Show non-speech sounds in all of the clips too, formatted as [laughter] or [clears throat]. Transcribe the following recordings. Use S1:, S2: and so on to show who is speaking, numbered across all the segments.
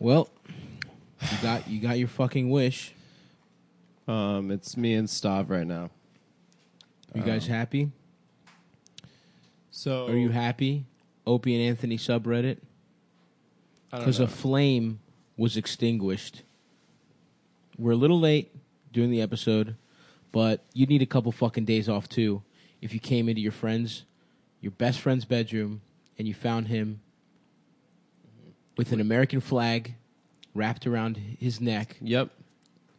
S1: Well, you got you got your fucking wish.
S2: Um, it's me and Stav right now.
S1: You guys happy?
S2: So
S1: Are you happy? Opie and Anthony subreddit because a flame was extinguished. We're a little late doing the episode, but you need a couple fucking days off too. If you came into your friend's, your best friend's bedroom, and you found him with an American flag wrapped around his neck,
S2: Yep.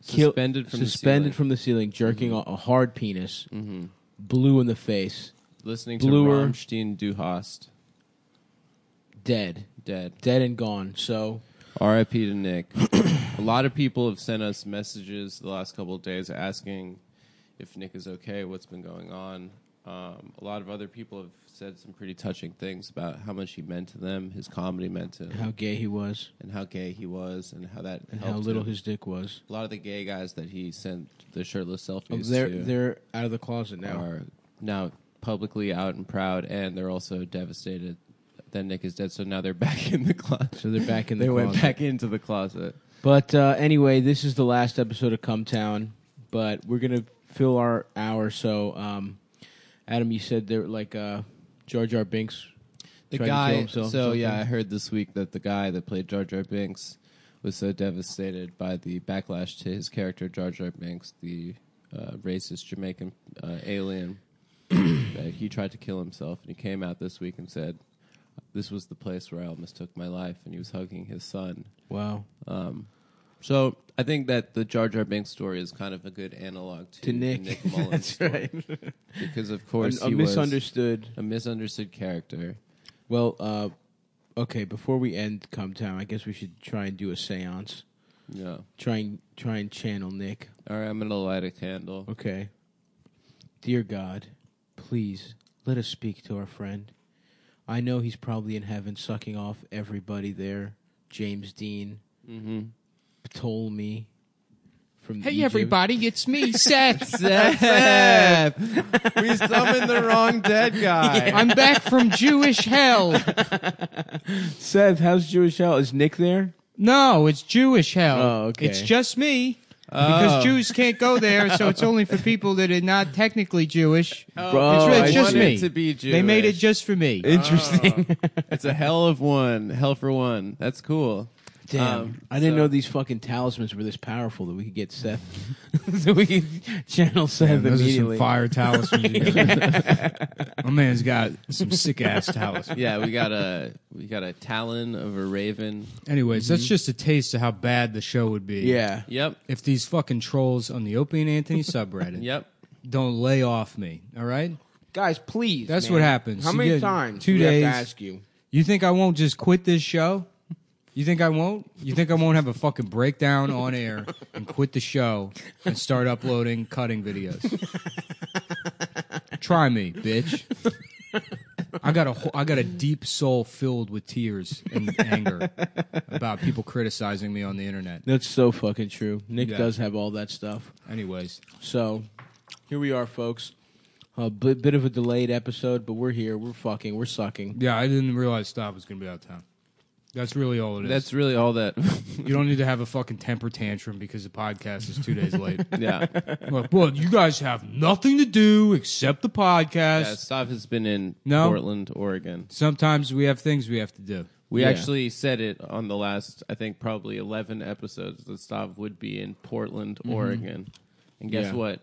S1: kill-
S2: Suspended from
S1: suspended
S2: the ceiling. Mm-hmm.
S1: from the ceiling, jerking a, a hard penis, blue in the face,
S2: listening
S1: Bluer.
S2: to Rammstein Du Hast.
S1: dead,
S2: Dead.
S1: dead and gone. So
S2: R.I.P.
S1: [clears throat]
S2: to Nick. a lot of people have sent us messages the last couple of days asking if Nick is okay, what's been going on. Um, a lot of other people have said some pretty touching things about how much he meant to them, his comedy meant to him,
S1: how gay he was,
S2: and how gay he was, and how that
S1: and how
S2: helped
S1: little
S2: him.
S1: his dick was.
S2: a lot of the gay guys that he sent the shirtless
S1: Oh,
S2: selfies
S1: they're
S2: to
S1: they're out of the closet now.
S2: are now publicly out and proud, and they're also devastated that Nick is dead. So now they're [laughs] back in the closet.
S1: So they're
S2: [laughs]
S1: back in the
S2: they went
S1: closet.
S2: back into the closet.
S1: But uh, anyway, this is the last episode of Come Town, but we're gonna fill our hour. So, um, Adam, you said there like uh, Jar Jar Binks. tried to
S2: The
S1: kill
S2: guy.
S1: himself or
S2: So yeah,
S1: something?
S2: I heard this week that the guy that played Jar Jar Binks was so devastated by the backlash to his character Jar Jar Binks, the uh, racist Jamaican uh,
S1: [coughs]
S2: alien, that he tried to kill himself, and he came out this week and said. This was the place where I almost took my life, and he was hugging his son.
S1: Wow.
S2: So I think that the Jar Jar Binks story is kind of a good analog to,
S1: To Nick. [laughs]
S2: Mullins
S1: That's
S2: story.
S1: right.
S2: because of
S1: A,
S2: course
S1: a
S2: he was
S1: misunderstood.
S2: a misunderstood character.
S1: Well, uh, okay. Before we end Come Town, I guess we should try and do a séance.
S2: Yeah.
S1: Try and try and channel Nick.
S2: All right, I'm gonna light a candle.
S1: Okay. Dear God, please let us speak to our friend. I know he's probably in heaven sucking off everybody there. James Dean, mm-hmm. Ptolemy. From Egypt.
S3: it's
S2: [laughs]
S3: me, Seth.
S2: we summoned the
S3: [laughs]
S2: wrong dead guy.
S3: I'm back from Jewish hell.
S1: Seth, how's Jewish hell? Is Nick there?
S3: No, it's Jewish hell.
S1: Oh, okay.
S3: It's just me.
S2: Oh.
S3: Because Jews can't go there, so it's only for people that are not technically Jewish.
S2: Oh.
S1: Bro,
S3: it's, really-
S1: I
S3: it's just
S1: wanted
S3: me.
S2: to be
S3: They made it
S2: Jewish.
S3: just for me.
S1: Interesting.
S2: It's a hell of one, hell for one. That's cool.
S1: Damn,
S2: Um,
S1: I didn't
S2: so-
S1: know these fucking talismans were this powerful that we could get Seth, [laughs] that we could channel Seth
S4: those are
S1: immediately.
S4: some fire talismans.
S2: [laughs]
S4: you got. My man's got some sick ass talismans.
S2: Yeah, we got a [laughs] we got a talon of a raven.
S4: Anyways,
S2: Mm-hmm.
S4: that's just a taste of how bad the show would be.
S1: Yeah,
S2: Yep,
S4: If these fucking trolls on the Opie and Anthony
S2: [laughs]
S4: subreddit
S2: yep.
S4: don't lay off me, all right?
S1: guys, please.
S4: That's
S1: man.
S4: what happens.
S1: How
S4: You
S1: many
S4: get
S1: times? do
S4: two
S1: we have to
S4: days.
S1: ask you.
S4: You think I won't just quit this show? You think I won't? You think I won't have a fucking breakdown on air and quit the show and start uploading cutting videos? Try me, bitch. I got a whole- I got a deep soul filled with tears and anger about people criticizing me on the internet.
S1: That's so fucking true. Nick
S4: Yeah.
S1: does have all that stuff.
S4: Anyways,
S1: So here we are, folks. A bi- bit of a delayed episode, but we're here. We're fucking. We're sucking.
S4: yeah, I didn't realize Stav was going to be out of town. That's really all it is.
S2: That's really all that. [laughs]
S4: you don't need to have a fucking temper tantrum because the podcast is two days late. [laughs]
S1: [laughs]
S2: yeah,
S4: Like, well, you guys have nothing to do except the podcast.
S2: yeah. Stav has been in
S4: No.
S2: Portland, Oregon.
S4: Sometimes we have things we have to do.
S2: We
S1: Yeah.
S2: actually said it on the last, I think, probably 11 episodes that Stav would be in Portland, Oregon. And guess
S1: Mm-hmm. Yeah.
S2: what?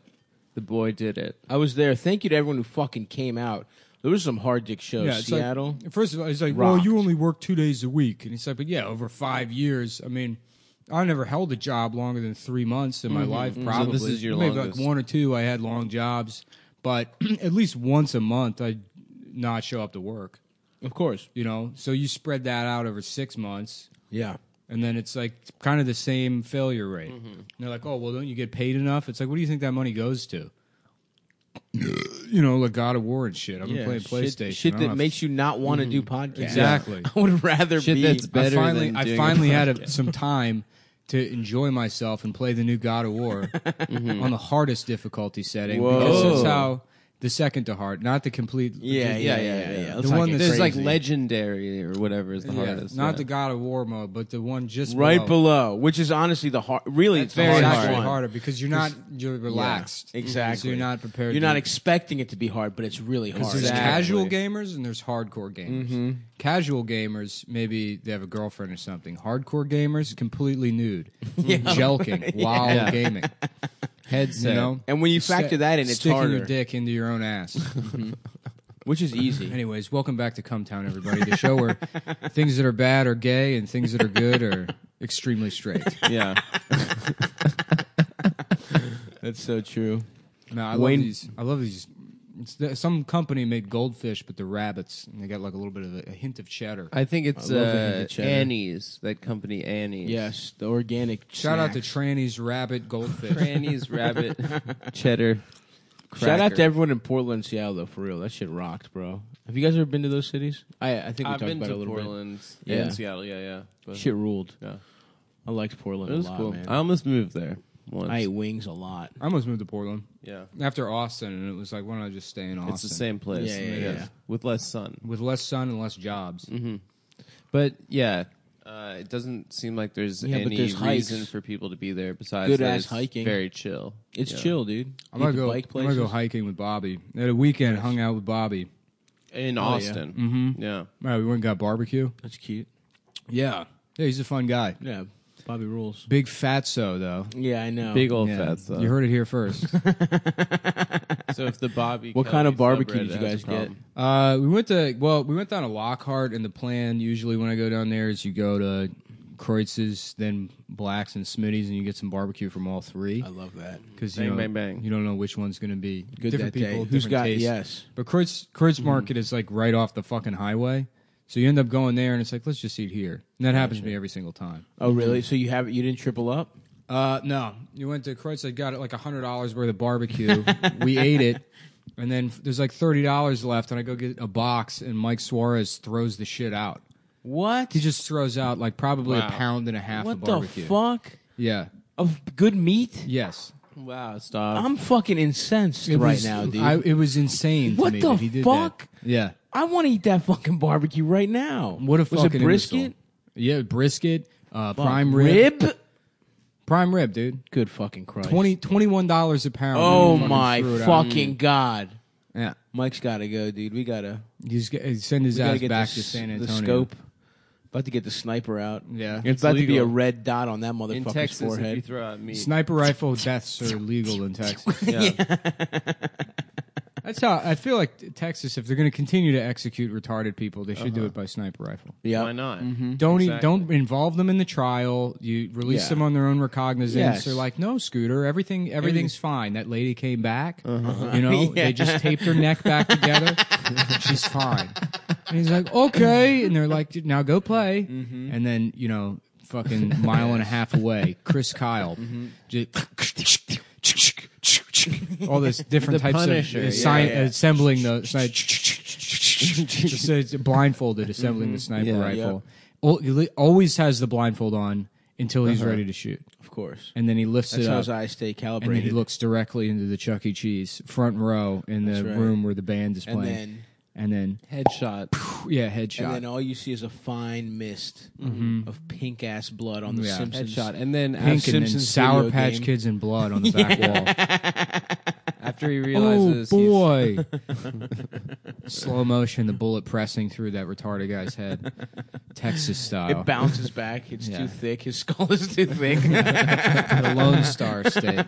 S2: The boy did it.
S1: I was there. Thank you to everyone who fucking came out. There was some hard dick shows.
S4: Yeah, it's like-
S1: Seattle.
S4: first of all, it's like, well,
S1: rocked.
S4: you only work two days a week, and it's like, but yeah, over five years. I mean, I never held a job longer than three months in my life. Probably
S2: Mm-hmm, this is your
S4: maybe
S2: longest.
S4: like one or two. I had long jobs, but [clears throat] at least once a month, I'd not show up to work.
S1: of course.
S4: You know, so you spread that out over six months.
S1: Yeah.
S4: and then it's like kind of the same failure rate.
S1: Mm-hmm.
S4: And they're like, "Oh, well, don't you get paid enough?" It's like, what do you think that money goes to? you know, like God of War and shit. I've been playing
S1: shit,
S4: PlayStation.
S1: Shit
S4: I don't
S1: that
S4: have-
S1: makes you not want to do podcasts.
S4: Exactly.
S1: [laughs] I would rather
S5: Shit
S1: be.
S5: that's
S4: I
S5: better
S4: finally,
S5: than
S4: I
S5: doing
S1: [laughs]
S4: finally
S5: a
S4: had a, some time to enjoy myself and play the new God of War
S1: Mm-hmm.
S4: on the hardest difficulty setting because that's how the second to hard, not the complete.
S1: yeah, yeah, yeah, yeah. yeah. Let's
S4: The
S1: not
S4: one
S1: get
S4: that's
S5: There's like
S1: crazy.
S5: legendary or whatever is the
S4: Yeah,
S5: hardest.
S4: not
S5: yeah.
S4: the God of War mode, but the one just
S1: right
S4: below.
S1: below, which is honestly the hard. Really, it's the
S4: It's
S1: hardest
S4: actually
S1: one.
S4: harder because you're not you're relaxed. Mm-hmm.
S1: Yeah, exactly.
S4: So you're not prepared.
S1: You're
S4: to-
S1: not expecting it to be hard, but it's really hard.
S4: There's
S5: Exactly.
S4: casual gamers and there's hardcore gamers.
S1: Mm-hmm.
S4: Casual gamers, maybe they have a girlfriend or something. Hardcore gamers, completely nude,
S1: [laughs]
S4: jelking while
S5: Yeah.
S4: gaming.
S5: headset.
S4: You know,
S1: And when you
S4: Sta-
S1: factor that in, it's
S4: sticking your
S1: harder.
S4: dick into your
S1: [laughs]
S4: own ass.
S1: Which is
S4: [laughs]
S1: easy.
S4: Anyways, welcome back to Come Town, everybody. The
S1: [laughs]
S4: show where things that are bad are gay and things that are good are extremely straight.
S5: Yeah.
S1: That's so true.
S4: No, I
S1: Wayne-
S4: love these. I love these. It's the, some company made goldfish, but they're rabbits, and they got like a little bit of a, a hint of cheddar.
S5: I think it's
S1: I love the hint
S5: uh,
S1: of cheddar.
S5: Annie's, that company Annie's.
S1: Yes, the organic.
S4: Shout out to
S1: snacks.
S4: Tranny's Rabbit
S1: [laughs]
S4: Goldfish.
S5: Annie's rabbit cheddar.
S1: shout out
S5: cracker.
S1: to everyone in Portland, and Seattle. Though, for real, that shit rocked, bro. Have you guys ever been to those cities? I I think we
S5: I've
S1: talked
S5: been
S1: about it
S5: to
S1: a little
S5: Portland
S1: bit. Yeah.
S5: and Seattle. Yeah, yeah. But
S1: bit. Shit ruled.
S5: Yeah.
S1: I liked Portland
S5: It was
S1: a lot,
S5: cool.
S1: man.
S5: I almost moved there once.
S1: I ate wings a lot.
S4: [laughs] I almost moved to Portland
S5: yeah.
S4: after Austin, and it was like, why don't I just stay in Austin?
S5: It's the same place.
S1: Yeah, yeah,
S5: I guess,
S1: yeah.
S5: With less sun.
S4: with less sun and less jobs.
S1: Mm-hmm.
S5: But yeah, uh, it doesn't seem like there's
S1: Yeah, but
S5: any
S1: there's hikes.
S5: reason for people to be there besides
S1: Good
S5: that
S1: ass
S5: it's
S1: hiking.
S5: Very chill.
S1: It's
S5: Yeah.
S1: chill, dude.
S4: I'm
S1: You
S4: gonna
S1: can
S4: go.
S1: bike
S4: I'm gonna go
S1: places.
S4: hiking with Bobby. At a weekend, hung out with Bobby.
S5: in
S1: Oh, yeah. Oh,
S5: Austin. Mm-hmm. Yeah.
S4: Right, we went and got barbecue.
S1: That's cute.
S4: Yeah, yeah, he's a fun guy.
S1: Yeah, Bobby rules.
S4: Big fatso though.
S1: Yeah, I know.
S5: Big old
S4: Yeah.
S5: fat stuff.
S4: You heard it here first.
S5: so
S1: [laughs]
S5: if the Bobby,
S1: What kind of
S5: Kelly
S1: barbecue did
S5: subreddit
S1: you
S5: has a
S1: guys get?
S5: problem.
S4: Uh, we went to well, we went down to Lockhart, and the plan usually when I go down there is you go to Kreutz's, then Blacks and Smitty's, and you get some barbecue from all three
S1: I love that.
S4: because you
S5: Bang,
S4: know,
S5: bang, bang.
S4: you don't know which one's going to be
S1: Good
S4: different
S1: that day.
S4: people,
S1: Who's
S4: different
S1: got-
S4: tastes.
S1: yes.
S4: But Kreutz Kreutz Market is like right off the fucking highway, so you end up going there, and it's like let's just eat here, and that happens to me every single time.
S1: Oh, really? So you have you didn't triple up?
S4: Uh, no, you went to Kreutz. I got like hundred dollars worth of barbecue.
S1: [laughs]
S4: we ate it, and then f- there's like thirty dollars left, and I go get a box, and Mike Suarez throws the shit out.
S1: What?
S4: He just throws out like probably
S5: Wow.
S4: a pound and a half
S1: what
S4: of
S1: the
S4: barbecue.
S1: fuck
S4: Yeah.
S1: of good meat?
S4: Yes.
S5: Wow, stop.
S1: I'm fucking incensed
S4: It
S1: right
S4: was-
S1: now, dude.
S4: I,
S1: I,
S4: it was insane. to
S1: What
S4: me
S1: the
S4: that he did
S1: fuck?
S4: That. Yeah.
S1: want to eat that fucking barbecue right now.
S4: What a
S1: was
S4: fucking
S1: it brisket?
S4: imbecile. Yeah, brisket. Uh,
S1: Fuck,
S4: prime rib.
S1: rib.
S4: Prime rib, dude.
S1: Good fucking Christ.
S4: Twenty twenty one dollars a pound.
S1: Oh
S4: He fucking
S1: my
S4: threw it out.
S1: fucking god.
S4: Yeah.
S1: Mike's got to go, dude. We gotta
S4: He's g- he send his
S1: we gotta
S4: ass
S1: get
S4: back
S1: the,
S4: to San
S1: s-
S4: Antonio.
S1: the scope. About to get the sniper out.
S4: Yeah.
S1: It's about to be a
S5: legal.
S1: red dot on that motherfucker's
S5: in Texas, if
S1: forehead.
S5: you throw out meat,
S4: Sniper rifle deaths are legal in Texas.
S5: yeah.
S4: That's how I feel like Texas. If they're going to continue to execute retarded people, they should do it by sniper rifle.
S1: yeah.
S5: why not?
S1: Mm-hmm.
S4: Don't e-
S5: Exactly.
S4: don't involve them in the trial. You release
S1: Yeah.
S4: them on their own recognizance.
S1: Yes.
S4: They're like, no, Scooter, everything everything's fine. That lady came back.
S1: Uh-huh.
S4: You know,
S1: [laughs]
S4: they just taped her neck back together. She's fine. And he's like, okay. And they're like, now go play.
S1: Mm-hmm.
S4: And then you know, fucking mile and a half away, Chris Kyle.
S1: Mm-hmm.
S4: Just- [laughs] all this different
S5: The
S4: types
S5: Punisher,
S4: of uh,
S5: yeah,
S4: assign-
S1: yeah.
S4: assembling the
S1: [laughs]
S4: just says blindfolded assembling the
S1: Mm-hmm.
S4: sniper
S5: Yeah,
S4: rifle. Al- he li- always has the blindfold on until he's ready to shoot,
S1: Of course.
S4: and then he lifts
S1: Uh-huh. That's
S4: it
S1: how
S4: up,
S1: his eyes stay
S4: and
S1: calibrated.
S4: then he looks directly into the Chuck E. Cheese front row in the
S1: That's right.
S4: room where the band is
S1: And
S4: playing,
S1: then-
S4: and then
S5: Headshot.
S4: yeah, headshot.
S1: And then all you see is a fine mist of pink ass blood on the
S4: Mm-hmm. Yeah.
S1: Simpsons.
S5: Headshot. And then
S4: Pink
S5: after,
S4: and then
S1: Simpsons
S4: Sour
S1: video
S4: Patch
S1: game.
S4: Kids and blood on the
S1: [laughs]
S4: back wall.
S5: after he
S4: Oh
S5: realizes
S1: [laughs]
S4: boy! Slow motion, the bullet pressing through that retarded
S1: [laughs]
S4: guy's head, Texas style.
S1: It
S4: [laughs]
S1: bounces back. It's
S4: Yeah.
S1: too thick. His [laughs] skull is too
S4: [laughs]
S1: thick.
S4: the
S1: [laughs]
S4: Lone Star State.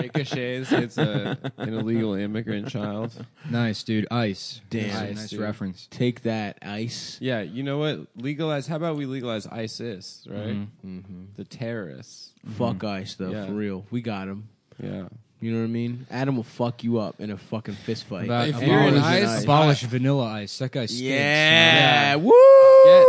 S5: he's ricochets, it's a, an illegal immigrant child.
S4: Nice, dude. Ice.
S1: Damn.
S4: Nice,
S1: Ice,
S4: nice
S5: dude.
S4: reference.
S1: Take that, ice.
S5: Yeah, you know what? Legalize. How about we legalize ISIS, right?
S2: Mm-hmm.
S5: The terrorists.
S4: Mm-hmm.
S1: Fuck ice, though,
S5: Yeah.
S1: for real. We got him.
S5: Yeah.
S1: You know what I mean? Adam will fuck you up in a fucking fist fight.
S4: About
S5: If
S4: abolish,
S5: you're in
S1: Abolish
S5: ice-
S4: abolish vanilla ice. That guy stinks.
S1: Yeah. Woo!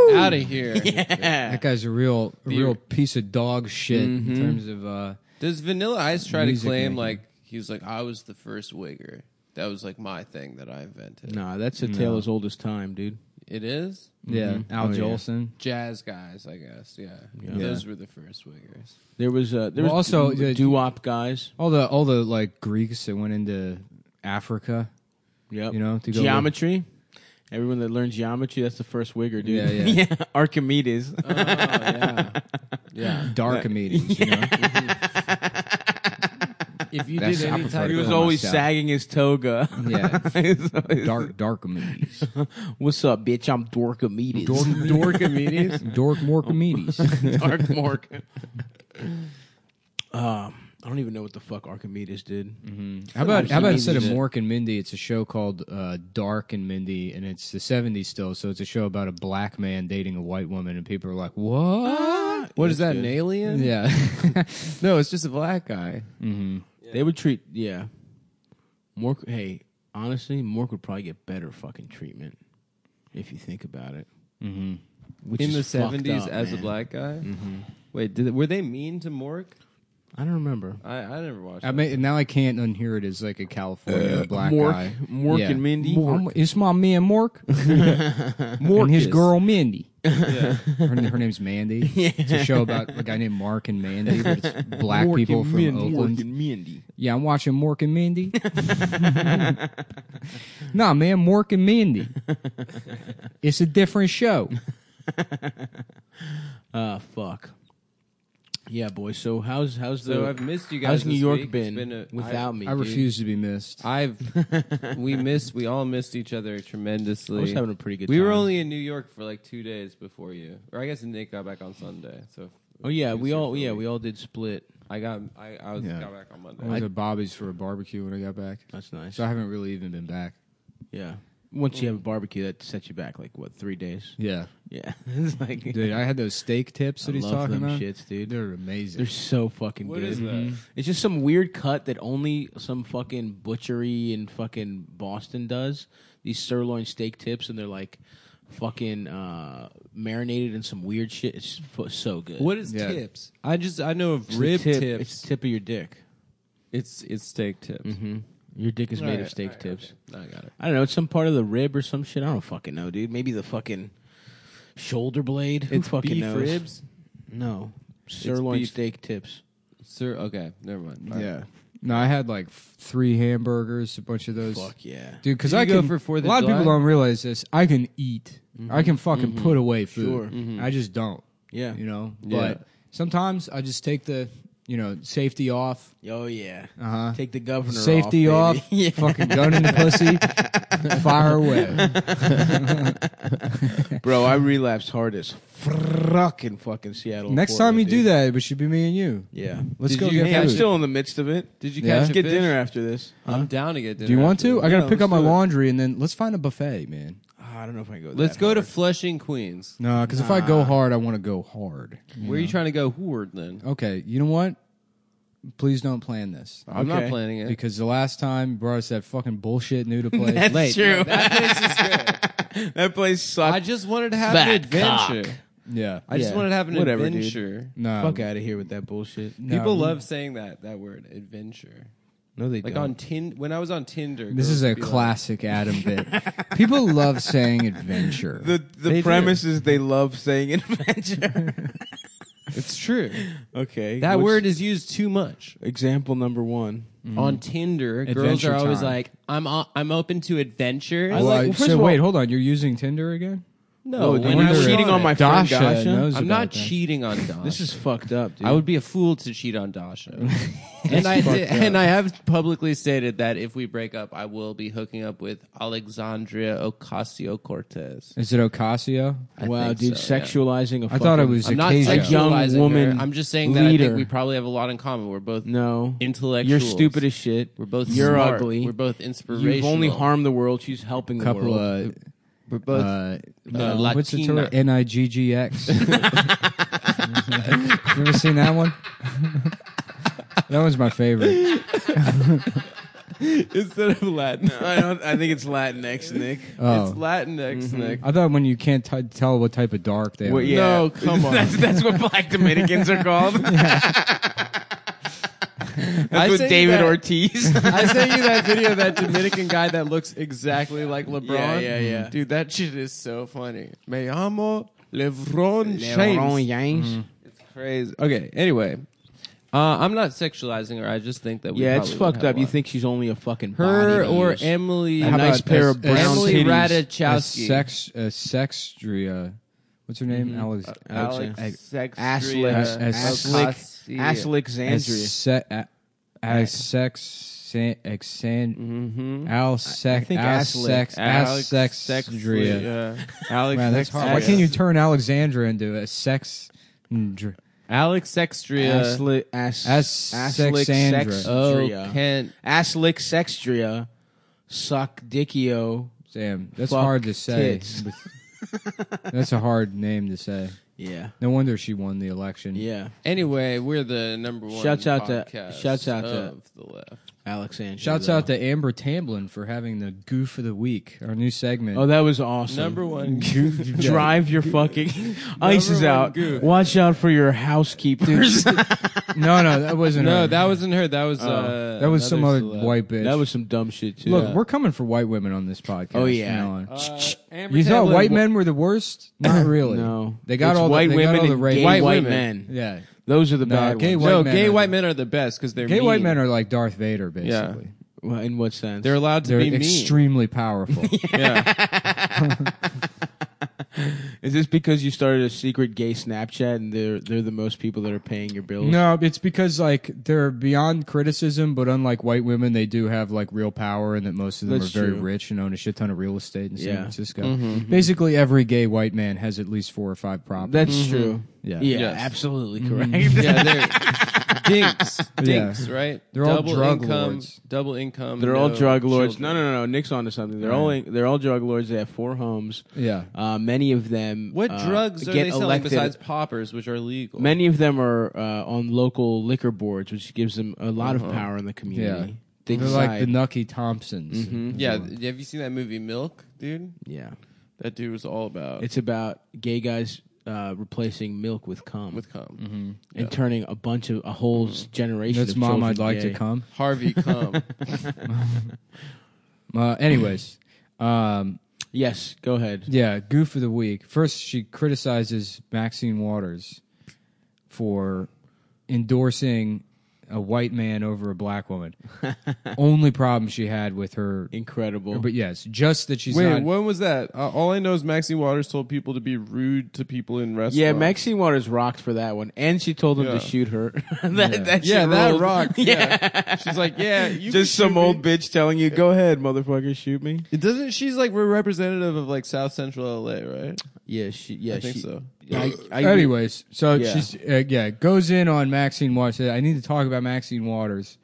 S2: Get out of here.
S4: That guy's a real, a real piece of dog shit in terms of. Uh,
S2: Does Vanilla Ice try to
S4: Music
S2: claim
S4: making.
S2: like he was like I was the first wigger? That was like my thing that I invented.
S1: Nah, that's a tale as old as time, dude.
S2: It is
S4: yeah, Al
S1: Oh, yeah.
S4: Jolson.
S2: jazz guys, I guess. Yeah, those were the first wiggers.
S1: There was uh, there
S4: Well,
S1: was
S4: also,
S1: the
S4: the-
S1: doo wop guys.
S4: All the all the like Greeks that went into Africa.
S1: Yep.
S4: You know, to go-
S1: geometry. Everyone that learned geometry, that's the first wigger, dude. [laughs]
S4: Yeah, yeah.
S1: Archimedes.
S2: Yeah,
S4: Dark meetings, you know.
S2: if you
S4: That's-
S2: did
S4: I
S2: any
S4: prefer
S2: type
S4: to
S1: he
S2: of
S1: was
S4: Yeah.
S1: always
S4: Yeah.
S1: sagging his toga.
S4: Oh, Yeah.
S1: [laughs] He's always-
S4: Dark dark meetings.
S1: What's up, bitch? I'm Dorkimedes.
S2: Dorkomedes,
S4: Dork mork
S1: [laughs]
S4: meetings.
S1: Dark
S4: [laughs]
S1: Mork. um, I don't even know what the fuck Archimedes did.
S4: Mm-hmm. How about how about
S1: Archimedes.
S4: instead of Mork and Mindy, it's a show called uh, Dark and Mindy, and it's the '70s still. So it's a show about a black man dating a white woman, and people are like, "What?"
S1: [laughs]
S2: what is that? An alien?
S4: Yeah, [laughs]
S2: No, it's just a black guy.
S1: They would treat, yeah. Mork, hey, honestly, Mork would probably get better fucking treatment if you think about it. Mm-hmm. Which
S2: In the
S1: is fucked
S2: seventies,
S1: up,
S2: as a
S1: man.
S2: black guy. Wait, did were they mean to Mork?
S1: I don't remember.
S2: I, I never watched. [laughs]
S4: I mean, now I can't unhear it as like a California black
S1: Uh, Mork-
S4: guy.
S1: Mork and Mindy?
S4: Mork. It's my man
S1: [laughs]
S4: Mork, Mork and his
S1: is-
S4: girl Mindy. Her, her
S1: [laughs]
S4: name's Mandy. It's a show about a guy named Mark and Mandy, but it's black
S1: Mork
S4: people
S1: and
S4: from
S1: Mindy.
S4: Oakland.
S1: Mork and Mindy.
S4: Yeah, I'm watching Mork
S1: [laughs]
S4: and Mindy. nah, man, Mork
S1: [laughs]
S4: and Mindy. It's a different show.
S1: Ah, fuck. Yeah, boy. So how's how's the?
S2: So I've missed you guys
S1: How's New
S2: this
S1: York
S2: week. It's
S1: been,
S2: been a-
S1: without
S2: I-
S1: me?
S4: I
S1: dude?
S4: refuse to be
S1: [laughs]
S4: missed.
S2: I've we missed we all missed each other tremendously.
S1: I was having a pretty good
S2: We were
S1: time.
S2: only in New York for like two days before you, or I guess Nick got back on Sunday. So
S1: Oh yeah, we
S2: here
S1: all
S2: for a
S1: yeah
S2: week.
S1: we all did split.
S2: I got I, I was
S4: Yeah.
S2: got back on
S4: I was
S2: Monday.
S4: at Bobby's for a barbecue when I got back,
S1: That's nice.
S4: so I haven't really even been back.
S1: Yeah. Once you have a barbecue, that sets you back like what three days?
S4: Yeah,
S1: Yeah, [laughs] it's like
S4: dude, I had those steak tips that
S1: I
S4: he's
S1: love
S4: talking
S1: them
S4: about.
S1: shits, dude.
S4: They're amazing.
S1: They're so fucking
S2: What
S1: good. Mm-hmm.
S2: is that? Mhm.
S1: It's just some weird cut that only some fucking butchery in fucking Boston does. These sirloin steak tips, and they're like fucking uh, marinated in some weird shit. It's f- so good.
S2: what is
S4: Yeah.
S2: tips? I just I know of
S1: It's the
S2: rib
S1: tip- It's
S2: tips.
S1: the tip of your dick. Mm-hmm.
S2: It's it's steak tips.
S1: Your dick is made
S2: Alright,
S1: of steak
S2: alright,
S1: tips.
S2: I got it.
S1: I don't know. It's some part of the rib or some shit. I don't fucking know, dude. Maybe the fucking shoulder blade. Who
S2: It's
S1: fucking
S2: beef
S1: knows?
S2: ribs.
S1: No, sirloin
S2: beef.
S1: steak tips.
S2: Sir, okay, never mind. All right.
S4: yeah. No, I had like f- three hamburgers, a bunch of those.
S1: Fuck yeah.
S4: dude. Because
S2: Did you
S4: I
S2: go
S4: can.
S2: for Fourth
S4: a
S2: of
S4: lot of people
S2: July?
S4: don't realize this. I can eat. I can fucking put away food.
S1: Mm-hmm. Sure. Mm-hmm.
S4: I just don't.
S1: Yeah.
S4: You know.
S2: Yeah.
S4: But sometimes I just take the you know safety off.
S1: Oh yeah.
S4: Uh-huh.
S1: Take the governor
S4: Safety off,
S1: baby. [laughs] yeah.
S4: [laughs] fucking gun in the pussy, fire away.
S1: Bro, I relapsed hard as fuck in fucking Seattle.
S4: Next time you do that, it should be me and you.
S1: yeah.
S4: Let's
S2: Did
S4: go
S2: you-
S4: get
S1: Hey, I'm
S4: food.
S1: still in the midst of it.
S2: Did you
S4: Yeah.
S2: catch
S1: Let's
S2: a
S1: get
S2: fish?
S1: dinner after this.
S2: I'm down to get dinner.
S4: do you want
S2: after
S4: to?
S2: this.
S4: I gotta
S2: Yeah,
S4: pick
S2: let's
S4: up my
S2: do it.
S4: laundry and then let's find a buffet, man.
S1: Ah, I don't know if I can go.
S2: Let's
S1: that
S2: go to
S1: hard.
S2: Flushing, Queens.
S4: No, because if I go hard, I want to go hard.
S2: Where are you trying to go? Hooard then?
S4: Okay, you know what? Please don't plan this
S2: I'm not
S1: Okay.
S2: planning it.
S4: because the last time you brought us that fucking bullshit noodle place.
S1: That's [laughs]
S4: late.
S1: true.
S2: That place is
S1: [laughs]
S2: good.
S1: that place sucks.
S2: I just wanted to have an
S1: Fat
S2: adventure.
S4: Yeah,
S2: I just
S1: Yeah.
S2: wanted to have an
S1: Whatever, dude.
S2: adventure.
S4: no.
S1: fuck out of here with that bullshit.
S4: No.
S2: People love saying that that word, adventure.
S1: No, they
S2: Like
S1: don't.
S2: on Tin when I was on Tinder.
S4: This
S2: girls
S4: is a
S2: would be like,
S4: classic Adam bit. People love saying adventure.
S1: the the
S2: They
S1: premise is they love saying [laughs] adventure.
S2: It's
S4: [laughs]
S2: true.
S1: okay,
S2: That
S1: what's-
S2: word is used too much.
S1: example number one.
S2: On Tinder, girls
S4: Mm-hmm. Adventure
S2: are always
S4: time.
S2: like, "I'm o- I'm open to adventure."
S4: Well,
S1: like-
S4: I- Oh,
S1: well, first
S4: so
S1: of all-
S4: wait, hold on. You're using Tinder again?
S2: no,
S1: Whoa,
S2: Oh, when
S1: Oh, dude,
S2: I
S1: you're
S2: was
S1: cheating on my friend
S4: Dasha
S1: Dasha.
S4: knows
S2: I'm
S4: about
S2: not
S4: that.
S2: cheating
S4: [laughs]
S2: on Dasha.
S1: This is fucked up, dude.
S2: I would be a fool to cheat on
S4: [laughs]
S2: Dasha. [laughs] and I did, and I have publicly stated that if we break up, I will be hooking up with Alexandria Ocasio Cortez.
S4: Is it Ocasio?
S1: wow, dude, sexualizing a
S4: I thought it
S1: fucking-
S4: was
S2: I'm not
S4: Ocasio.
S2: sexualizing
S1: young woman
S2: Her. I'm just saying that I
S1: leader.
S2: think we probably have a lot in common. We're both
S1: no
S2: intellectuals.
S1: You're stupid as shit.
S2: We're both
S1: you're
S2: smart.
S1: ugly.
S2: We're both inspirational.
S1: You've only harmed the world. She's helping the
S4: couple
S1: world.
S4: of
S2: We're both.
S1: [laughs]
S4: uh,
S2: uh,
S4: uh, what's the
S2: Latina.
S4: term? N i g g
S2: [laughs]
S4: x. You [laughs] ever seen that one? that one's my favorite.
S2: instead of Latin.
S6: I don't. I think it's
S1: [laughs]
S6: Latinx, Nick.
S4: Oh.
S2: It's Latinx, Nick.
S4: I thought when you can't t- tell what type of dark they
S2: Well,
S4: are.
S2: yeah.
S6: No, come on. that's, that's what black Dominicans are called.
S2: [laughs] I
S6: That's what
S2: sent you
S6: David
S2: that- [laughs]
S6: Ortiz.
S2: I sent you that video of that Dominican guy that looks exactly like LeBron. Mm-hmm.
S6: Yeah, yeah, yeah.
S2: Dude, that shit is so funny. Me llamo LeBron James.
S4: Mm-hmm.
S2: It's crazy. Okay, anyway. Uh, I'm not sexualizing her. I just think that we
S1: Yeah, it's
S2: probably would
S1: fucked
S2: have
S1: up. You
S2: one.
S1: think she's only a fucking
S2: her
S1: body to
S2: or
S1: use.
S2: Emily?
S1: A nice
S4: about
S1: pair
S4: a-
S1: of
S4: a
S1: brown
S2: Emily
S1: titties.
S2: Ratajkowski.
S4: A sex, a sextria. What's her name?
S2: Mm-hmm.
S4: Alex.
S2: Uh,
S1: Alex-
S2: Sextria.
S4: As- as-
S1: Aslick,
S2: Ocasio.
S1: Aslexandria.
S2: Mhm.
S4: Al sex.
S1: think
S4: Al
S1: Aslick.
S4: sex. Al
S2: Alex
S4: sex.
S2: Sextria.
S4: Sextria.
S2: Alex
S4: Man, that's hard. Why
S2: Sextria.
S4: can't you turn Alexandra into a sex?
S2: Alex Sextria.
S1: Asli- As-
S4: As-
S1: Aslick
S4: Sexandra.
S2: Oh,
S1: Sextria.
S2: Kent.
S1: Aslick Sextria. Suck Dickio.
S4: Damn, that's
S1: Fuck
S4: hard to say.
S1: tits.
S4: with- that's a hard name to say.
S1: Yeah.
S4: No wonder she won the election.
S1: Yeah.
S2: Anyway, we're the number one.
S1: Shouts out to-
S2: podcast
S1: shouts out to-
S2: of the
S4: [laughs]
S2: left.
S1: Alexandria.
S4: Shouts out to Amber Tamblin for having the goof of the week, our new segment.
S1: Oh, that was awesome.
S2: Number [laughs]
S1: [laughs]
S2: one.
S1: Drive your [laughs] fucking ice is
S2: one
S1: out.
S2: goof.
S1: Watch out for your [laughs] housekeepers. that
S4: no, no,
S1: [laughs]
S4: that wasn't.
S2: no,
S4: her.
S2: that wasn't her. That was uh,
S4: Oh. that was some other
S2: celeb.
S4: white bitch.
S1: uh, was some dumb shit too.
S4: Look, we're coming for white women on this podcast.
S1: Oh, yeah.
S4: from now on.
S2: Uh, Amber
S4: you thought
S2: Tamblyn
S4: white
S2: wa-
S4: men were the worst? Not
S1: [laughs]
S4: really.
S1: no,
S4: they got
S1: It's
S4: all the-
S1: white
S4: they got
S1: women
S4: all the
S1: and
S4: rape-
S1: gay
S2: White
S1: white,
S2: women.
S1: men.
S4: Yeah,
S1: Those are the
S4: No,
S1: bad
S4: gay
S1: ones.
S4: white
S2: No,
S4: men
S2: gay
S4: are-
S2: white men are the best because they're
S4: gay white
S2: mean.
S4: men are like Darth Vader, basically.
S2: Yeah.
S1: Well, in what sense?
S2: They're allowed to
S4: They're
S2: be mean.
S4: extremely
S1: [laughs]
S4: powerful.
S2: Yeah.
S1: Is this because you started a secret gay Snapchat and they're they're the most people that are paying your bills?
S4: No, it's because like they're beyond criticism, but unlike white women, they do have like real power, and that most of them
S1: That's
S4: are very
S1: true.
S4: rich and own a shit ton of real estate in San
S1: Yeah. Mm-hmm,
S4: Francisco. Basically, every gay white man has at least four or five properties.
S1: that's true. yeah,
S4: Yeah.
S1: Mm-hmm.
S2: Yes.
S1: absolutely correct. [laughs]
S2: yeah, they're dinks. Dinks, right?
S4: They're all
S2: double
S4: drug
S2: income,
S4: lords.
S2: Double income.
S1: They're all
S2: no
S1: drug lords.
S2: children.
S1: No, no, no, no. Nick's onto something. They're all they're all drug lords. They have four homes.
S4: yeah,
S1: Uh, many of them.
S2: What
S1: uh,
S2: drugs are
S1: get
S2: they selling
S1: elected.
S2: besides poppers, which are legal?
S1: Many of them are uh, on local liquor boards, which gives them a lot of power in the community.
S4: Yeah.
S1: They
S4: they're
S1: decide,
S4: like the Nucky Thompsons.
S1: Mm-hmm.
S2: Yeah. th- Have you seen that movie Milk, dude?
S1: yeah.
S2: That dude was all about
S1: It's about gay guys uh, replacing milk with cum
S2: with cum.
S1: and turning a bunch of a whole s- generation.
S4: That's
S1: of
S4: mom.
S1: children
S4: I'd like
S1: gay.
S4: to come.
S1: [laughs]
S2: Harvey cum.
S4: Uh, anyways, um,
S1: Yes, go ahead.
S4: Yeah, goof of the week. First, she criticizes Maxine Waters for endorsing a white man over a black woman. Only problem she had with her,
S1: Incredible.
S4: but yes, just that she's
S2: Wait,
S4: not.
S2: when was that? Uh, all I know is Maxine Waters told people to be rude to people in restaurants.
S1: Yeah, Maxine Waters rocked for that one, and she told him
S2: Yeah.
S1: to shoot her. [laughs] that, that
S2: Yeah,
S1: shit
S2: that
S1: ruled. [laughs]
S2: rocked. Yeah. She's like, yeah, you
S1: Just
S2: can shoot
S1: some old
S2: me.
S1: bitch telling you, "Go ahead, motherfucker, shoot me."
S2: It doesn't. She's like we're representative of like South Central LA, right?
S1: Yeah, she. Yeah,
S2: I think
S1: she,
S2: [laughs] so.
S1: I, I,
S4: Anyways, so
S1: Yeah.
S4: she's uh, yeah goes in on Maxine Waters. Said, I need to talk about Maxine Waters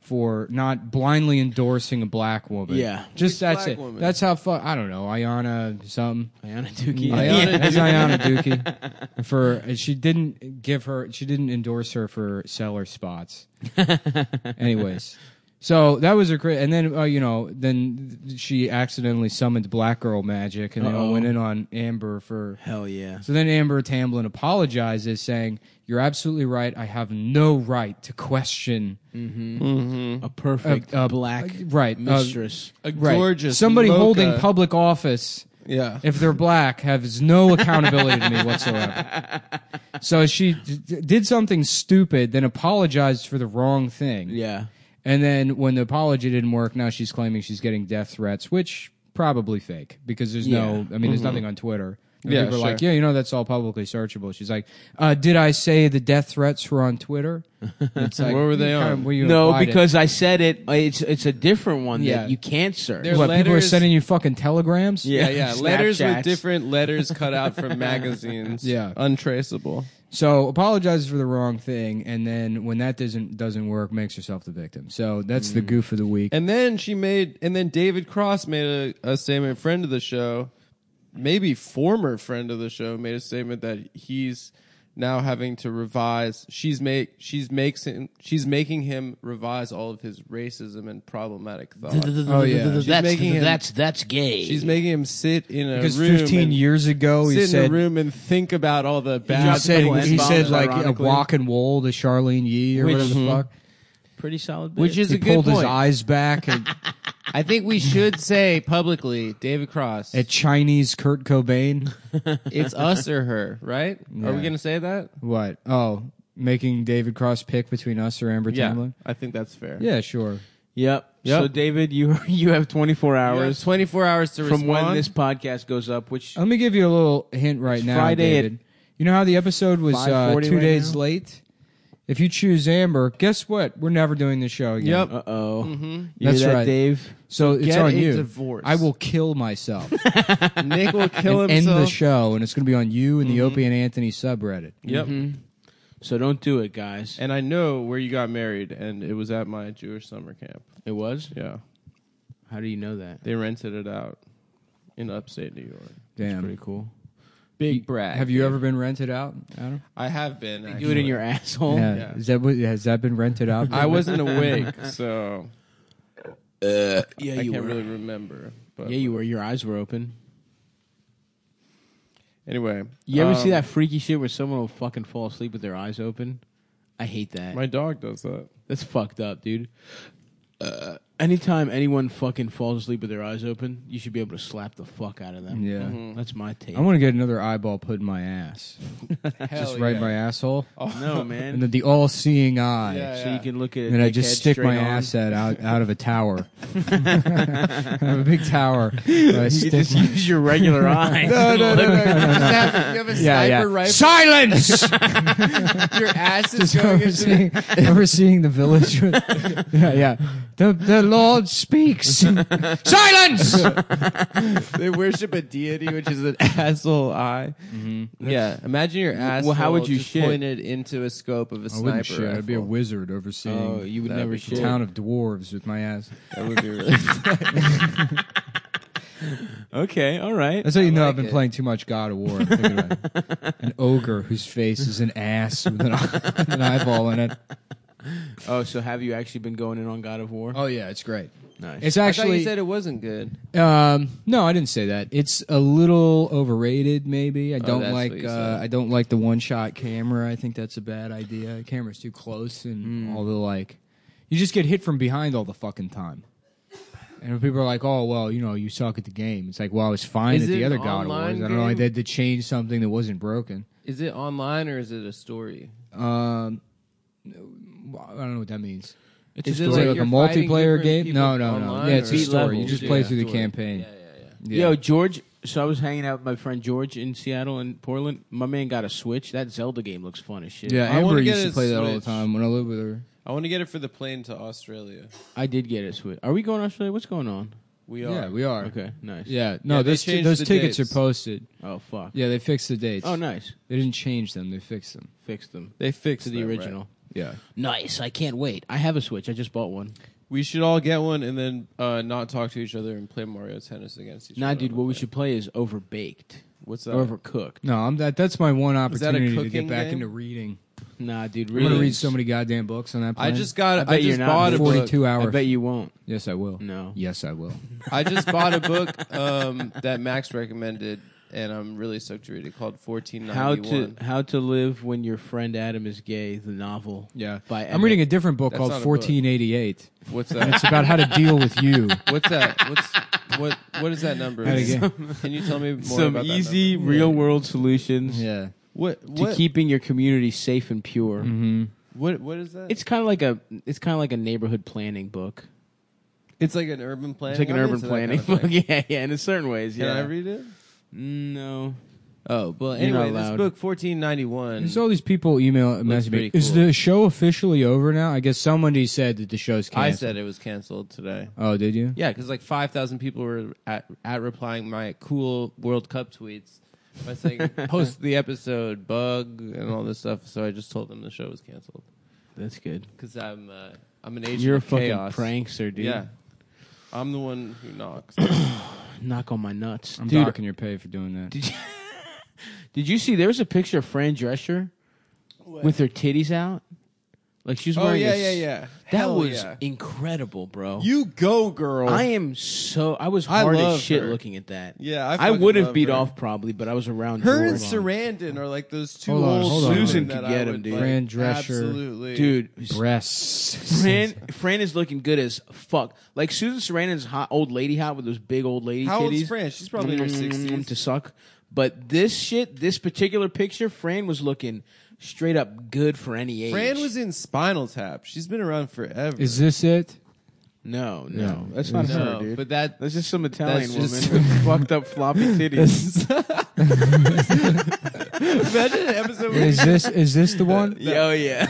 S4: for not blindly endorsing a black woman.
S1: Yeah.
S4: just that's
S2: black
S4: it.
S2: woman?
S4: That's how fuck. I don't know, Ayana something.
S1: Ayana Dookie. [laughs]
S4: Ayana, That's Ayana Duki. For and she didn't give her, she didn't endorse her for seller spots. Anyways, so that was her crit. And then uh, you know, then she accidentally summoned Black Girl Magic, and they all
S1: Uh-oh.
S4: went in on Amber for.
S1: Hell yeah.
S4: So then Amber Tamblyn apologizes, saying, "You're absolutely right. I have no right to question
S1: A perfect
S4: Uh, uh,
S1: black
S4: right, uh,
S1: mistress.
S2: A
S4: right.
S2: gorgeous
S4: somebody
S2: mocha.
S4: holding public office."
S2: Yeah.
S4: if they're black, has no accountability to me whatsoever.
S2: [laughs]
S4: So she d- d- did something stupid, then apologized for the wrong thing.
S1: yeah.
S4: And then when the apology didn't work, now she's claiming she's getting death threats, which probably fake because there's no, I mean, there's nothing on Twitter. And
S2: Mm-hmm. Yeah,
S4: people are like,
S2: sure.
S4: yeah, you know, that's all publicly searchable. She's like, uh, did I say the death threats were on Twitter? It's like,
S2: Where were they
S4: you kinda-
S2: on?
S4: well, you
S1: No,
S4: implied it.
S1: because I said it. uh, It's it's a different one
S4: Yeah.
S1: that you can't search.
S2: They're
S4: what, people are
S2: letters-
S4: sending you fucking telegrams?
S2: yeah,
S4: [laughs]
S2: yeah. Letters
S1: Snapchats.
S2: with different letters cut out from magazines.
S4: Yeah.
S2: untraceable.
S4: So apologizes for the wrong thing, and then when that doesn't doesn't work, makes herself the victim. So that's
S2: Mm.
S4: the goof of the week.
S2: And then she made, and then David Cross made a, a statement, friend of the show, maybe former friend of the show, made a statement that he's now having to revise. She's make she's makes him, she's making him revise all of his racism and
S1: [laughs]
S2: problematic thought.
S1: oh
S4: yeah.
S1: that's
S4: She's
S2: making him-
S1: that's that's gay.
S2: she's making him sit in a
S4: Because
S2: room
S4: 15
S2: and-
S4: years ago, he
S2: sit in
S4: said,
S2: a room and think about all the
S4: he
S2: bad
S4: said,
S2: things.
S4: he
S2: about
S4: said
S2: it,
S4: like a
S2: ironically.
S4: walk and wool to Charlene Yee or
S1: Which-
S4: whatever the fuck.
S1: pretty solid.
S2: which is
S4: he
S2: a good
S4: pulled his
S2: point.
S4: eyes back at,
S2: [laughs] I think we should say publicly, David Cross,
S4: at Chinese Kurt Cobain.
S2: it's us or her, right? Are we
S4: Yeah.
S2: going to say that?
S4: What? Oh, making David Cross pick between us or Amber Tamblyn?
S2: I think that's fair.
S4: Yeah, sure.
S1: Yep.
S2: Yep.
S1: So David, you [laughs] you have 24
S2: You have
S1: hours
S2: 24 hours to
S1: from
S2: respond.
S1: when this podcast goes up, which
S4: Let me give you a little hint right now,
S1: Friday at
S4: David. you know how the episode was uh,
S1: 5:40
S4: two
S1: right
S4: days
S1: now?
S4: late. If you choose Amber, guess what? We're never doing the show again.
S2: Yep.
S1: uh oh.
S4: That's
S1: that,
S4: right.
S1: Dave.
S4: So it's
S2: get
S4: on
S2: a
S4: you.
S2: divorce.
S4: I will kill myself
S2: Nick [laughs] will [laughs] kill
S4: and end
S2: himself. Mm-hmm.
S4: the show, and it's going to be on you and the Opie and Anthony subreddit.
S2: Yep.
S1: Mm-hmm. So don't do it, guys.
S2: And I know where you got married, and it was at my Jewish summer camp.
S1: It was.
S2: Yeah.
S1: How do you know that?
S2: They rented it out in upstate New York.
S4: Damn.
S1: Pretty cool.
S2: Big brag.
S4: Have you ever been rented out, Adam?
S2: I have been. Actually.
S1: Do it in your [laughs] asshole.
S4: Yeah.
S2: Yeah.
S4: Is that what, has that been rented out?
S2: [laughs] I wasn't awake, so
S1: Yeah,
S2: I
S1: you
S2: can't
S1: were.
S2: really remember. But
S1: Yeah, you were. Your eyes were open.
S2: Anyway,
S1: You ever
S2: um,
S1: see that freaky shit where someone will fucking fall asleep with their eyes open? I hate that.
S2: My dog does that.
S1: That's fucked up, dude. Uh, anytime anyone fucking falls asleep with their eyes open, you should be able to slap the fuck out of them.
S4: Yeah.
S1: That's my take.
S4: I want to get another eyeball put in my
S2: [laughs]
S4: ass, just right in my asshole,
S1: no,
S4: and
S1: man.
S4: then the all-seeing eye.
S2: Oh. Yeah,
S1: so you can look at it.
S4: And then I just stick my ass out, [laughs] out out of a tower. I have a big tower. but I
S1: You
S4: stick [laughs]
S1: just
S4: my-
S1: use your regular eye.
S2: No, no, no, no. You
S1: [laughs]
S2: have, you have a
S4: yeah, yeah.
S2: sniper rifle.
S4: Silence.
S2: Your ass is
S4: Just
S2: going
S4: ever
S2: into
S4: seeing, [laughs] ever seeing the village. [laughs] with- yeah, yeah. The the Lord [laughs] speaks. Silence.
S2: they worship a deity, which is an asshole eye. [laughs] Yeah, imagine your ass.
S1: Well, how would you shit?
S2: pointed into a scope of a
S4: I
S2: sniper?
S4: wouldn't shit. I'd be a
S2: rifle.
S4: wizard overseeing.
S1: Oh, you would
S4: the
S1: never shit.
S4: town of dwarves with my ass.
S2: that would be really.
S1: Okay, all right.
S4: That's how you know I've
S2: like
S4: been
S2: it.
S4: playing too much God of War. I'm thinking about it. [laughs] an ogre whose face is an ass with an, [laughs] eye- an eyeball in it.
S1: Oh, so have you actually been going in on God of War?
S4: Oh yeah, it's great.
S1: nice.
S4: It's
S2: I thought
S4: actually
S2: you said it wasn't good.
S4: Um, no, I didn't say that. It's a little overrated, maybe. I don't
S2: Oh, that's what
S4: like.
S2: you
S4: Uh,
S2: said.
S4: I don't like the one shot camera. I think that's a bad idea. The camera's too close, and
S2: Hmm.
S4: all the like. You just get hit from behind all the fucking time. And when people are like, "Oh, well, you know, you suck at the game." It's like, "Well, I was fine
S2: Is
S4: at
S2: it
S4: the other
S2: an
S4: God of Wars.
S2: online
S4: I don't know. I
S2: game?
S4: had to change something that wasn't broken."
S2: Is it online or is it a story?
S4: Um, no, I don't know what that means.
S1: It's
S2: Is
S1: a
S2: it
S4: Is
S1: story.
S4: it like a
S2: you're fighting
S4: multiplayer
S2: different
S4: game?
S2: people
S4: No, no, no.
S2: online
S4: Yeah, it's
S2: or-
S4: a
S1: Beat
S4: story. You
S1: levels,
S4: just
S1: yeah.
S4: play through the
S2: Story.
S4: campaign.
S2: Yeah, yeah, yeah.
S4: Yeah.
S1: Yo, George. So I was hanging out with my friend George in Seattle and Portland. My man got a Switch. That Zelda game looks fun as shit.
S4: Yeah,
S2: I wanna
S4: Amber
S2: get
S4: used to
S2: a
S4: play that all the
S2: Switch.
S4: time when I lived with her.
S2: I want to get it for the plane to Australia.
S1: I did get a Switch. Are we going to Australia? What's going on?
S2: We are.
S4: Yeah, we are.
S1: Okay, nice.
S4: Yeah, no,
S2: Yeah, they
S4: those
S2: changed
S4: those
S2: the
S4: tickets
S2: dates.
S4: are posted.
S1: Oh fuck.
S4: Yeah, they fixed the dates.
S1: Oh nice.
S4: They didn't change them; they fixed them.
S1: Fixed them
S2: They fixed
S1: to the
S2: them, right?
S1: original.
S4: Yeah,
S1: Nice. I can't wait. I have a Switch. I just bought one.
S2: We should all get one and then uh, not talk to each other and play Mario Tennis against each
S1: Nah,
S2: other.
S1: dude.
S2: on
S1: What
S2: the
S1: we
S2: plane.
S1: should play is Overbaked.
S2: What's that?
S1: Or Overcooked.
S4: no, I'm that. That's my one
S2: that a
S4: opportunity to
S2: cooking
S4: get back
S2: game?
S4: into reading.
S1: Nah, dude.
S4: I'm
S1: Really.
S4: gonna read so many goddamn books on that.
S2: I
S4: plane.
S2: just got.
S1: bet
S2: I,
S1: you're
S2: just
S1: not.
S2: bought a book.
S4: forty-two
S1: I
S4: hours.
S1: bet you won't.
S4: Yes, I will.
S1: No.
S4: Yes,
S2: [laughs]
S4: I will.
S2: I just bought a book um, that Max recommended, and I'm really stoked to read it. Called 1491.
S1: How to How to Live When Your Friend Adam is Gay, the novel.
S4: Yeah,
S1: By
S4: I'm reading a
S1: Emmett.
S4: different book
S2: That's
S4: called
S2: not a book.
S4: 1488.
S2: What's
S4: It's
S2: that?
S4: about how to deal
S2: [laughs]
S4: with you.
S2: What's that? What's what? What is that number?
S4: Had a game.
S2: [laughs] Can you tell me more
S1: some
S2: about
S1: easy
S2: That number?
S1: real world solutions
S4: Yeah,
S2: What?
S1: to
S2: What?
S1: keeping your community safe and pure.
S2: Mm-hmm. what? What is that?
S1: It's kind of like a it's kind of like a neighborhood planning book.
S2: it's like an urban planning.
S1: It's like an
S2: I'm
S1: urban
S2: into that
S1: planning [laughs]
S2: kind of
S1: book.
S2: [laughs] thing.
S1: Yeah, yeah, in certain ways.
S2: Can
S1: yeah.
S2: I read it?
S1: Mm, No.
S2: Oh, well.
S1: You're not
S2: Anyway, this
S1: allowed.
S2: book 1491.
S4: there's all these people email and
S2: Looks
S4: message me.
S2: pretty
S4: Is
S2: cool.
S4: the show officially over now? I guess somebody said that the show's
S2: I
S4: canceled.
S2: said it was canceled today.
S4: Oh, did you?
S2: Yeah, because like five thousand people were at, at replying my cool World Cup tweets by [laughs] saying post the episode bug and all this stuff. So I just told them the show was canceled
S1: That's good.
S2: because I'm uh, I'm an agent
S1: You're a
S2: of
S1: fucking
S2: chaos.
S1: prankster, dude.
S2: Yeah, I'm the one who knocks.
S1: Knock on my nuts.
S4: I'm
S1: dude,
S4: docking your pay for doing that.
S1: did you see there was a picture of Fran Drescher with her titties out. Like she was
S2: Oh
S1: wearing.
S2: yeah,
S1: a
S2: yeah,
S1: s-
S2: yeah.
S1: That
S2: Hell
S1: was
S2: yeah.
S1: incredible, bro.
S2: You go, girl.
S1: I am so. I was
S2: Oh. I
S1: hard as
S2: love
S1: shit
S2: her.
S1: looking at that.
S2: Yeah, I fucking
S1: would have
S2: love
S1: beat
S2: her.
S1: off probably, but I was around
S2: her and
S1: Jordan.
S2: Sarandon are like those two
S4: Hold on,
S2: old
S4: hold on.
S2: Susan
S4: Susan
S2: that
S1: could
S2: I
S1: get 'em,
S2: would
S1: dude.
S2: like,
S4: Fran Drescher.
S2: absolutely,
S1: dude.
S4: breasts.
S1: Fran, Fran is looking good as fuck. Like Susan Sarandon's hot old lady hot with those big old lady
S2: How
S1: titties. Mm,
S2: old's Fran? She's probably in
S4: Mm,
S2: her sixties.
S1: to suck. But this shit, this particular picture, Fran was looking straight up good for any age.
S2: Fran was in Spinal Tap. She's been around forever.
S4: Is this it?
S1: no, no, that's not her,
S2: no,
S1: dude.
S2: but that
S1: that's just some Italian
S2: that's
S1: woman
S2: just- [laughs]
S1: with fucked up floppy titties.
S2: imagine an episode. Where
S4: Is this is this
S1: [laughs]
S4: the one?
S1: Yeah, oh yeah,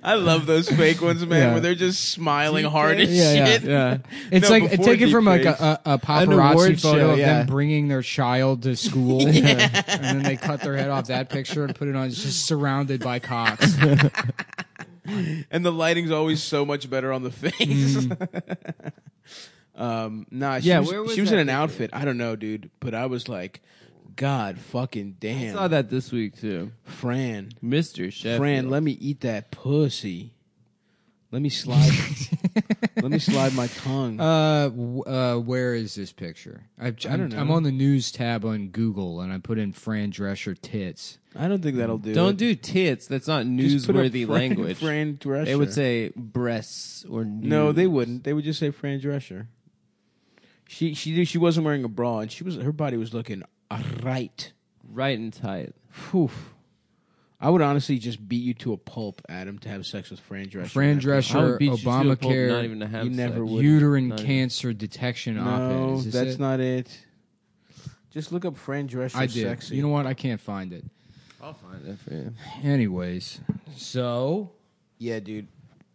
S1: [laughs] I love those fake ones, man,
S4: Yeah.
S1: where they're just smiling
S2: Deep
S1: hard as
S2: fakes?
S4: Yeah, yeah,
S1: shit.
S5: yeah.
S4: It's
S1: No,
S4: like
S1: before
S4: taken from like
S1: deepfakes.
S4: a, a, a
S5: award
S4: paparazzi photo
S5: show,
S4: of
S5: yeah.
S4: them bringing their child
S1: [laughs]
S4: to school, and then they cut their head off that picture and put it on. It's just surrounded
S1: [laughs]
S4: by cocks.
S1: and the lighting's always so much better on the face. [laughs] um, nah, she
S4: Yeah,
S1: was,
S4: where was
S1: she was in
S4: that
S1: an outfit. I don't know, dude, but I was like, God, fucking
S5: I
S1: damn,
S5: saw that this week too.
S1: Fran.
S5: Mr. Chef.
S1: Fran, let me eat that pussy. Let me slide. let me slide my tongue.
S4: Uh, w- uh, where is this picture? I've, I'm, I
S1: don't know.
S4: am on the news tab on Google, and I put in Fran Drescher tits.
S1: I don't think that'll do.
S5: Don't
S1: it.
S5: do tits. That's not
S1: Just put up
S5: newsworthy
S1: Fran-
S5: language.
S1: Fran Drescher.
S5: They would say breasts or
S1: no. They
S5: nudes.
S1: wouldn't. They would just say Fran Drescher. She she did- she wasn't wearing a bra and she was her body was looking right.
S5: right and tight.
S1: Phew. I would honestly just beat you to a pulp, Adam, to have sex with Fran Drescher.
S4: Fran Drescher,
S5: I would beat you to a pulp,
S4: Obamacare,
S5: not even to have
S1: you never
S5: sex.
S1: would.
S4: uterine
S5: Not even-
S4: cancer detection op-ed.
S1: No,
S4: Is this
S1: that's
S4: it?
S1: not it. Just look up Fran Drescher.
S4: I did.
S1: Sexy.
S4: You know what? I can't find it.
S5: I'll find it for you.
S4: Anyways, so
S1: Yeah, dude.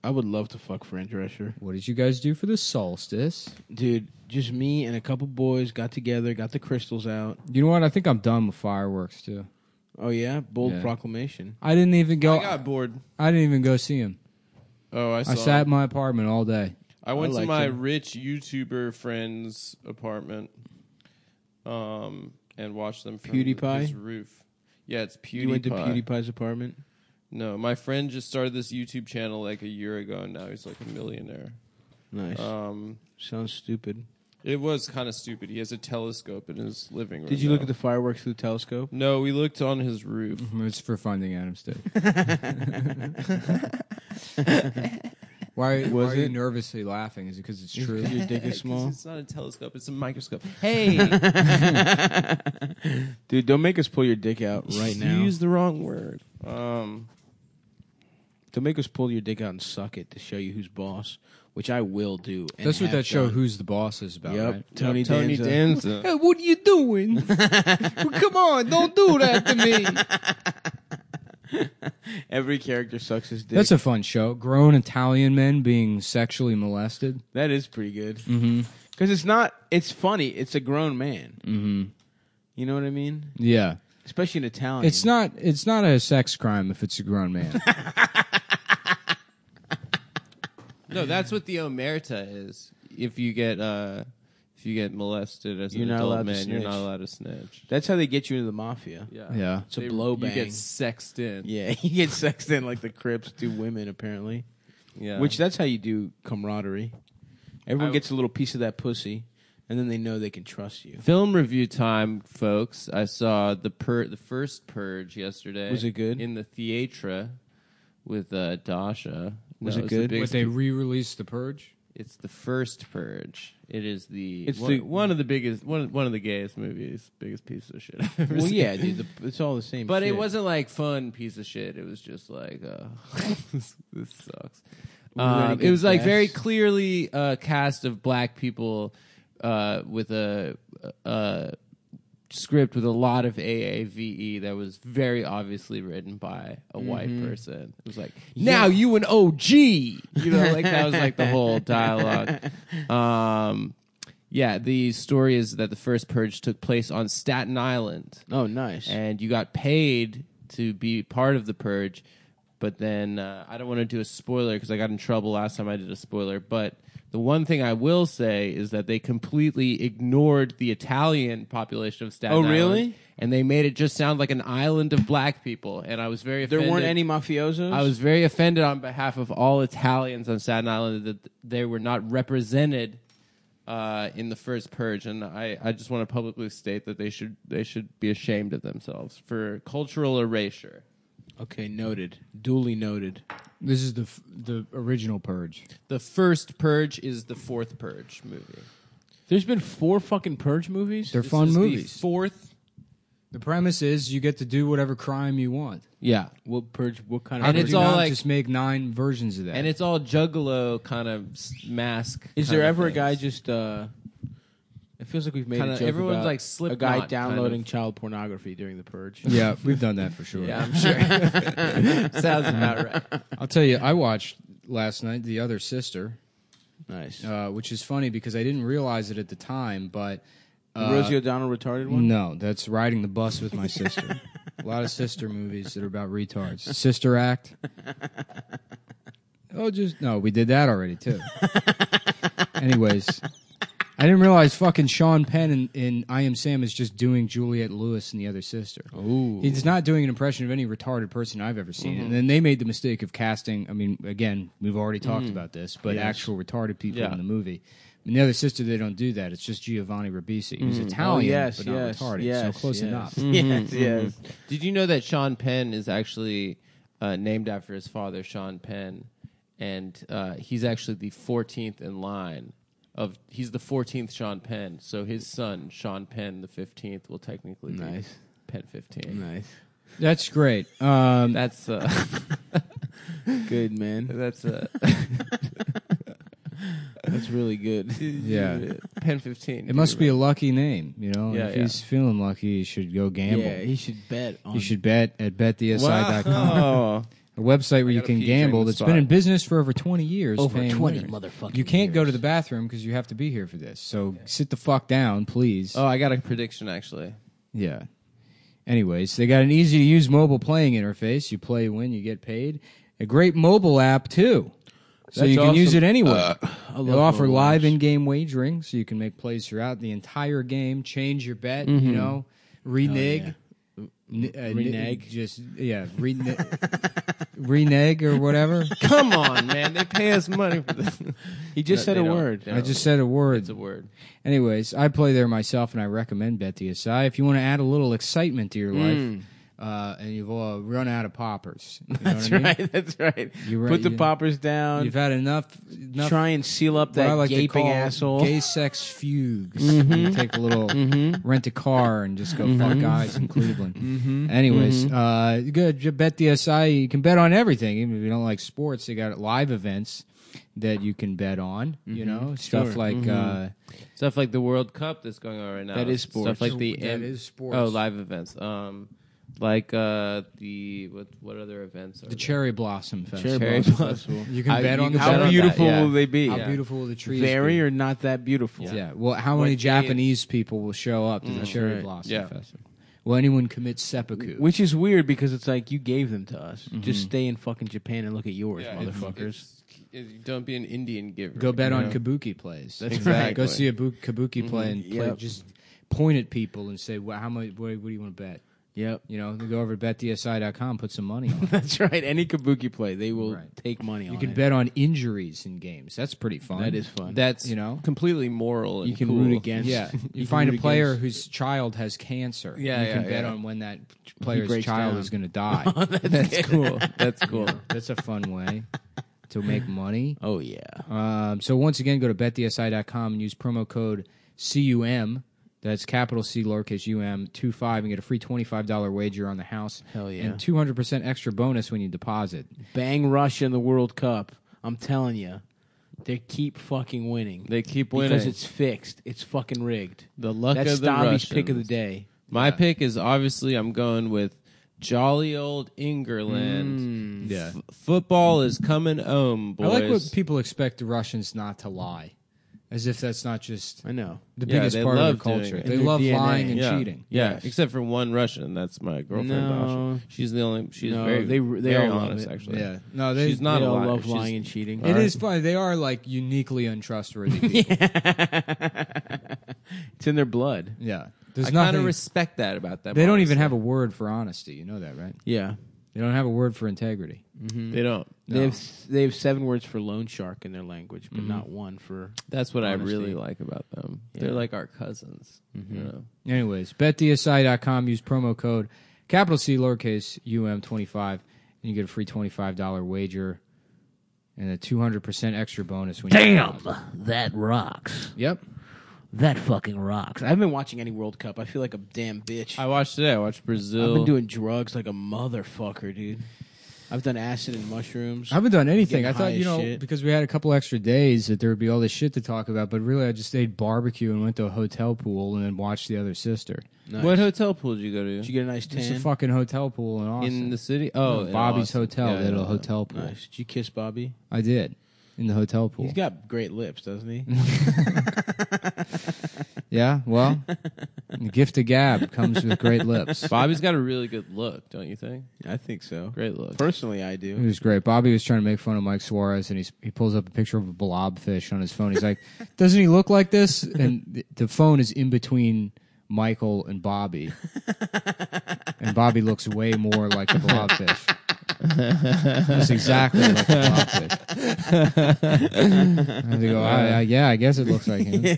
S1: I would love to fuck Fran Drescher.
S4: what did you guys do for the solstice?
S1: Dude, just me and a couple boys got together, got the crystals out.
S4: You know what? I think I'm done with fireworks too.
S1: Oh yeah, bold
S4: Yeah.
S1: proclamation.
S4: I didn't even go.
S2: I got bored.
S4: I didn't even go see him.
S2: Oh, I saw.
S4: I sat in my apartment all day.
S2: I went
S1: I
S2: to
S1: liked
S2: my
S1: him.
S2: rich YouTuber friend's apartment, um, and watched them from
S1: PewDiePie?
S2: his roof. Yeah, it's PewDiePie.
S1: You went to PewDiePie's apartment.
S2: No, my friend just started this YouTube channel like a year ago, and now he's like a millionaire.
S1: Nice.
S2: Um,
S1: Sounds stupid.
S2: it was kind of stupid. He has a telescope in his living room.
S1: Did you look
S2: now.
S1: at the fireworks through the telescope?
S2: No, we looked on
S1: [laughs]
S2: his roof.
S4: It's for finding Adam's dick. why why
S1: Was
S4: are you
S1: it?
S4: nervously laughing? Is it because it's [laughs] true?
S1: Because your dick is small.
S2: It's not a telescope; it's a microscope.
S5: Hey,
S1: Dude, don't make us pull your dick out right
S2: You
S1: now.
S2: used the wrong word. Um,
S1: Don't make us pull your dick out and suck it to show you who's boss, which I will do. and
S4: That's what
S1: have
S4: that show
S1: done.
S4: "Who's the Boss" is about.
S1: Yep.
S4: Right?
S1: Tony,
S2: Tony
S1: Danza. [laughs]
S2: Danza.
S4: Hey, what are you doing? come on, don't do that to me.
S1: Every character sucks his dick.
S4: That's a fun show. Grown Italian men being sexually molested.
S1: That is pretty good. Because
S4: Mm-hmm.
S1: it's not. It's funny. It's a grown man. Mm-hmm. You know what I mean?
S4: Yeah,
S1: Especially in Italian.
S4: it's not. It's not a sex crime if it's a grown man.
S5: no, that's what the omerta is. If you get uh, if you get molested as
S1: You're
S5: an
S1: not allowed to
S5: adult man, you're not
S1: snitch.
S5: allowed to snitch.
S1: That's how they get you into the mafia.
S5: Yeah,
S4: yeah.
S1: It's a
S5: They-
S1: blow
S5: You
S1: bang.
S5: get sexed in.
S1: Yeah, [laughs] you get sexed in like the Crips do women apparently.
S5: Yeah.
S1: Which that's how you do camaraderie. Everyone
S5: I-
S1: gets a little piece of that pussy, and then they know they can trust you.
S5: Film review time, folks. I saw the pur- the first purge yesterday.
S1: Was it good?
S5: in the theatre with uh, Dasha?
S1: Was
S5: No, the
S1: it good?
S5: big-
S4: But they re-released The Purge.
S5: It's the first Purge. It is the
S1: It's
S5: one,
S1: the-
S5: one of the biggest one one of the gayest movies, biggest piece of shit. I've ever
S1: Well,
S5: seen.
S1: yeah, dude, the, it's all the same.
S5: but it
S1: shit.
S5: wasn't like fun piece of shit. It was just like uh, [laughs] this, this sucks.
S1: ready to
S5: Um, it
S1: get
S5: was like very
S1: press?
S5: clearly a cast of black people uh, with a, a script with a lot of AAVE that was very obviously written by a
S1: Mm-hmm.
S5: white person. It was like, now you an OG. You know, like that was like the
S1: [laughs]
S5: whole dialogue. Um, yeah, the story is that the first purge took place on Staten Island
S1: Oh, nice.
S5: and you got paid to be part of the purge but then uh, i don't want to do a spoiler because i got in trouble last time i did a spoiler but
S2: The one thing I will say is that they completely ignored the Italian population of Staten
S1: Oh,
S2: Island.
S1: really?
S2: And they made it just sound like an island of black people. And I was very
S1: There
S2: offended.
S1: weren't any mafiosos.
S2: I was very offended on behalf of all Italians on Staten Island that they were not represented uh, in the first purge, and I, I just want to publicly state that they should they should be ashamed of themselves for cultural erasure.
S1: okay. Noted. Duly noted.
S4: This is the f- the original Purge.
S2: The first purge is the fourth purge movie.
S1: There's been four fucking purge movies.
S4: They're
S2: This
S4: fun
S2: is the
S4: movies.
S2: fourth,
S4: The premise is you get to do whatever crime you want.
S2: yeah,
S1: what purge? What kind of?
S2: And
S4: How
S1: purge?
S4: could
S2: it's
S4: you
S2: all
S4: not
S2: like-
S4: just make nine versions of that.
S2: and it's all juggalo kind of s- mask.
S1: Is
S2: kind
S1: there
S2: of
S1: ever a
S2: things.
S1: guy just? uh It feels like we've made
S2: Kinda-
S1: a joke
S2: everyone's
S1: about
S2: like
S1: a
S2: Slipknot
S1: guy
S2: kind
S1: downloading
S2: of.
S1: child pornography during the purge.
S4: yeah, we've done that for sure.
S2: Yeah, I'm sure. [laughs] Sounds about right.
S4: I'll tell you, I watched last night The Other Sister,
S1: [laughs] Nice.
S4: uh, which is funny because I didn't realize it at the time, but
S1: The Rosie O'Donnell retarded one.
S4: no, that's riding the bus with my
S1: [laughs]
S4: sister. a lot of sister movies that are about retards. Sister Act. Oh, just no, we did that
S1: [laughs]
S4: already too. Anyways, I didn't realize fucking Sean Penn in, in I Am Sam is just doing Juliet Lewis and the other sister.
S1: Ooh. Mm-hmm.
S4: He's not doing an impression of any retarded person I've ever seen. And then they made the mistake of casting. I mean, again, we've already talked
S1: Mm-hmm.
S4: about this, but actual retarded people
S2: Yeah.
S4: in the movie. And the other sister, they don't do that. It's just Giovanni Ribisi, who's Italian,
S1: Oh, yes,
S4: but not
S1: yes,
S4: retarded.
S1: yes,
S4: so close
S1: yes. Mm. Mm-hmm,
S4: enough.
S1: Yes, yes.
S2: Did you know that Sean Penn is actually uh, named after his father, Sean Penn, and uh, he's actually the 14th in line of he's the 14th Sean Penn. So his son, Sean Penn, the 15th, will technically
S1: Nice.
S2: be Penn 15.
S1: Nice.
S4: That's great. Um,
S2: That's uh, [laughs]
S1: Good man.
S2: that's uh,
S1: That's really [laughs] good.
S4: yeah.
S2: Penn 15.
S4: It must be a lucky name, you know.
S2: Yeah,
S4: if
S2: yeah.
S4: he's feeling lucky, he should go gamble.
S1: Yeah, he should bet on.
S4: You should bet at betthesi.com,
S1: [laughs]
S2: Wow.
S4: a website where you
S2: gotta
S4: can
S2: pee during
S4: gamble
S2: the
S4: that's
S2: spot.
S4: been in business for over 20 years.
S1: Over
S4: paying
S1: 20
S4: winners.
S1: motherfucking
S4: You can't go
S1: years.
S4: to the bathroom because you have to be here for this. So sit the fuck down, please.
S2: Oh, I got a prediction actually.
S4: Yeah. Anyways, they got an easy to use mobile playing interface. You play, win, you get paid. A great mobile app too. So
S1: That's
S4: you can use
S1: awesome. Uh,
S4: it anywhere.
S1: love
S4: they offer
S1: mobile
S4: live
S1: apps.
S4: in-game wagering, so you can make plays throughout the entire game, change your bet,
S1: Mm-hmm.
S4: you know, renege, N- uh, n-
S1: Renege.
S4: just yeah, rene- [laughs] renege or whatever.
S1: [laughs]
S4: [laughs]
S2: Come on, man. They pay us money for this.
S1: He just
S2: No,
S1: said
S2: they
S1: a
S2: don't.
S1: word.
S2: They
S4: I just said a word.
S2: It's a word.
S4: Anyways, I play there myself, and I recommend BetDSI if you want to add a little excitement to your
S1: Mm.
S4: life. Uh, and you've all run out of poppers.
S1: [laughs]
S4: You know
S1: That's
S4: what I mean?
S1: right. [laughs] That's right.
S4: You're right,
S1: Put the
S4: you-
S1: poppers down.
S4: You've had enough. enough
S1: Try and seal up
S4: what
S1: that
S4: I like to
S1: gaping
S4: call
S1: asshole. Mm-hmm.
S4: Gay sex fugues. You take a little, rent a car and just go fuck guys in Cleveland.
S1: Mm-hmm.
S4: Anyways, uh, good. You bet DSI. You can bet on everything. Even if you don't like sports, they got live events that you can bet on.
S1: Mm-hmm.
S4: You know, stuff like. Uh,
S2: Stuff like the World Cup that's going on right now.
S1: That is sports.
S2: Stuff like the
S4: That is sports.
S2: Oh, live events. Um, like uh, the what? What other events? Are
S4: the cherry blossom fest.
S1: Cherry
S2: Cherry
S1: blossom
S2: blossom.
S1: festival.
S4: You can
S2: I-
S4: bet
S2: you
S4: on
S2: can
S4: the
S2: bet
S4: cherry
S1: [laughs]
S2: on
S1: How
S2: that,
S1: beautiful
S2: yeah.
S1: will they be?
S4: How
S2: Yeah.
S4: beautiful will the trees.
S1: Very
S4: be.
S1: or not that beautiful.
S4: Yeah. Well, how many
S2: What day is-
S4: Japanese people will show up to the cherry blossom
S2: Yeah.
S4: festival? Will anyone commit seppuku?
S1: Which is weird because it's like you gave them to us. Just
S4: Mm-hmm.
S1: stay in fucking Japan and look at yours, motherfuckers.
S2: It's- it- don't be an Indian giver.
S4: Go bet
S2: you
S4: on
S2: know?
S4: kabuki plays.
S2: That's Exactly. right. Mm-hmm.
S4: Go see a bu- kabuki play and play.
S1: Yep.
S4: Just point at people and say, well, "How much? What, what do you want to bet?"
S1: Yep.
S4: You know, go over to betdsi.com, put some money on.
S1: [laughs]
S4: it.
S1: That's right. Any kabuki play, they will
S4: Right.
S1: take money
S4: you
S1: on
S4: can
S2: [laughs]
S1: it.
S4: bet on injuries in games. That's pretty fun.
S1: That is fun.
S2: That's
S4: You know.
S2: completely moral. And
S1: you can
S2: cool.
S1: root against.
S4: Yeah,
S2: [laughs]
S4: you,
S1: can
S4: find a
S1: root
S4: player
S1: [laughs] against-
S4: whose child has cancer.
S2: Yeah,
S4: you can
S2: yeah,
S4: bet
S2: yeah.
S4: on when that player's
S1: breaks
S4: child
S1: down.
S4: is
S2: [laughs]
S4: going to die. [laughs]
S2: That's cool. That's cool.
S4: That's a fun way to make
S2: [laughs]
S4: money.
S1: Oh yeah.
S4: Um, so once again, go to betdsi.com and use promo code CUM. That's capital C lowercase UM two five and get a free twenty five dollar wager on the house.
S1: Hell yeah.
S4: And two hundred percent extra bonus when you deposit.
S1: Bang Russia in the World Cup. I'm telling you, they keep fucking winning.
S2: They keep winning.
S1: because it's fixed. It's fucking rigged.
S2: The luck
S1: That's
S2: of the
S1: Stavi's pick of the
S2: Russians.
S1: day.
S2: My pick is obviously I'm going with jolly old
S1: Hmm.
S2: Ingerland.
S4: yeah.
S2: F- football is coming home, Mm-hmm. boys.
S4: I like what people expect the Russians not to lie. as if that's not just
S7: I know.
S4: the
S2: Yeah,
S4: biggest
S2: they
S4: part of
S2: love
S4: the
S2: doing
S4: culture.
S2: it.
S4: They
S7: And their
S4: love
S7: DNA.
S4: lying and
S2: yeah.
S4: cheating.
S2: Yeah,
S7: Yes.
S2: except for one Russian. That's my girlfriend.
S7: No.
S2: Dasha. She's the only. She's
S7: No,
S2: very.
S7: they- they
S2: very
S7: all love
S2: honest,
S7: it.
S2: actually.
S4: Yeah. No, they-
S2: she's not
S1: they
S2: a
S1: all
S2: liar.
S1: love
S2: She's-
S1: lying and cheating. [laughs]
S4: It is funny. They are like uniquely untrustworthy people.
S7: It's in their blood.
S4: yeah. There's
S2: I kind
S4: nothing.
S2: of respect that about them.
S4: they don't even
S2: honestly.
S4: have a word for honesty. You know that, right?
S1: Yeah.
S4: They don't have a word for integrity.
S2: Mm-hmm. They don't.
S1: They have s- they have seven words for loan shark in their language, but not one for
S2: That's what I
S1: Honesty.
S2: really like about them. They're like our cousins. You know.
S4: Anyways, betdsi.com. Use promo code capital C lowercase um twenty five, and you get a free twenty five dollar wager and a two hundred percent extra bonus when you deposit.
S1: that rocks.
S4: Yep.
S1: That fucking rocks. I haven't been watching any World Cup. I feel like a damn bitch.
S2: I watched today. I watched Brazil.
S1: I've been doing drugs like a motherfucker, dude. I've done acid and mushrooms.
S4: I haven't done anything.
S1: Getting
S4: I
S1: high
S4: thought you
S1: as
S4: know
S1: shit.
S4: because we had a couple extra days that there would be all this shit to talk about, but really I just ate barbecue and went to a hotel pool and then watched the other sister.
S1: Nice.
S2: What hotel pool did you go to?
S1: Did you get a nice
S4: It's a
S1: tan?
S4: fucking hotel pool in Austin.
S2: in the city? Oh, in
S4: Bobby's
S2: Austin.
S4: hotel.
S2: Yeah,
S4: they had a
S2: yeah,
S4: hotel pool.
S1: nice. Did you kiss Bobby?
S4: I did in the hotel pool.
S1: He's got great lips, doesn't
S4: [laughs]
S1: he?
S4: yeah. Well, the gift of gab comes with great lips.
S2: yeah. Bobby's got a really good look, don't you think?
S1: I think so.
S2: Great look.
S1: Personally, I
S4: It
S1: do.
S4: was great. Bobby was trying to make fun of Mike Suarez, and he's, he pulls up a picture of a blobfish on his phone. He's like, "Doesn't he look like this?" And th- the phone is in between Michael and Bobby, and Bobby looks way more like the blobfish. Looks exactly like the blobfish. I have to go. I, I, yeah, I guess it looks like him.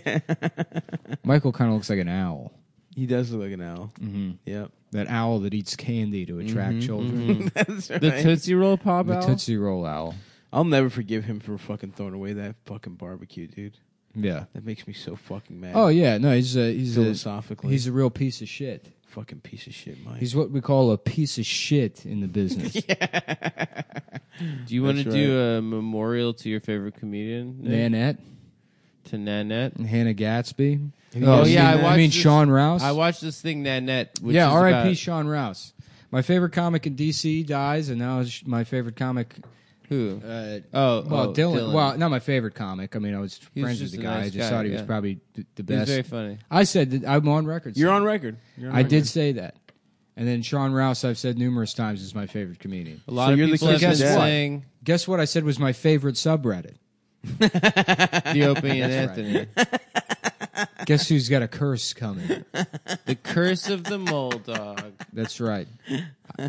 S4: Michael kind of looks like an owl.
S1: He does look like an owl. Mm-hmm. Yep. [laughs]
S4: That owl that eats candy to attract
S1: mm-hmm.
S4: children.
S1: That's right.
S2: The Tootsie Roll Pop
S4: The
S2: Owl?
S4: Tootsie Roll owl.
S1: I'll never forgive him for fucking throwing away that fucking barbecue, dude.
S4: Yeah.
S1: That makes me so fucking mad.
S4: Oh yeah, no, he's a he's a
S1: Philosophically,
S4: he's a real piece of shit.
S1: fucking piece of shit, Mike.
S4: He's what we call a piece of shit in
S2: [laughs]
S4: the business.
S2: Do you want to
S1: That's
S2: do a memorial to your favorite comedian? Nick?
S4: Nanette
S2: To Nanette?
S4: and Hannah Gatsby. Oh,
S2: guys seen that?
S4: I mean
S2: this-
S4: Sean Rouse.
S2: I watched this thing, Nanette. Which
S4: yeah,
S2: is
S4: R.I.P.
S2: about-
S4: Sean Rouse. My favorite comic in D.C. dies, and now it's my favorite comic.
S2: Who?
S4: Uh,
S2: oh,
S4: well,
S2: oh,
S4: Dylan, Well, not my favorite comic. I mean, I was
S2: He was
S4: friends
S2: just
S4: with the
S2: a
S4: guy. I
S2: nice
S4: just
S2: guy,
S4: thought he was
S2: yeah.
S4: probably th- the
S2: He's
S4: best.
S2: very funny.
S4: I said that I'm on record.
S1: You're
S4: saying
S1: on record. You're on
S4: I
S1: record.
S4: did say that. And then Sean Rouse, I've said numerous times, is my favorite comedian.
S2: A lot
S1: So
S2: of
S1: you're the
S2: people have been
S1: Christmas dad.
S2: saying
S4: Guess what I said was my favorite subreddit? [laughs]
S2: the opening and Anthony.
S4: Guess who's got a curse coming?
S2: The Curse of the Mole Dog.
S4: That's right.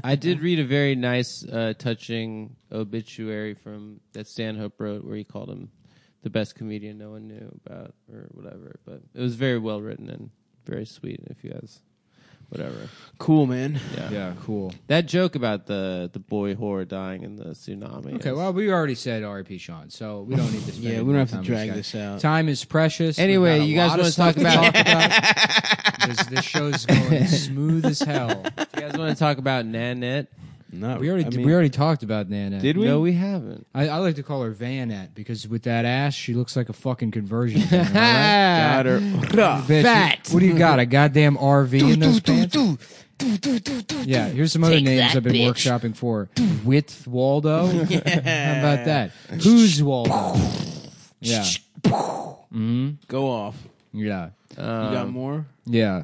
S2: I did read a very nice, uh, touching obituary from that Stanhope wrote, where he called him the best comedian no one knew about, or whatever. But it was very well written and very sweet. If you guys, whatever,
S1: Cool, man.
S2: yeah.
S4: Yeah, cool.
S2: That joke about the the boy whore dying in the tsunami.
S4: Okay,
S2: is-
S4: well, we already said R.I.P. Sean, so we don't need to.
S1: [laughs]
S4: Spend
S1: Yeah,
S4: any
S1: we don't
S4: more
S1: have to
S4: time on
S1: drag
S4: guy.
S1: this out.
S4: Time is precious. We've
S2: Anyway,
S4: got a
S2: you guys
S4: lot of
S2: wanna talk
S4: stuff
S2: about-
S1: [laughs]
S4: about? this, this show's going smooth as hell.
S2: you guys want to talk about Nanette?
S1: Not,
S4: We already
S1: I mean,
S4: we already talked about Nana.
S1: Did we?
S2: No, we haven't.
S4: I, I like to call her Vanette because with that ass, she looks like a fucking conversion. van,
S1: [laughs]
S4: am I right?
S1: Got her. [laughs] Ruh.
S4: Bitch, What, do you got? A goddamn RV in those pants? yeah, here's some other names I've been workshopping for. With
S2: [laughs]
S4: Waldo? How about that? Who's Waldo? yeah.
S1: Go off.
S4: Yeah.
S1: You got more?
S4: Yeah.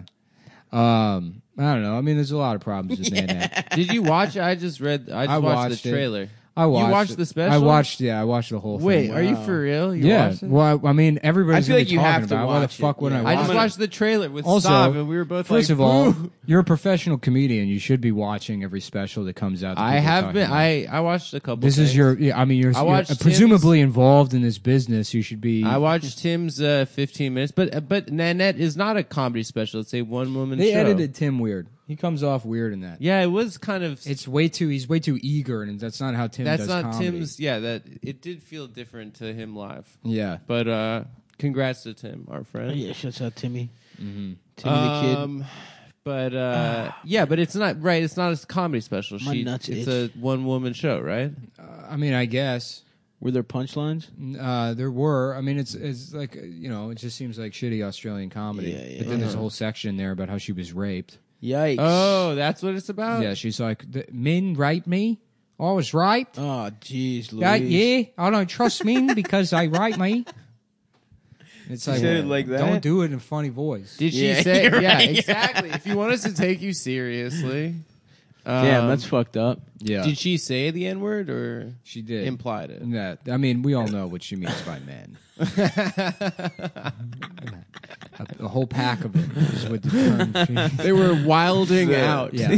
S4: Um, I don't know. I mean, there's a lot of problems with Nanette.
S2: [laughs] Did you watch? it? I just read. I just
S4: I
S2: watched,
S4: watched
S2: the
S4: it.
S2: trailer.
S4: I watched.
S2: You watched
S4: it.
S2: the special.
S4: I watched. Yeah, I watched the whole
S2: Wait,
S4: thing. Uh,
S2: are you for real? You
S4: Yeah.
S2: Watched it?
S4: Well, I, I mean, everybody's
S1: I feel
S4: gonna
S1: like
S4: be
S1: you
S4: talking
S1: have to
S4: about. it. Why the
S1: watch it.
S4: fuck would
S1: Yeah.
S4: I?
S2: I
S4: Watch
S2: just
S4: it?
S2: watched the trailer with
S4: Also,
S2: Stav, and we were both
S4: First
S2: like,
S4: of all, [laughs]
S2: "Boo."
S4: you're a professional comedian. You should be watching every special that comes out. that
S2: I
S4: people are
S2: have
S4: talking
S2: been.
S4: about.
S2: I I watched a couple.
S4: This is
S2: things.
S4: your. Yeah, I mean, you're,
S2: I
S4: you're
S2: watched
S4: presumably involved in this business. You should be.
S2: I watched Tim's uh, 15 minutes, but but Nanette is not a comedy special. It's a one woman.
S4: they
S2: show.
S4: edited Tim weird. He comes off weird in that.
S2: Yeah, it was kind of.
S4: It's way too. He's way too eager, and that's not how Tim.
S2: that's
S4: does
S2: not
S4: comedy.
S2: Tim's. Yeah, that it did feel different to him live.
S4: Yeah.
S2: But uh, congrats to Tim, our
S1: Oh,
S2: friend.
S1: yeah, shuts out Timmy.
S4: Mm-hmm.
S1: Timmy the
S2: Um, but uh, yeah, but it's not right. It's not a comedy special.
S1: My
S2: she,
S1: nuts
S2: it's
S1: itch.
S2: a one woman show, right?
S4: I mean, I guess.
S1: Kid. Were there punchlines?
S4: Uh, there were. I mean, it's it's like uh, you know, it just seems like shitty Australian comedy.
S1: Yeah, yeah,
S4: but then there's a whole section there about how she was raped.
S1: Yikes.
S2: Oh, that's what it's about.
S4: yeah, she's like, "The- men raped me. I was raped.
S1: Oh, jeez, Louise.
S4: Yeah, yeah, I don't trust men because they rape me. It's
S7: She
S4: like,
S7: said it like that?
S4: Don't do it in a funny voice.
S2: Did she
S1: Yeah,
S2: say?
S1: you're
S2: yeah,
S1: right.
S2: exactly. if you want us to take you seriously,
S1: Damn,
S2: um,
S1: that's fucked
S4: [laughs]
S1: up.
S4: Yeah,
S2: Did she say the N word or
S4: she did.
S2: implied it?
S4: Yeah, I mean, we all know what she means by [laughs] men. a, a whole pack of them is what the term she
S2: They were [laughs] wilding out.
S4: [laughs] Yeah.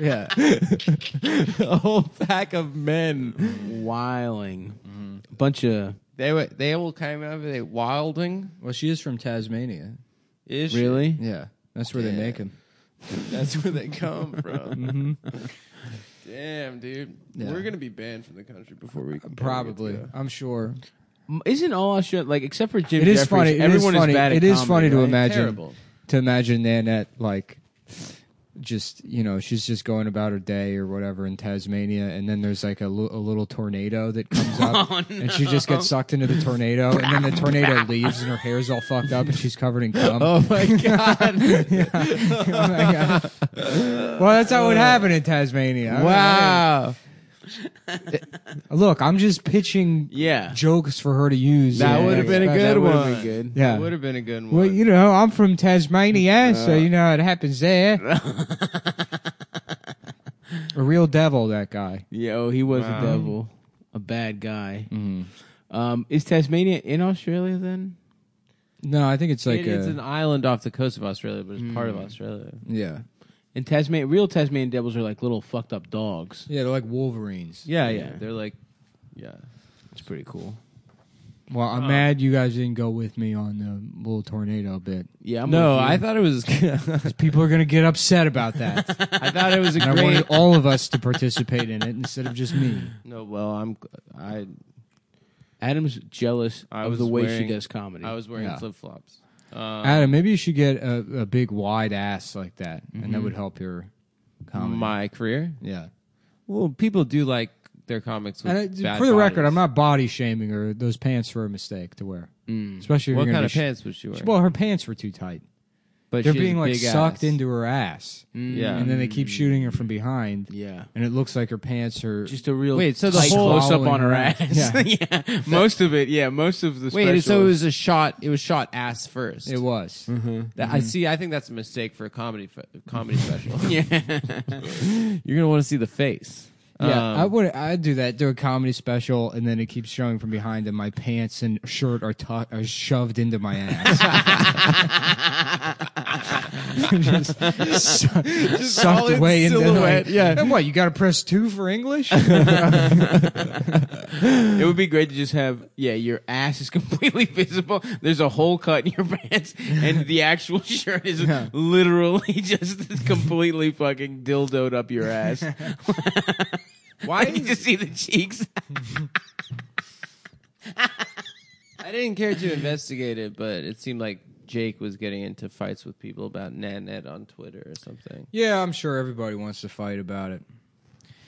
S4: yeah.
S2: yeah. a whole pack of men.
S1: Whiling.
S4: Mm-hmm.
S1: Bunch of
S2: They were. They all came over. They wilding.
S4: Well, she is from Tasmania.
S2: Is
S1: really.
S4: Yeah, that's where they make them.
S2: [laughs] That's where they come from. Damn, dude. We're gonna be banned from the country before we can
S4: Probably, I'm sure.
S1: M- Isn't all Australia like except for Jim?
S4: It is
S1: Jeffries,
S4: funny. It is
S1: everyone
S4: funny.
S1: is bad. At
S4: It is
S1: comedy,
S4: funny to
S1: right?
S4: imagine
S2: Terrible.
S4: to imagine Nanette like just you know she's just going about her day or whatever in Tasmania, and then there's like a li- a little tornado that
S2: [laughs]
S4: comes up,
S2: Oh,
S4: and she just gets sucked into the tornado, and then the tornado leaves, and her hair's all fucked up, and she's covered in cum. [laughs] [laughs] Oh my god! Well, that's
S2: Oh.
S4: how it happened in Tasmania. I don't
S2: Wow.
S4: know. Look, I'm just
S2: [laughs]
S4: pitching
S1: Yeah.
S4: jokes for her to use.
S2: That
S4: in
S2: would have
S4: the
S2: been a
S4: next-
S2: good
S1: would've
S2: one.
S1: been good.
S4: Yeah.
S2: Would have been a good one.
S4: Well, you know, I'm from Tasmania, so you know how it happens there. a real devil, that guy.
S1: Yo, oh, he was a devil, a bad guy.
S4: Mm-hmm.
S1: Um, is Tasmania in Australia then?
S4: No, I think it's like
S2: It-
S4: a,
S2: it's an island off the coast of Australia, but it's part of Australia.
S4: yeah,
S1: And Tasman, real Tasmanian devils are like little fucked up dogs.
S4: yeah, they're like wolverines.
S2: Yeah, yeah.
S1: Yeah.
S2: They're like, yeah.
S1: It's pretty cool.
S4: Well, I'm
S2: Uh.
S4: mad you guys didn't go with me on the little tornado bit.
S1: Yeah, I'm
S2: No,
S1: with you.
S2: I thought it was. [laughs]
S4: Because people are gonna get upset about that,
S2: I thought it was a
S4: and I
S2: great.
S4: wanted all of us to participate in it instead of just me.
S2: no, well, I'm. I
S1: [laughs] Adam's jealous
S2: I
S1: of
S2: was
S1: the way she
S2: wearing-
S1: does comedy.
S2: I was wearing
S4: Yeah.
S2: flip flops. Uh.
S4: Adam, maybe you should get a, a big wide ass like that, and
S2: Mm-hmm.
S4: that would help your comedy.
S2: My career.
S4: yeah.
S2: Well, people do like their comics. With
S4: And it, for the
S2: bad
S4: record,
S2: bodies.
S4: I'm not body shaming her. Those pants were a mistake to wear, especially if
S2: Mm. What
S4: you're gonna
S2: kind
S4: be
S2: of
S4: sh-
S2: pants was she wearing?
S4: Well, her pants were too tight.
S2: but
S4: They're
S2: she has
S4: being
S2: a
S4: like
S2: big
S4: sucked
S2: ass. Mm.
S4: into her ass,
S2: Yeah.
S4: and then they keep shooting her from behind.
S1: Yeah.
S4: and it looks like her pants are.
S1: just a real
S2: Wait, so the
S1: tight
S2: whole-
S1: close up on her
S4: Yeah.
S1: ass. [laughs] Yeah, most of it. Yeah, most of the
S2: Wait, so it [laughs]
S1: specials.
S2: was a shot. It was shot ass first.
S4: it Mm-hmm. was.
S2: That- I see. I think that's a mistake for a comedy fe- comedy
S4: [laughs]
S2: special.
S1: yeah. [laughs]
S2: You're gonna want to see the face.
S4: Yeah,
S2: Um,
S4: I would. I'd do that. Do a comedy special, and then it keeps showing from behind, and my pants and shirt are, tu- are shoved into my
S2: [laughs]
S4: ass. [laughs] just, su-
S2: all
S4: sucked
S2: in
S4: way into.
S2: silhouette,
S4: Like,
S2: yeah.
S4: And what? You got to press two for English?
S1: It would be great to just have, yeah, your ass is [laughs] completely visible. There's a hole cut in your [laughs] pants, and the actual [laughs] shirt is literally [laughs] just completely fucking dildoed up your
S4: [laughs]
S1: ass.
S2: Why?
S1: [laughs] I can just see the cheeks.
S2: I didn't care to investigate it, but it seemed like Jake was getting into fights with people about Nanette on Twitter or something.
S4: yeah, I'm sure everybody wants to fight about it.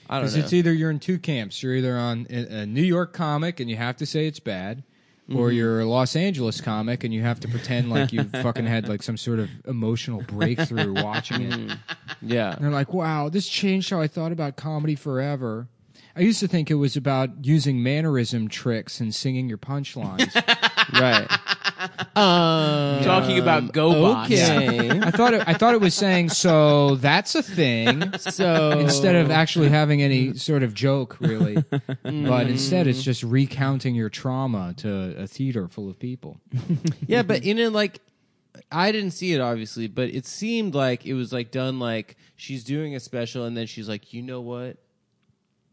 S2: I don't
S4: Because
S2: know.
S4: it's either you're in two camps. You're either on a a New York comic and you have to say it's bad,
S2: Mm-hmm.
S4: or you're a Los Angeles comic and you have to pretend
S2: [laughs]
S4: like you fucking had like some sort of emotional breakthrough watching it.
S2: Mm-hmm.
S4: And
S2: yeah.
S4: they're like, wow, this changed how I thought about comedy forever. I used to think it was about using mannerism tricks and singing your punchlines.
S2: right. Um,
S1: Talking about GoBots.
S2: okay.
S4: I thought it, I thought it was saying so that's
S1: [laughs]
S4: a thing.
S2: so
S4: instead of actually having any sort of joke, really.
S1: Mm.
S4: but instead, it's just recounting your trauma to a theater full of people.
S2: yeah, but
S1: Mm-hmm.
S2: in it like I didn't see it obviously, but it seemed like it was like done like she's doing a special and then she's like, you know what?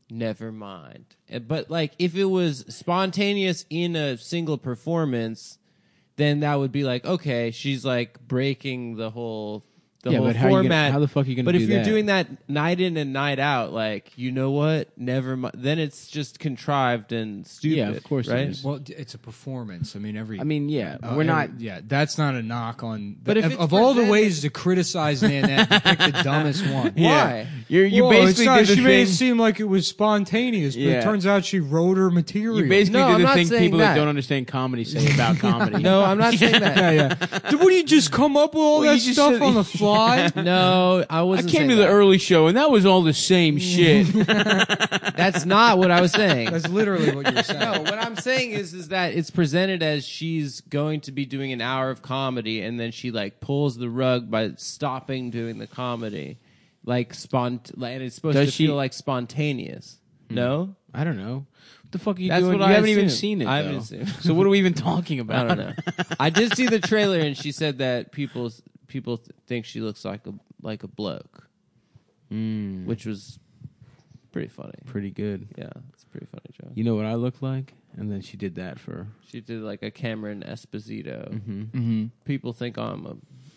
S2: Never mind. And- But like if it was spontaneous in a single performance, then that would be like okay, she's like breaking the whole the
S1: Yeah,
S2: whole
S1: but how you gonna-
S2: format.
S1: how the fuck you gonna
S2: But
S1: do
S2: if you're
S1: that?
S2: doing that night in and night out, like you know what? Never mind. Then it's just contrived and stupid.
S1: Yeah, of course it
S2: right?
S1: is.
S4: Well, d- it's a performance. I mean, every.
S1: I mean, yeah,
S4: uh,
S1: we're
S4: every-
S1: not.
S4: yeah, that's not a knock on. The,
S2: But if
S4: of,
S2: it's
S4: of all the
S2: presented-
S4: ways to criticize Nanette, you pick the dumbest
S1: [laughs]
S4: one.
S2: Why?
S1: You're, you
S4: Whoa, it's
S1: basically
S4: not-
S1: did the
S4: she made it
S1: thing-
S4: seem like it was spontaneous, but
S1: Yeah.
S4: it turns out she wrote her material.
S1: you basically
S2: No,
S1: did
S2: I'm
S1: the
S2: not
S1: thing
S2: saying
S1: people
S2: that.
S1: that don't understand comedy
S2: [laughs]
S1: say about comedy.
S2: No, I'm not saying that.
S1: [laughs]
S4: yeah, yeah. Dude, What do you just come up with all
S1: Well, [laughs] you
S4: that
S1: just
S4: stuff
S1: said-
S4: on the line?
S2: No, [laughs] I
S1: I
S2: wasn't.
S1: came
S2: saying
S1: to the
S2: that.
S1: early show and that was all the
S2: [laughs]
S1: same shit.
S2: That's not what I was
S1: [laughs]
S2: saying.
S4: That's literally what you [laughs] were saying.
S2: no, what I'm saying is is that it's presented as she's going to be doing an hour of comedy and then she like pulls the rug by stopping doing the comedy. Like spont like, and it's supposed
S1: Does
S2: to
S1: she-
S2: feel like spontaneous. No?
S1: I don't know. What the fuck are you
S2: That's
S1: doing?
S2: what
S1: you
S2: I
S1: haven't even
S2: assumed.
S1: seen it.
S2: I haven't
S1: though.
S2: assumed.
S1: So what are we even talking about?
S2: I don't [laughs] know. I did see the trailer and she said that people people th- think she looks like a like a bloke. Which was pretty funny.
S1: Pretty good.
S2: Yeah, it's a pretty funny joke.
S1: You know what I look like? And then she did that for.
S2: She did like a Cameron Esposito. Mm-hmm. People think I'm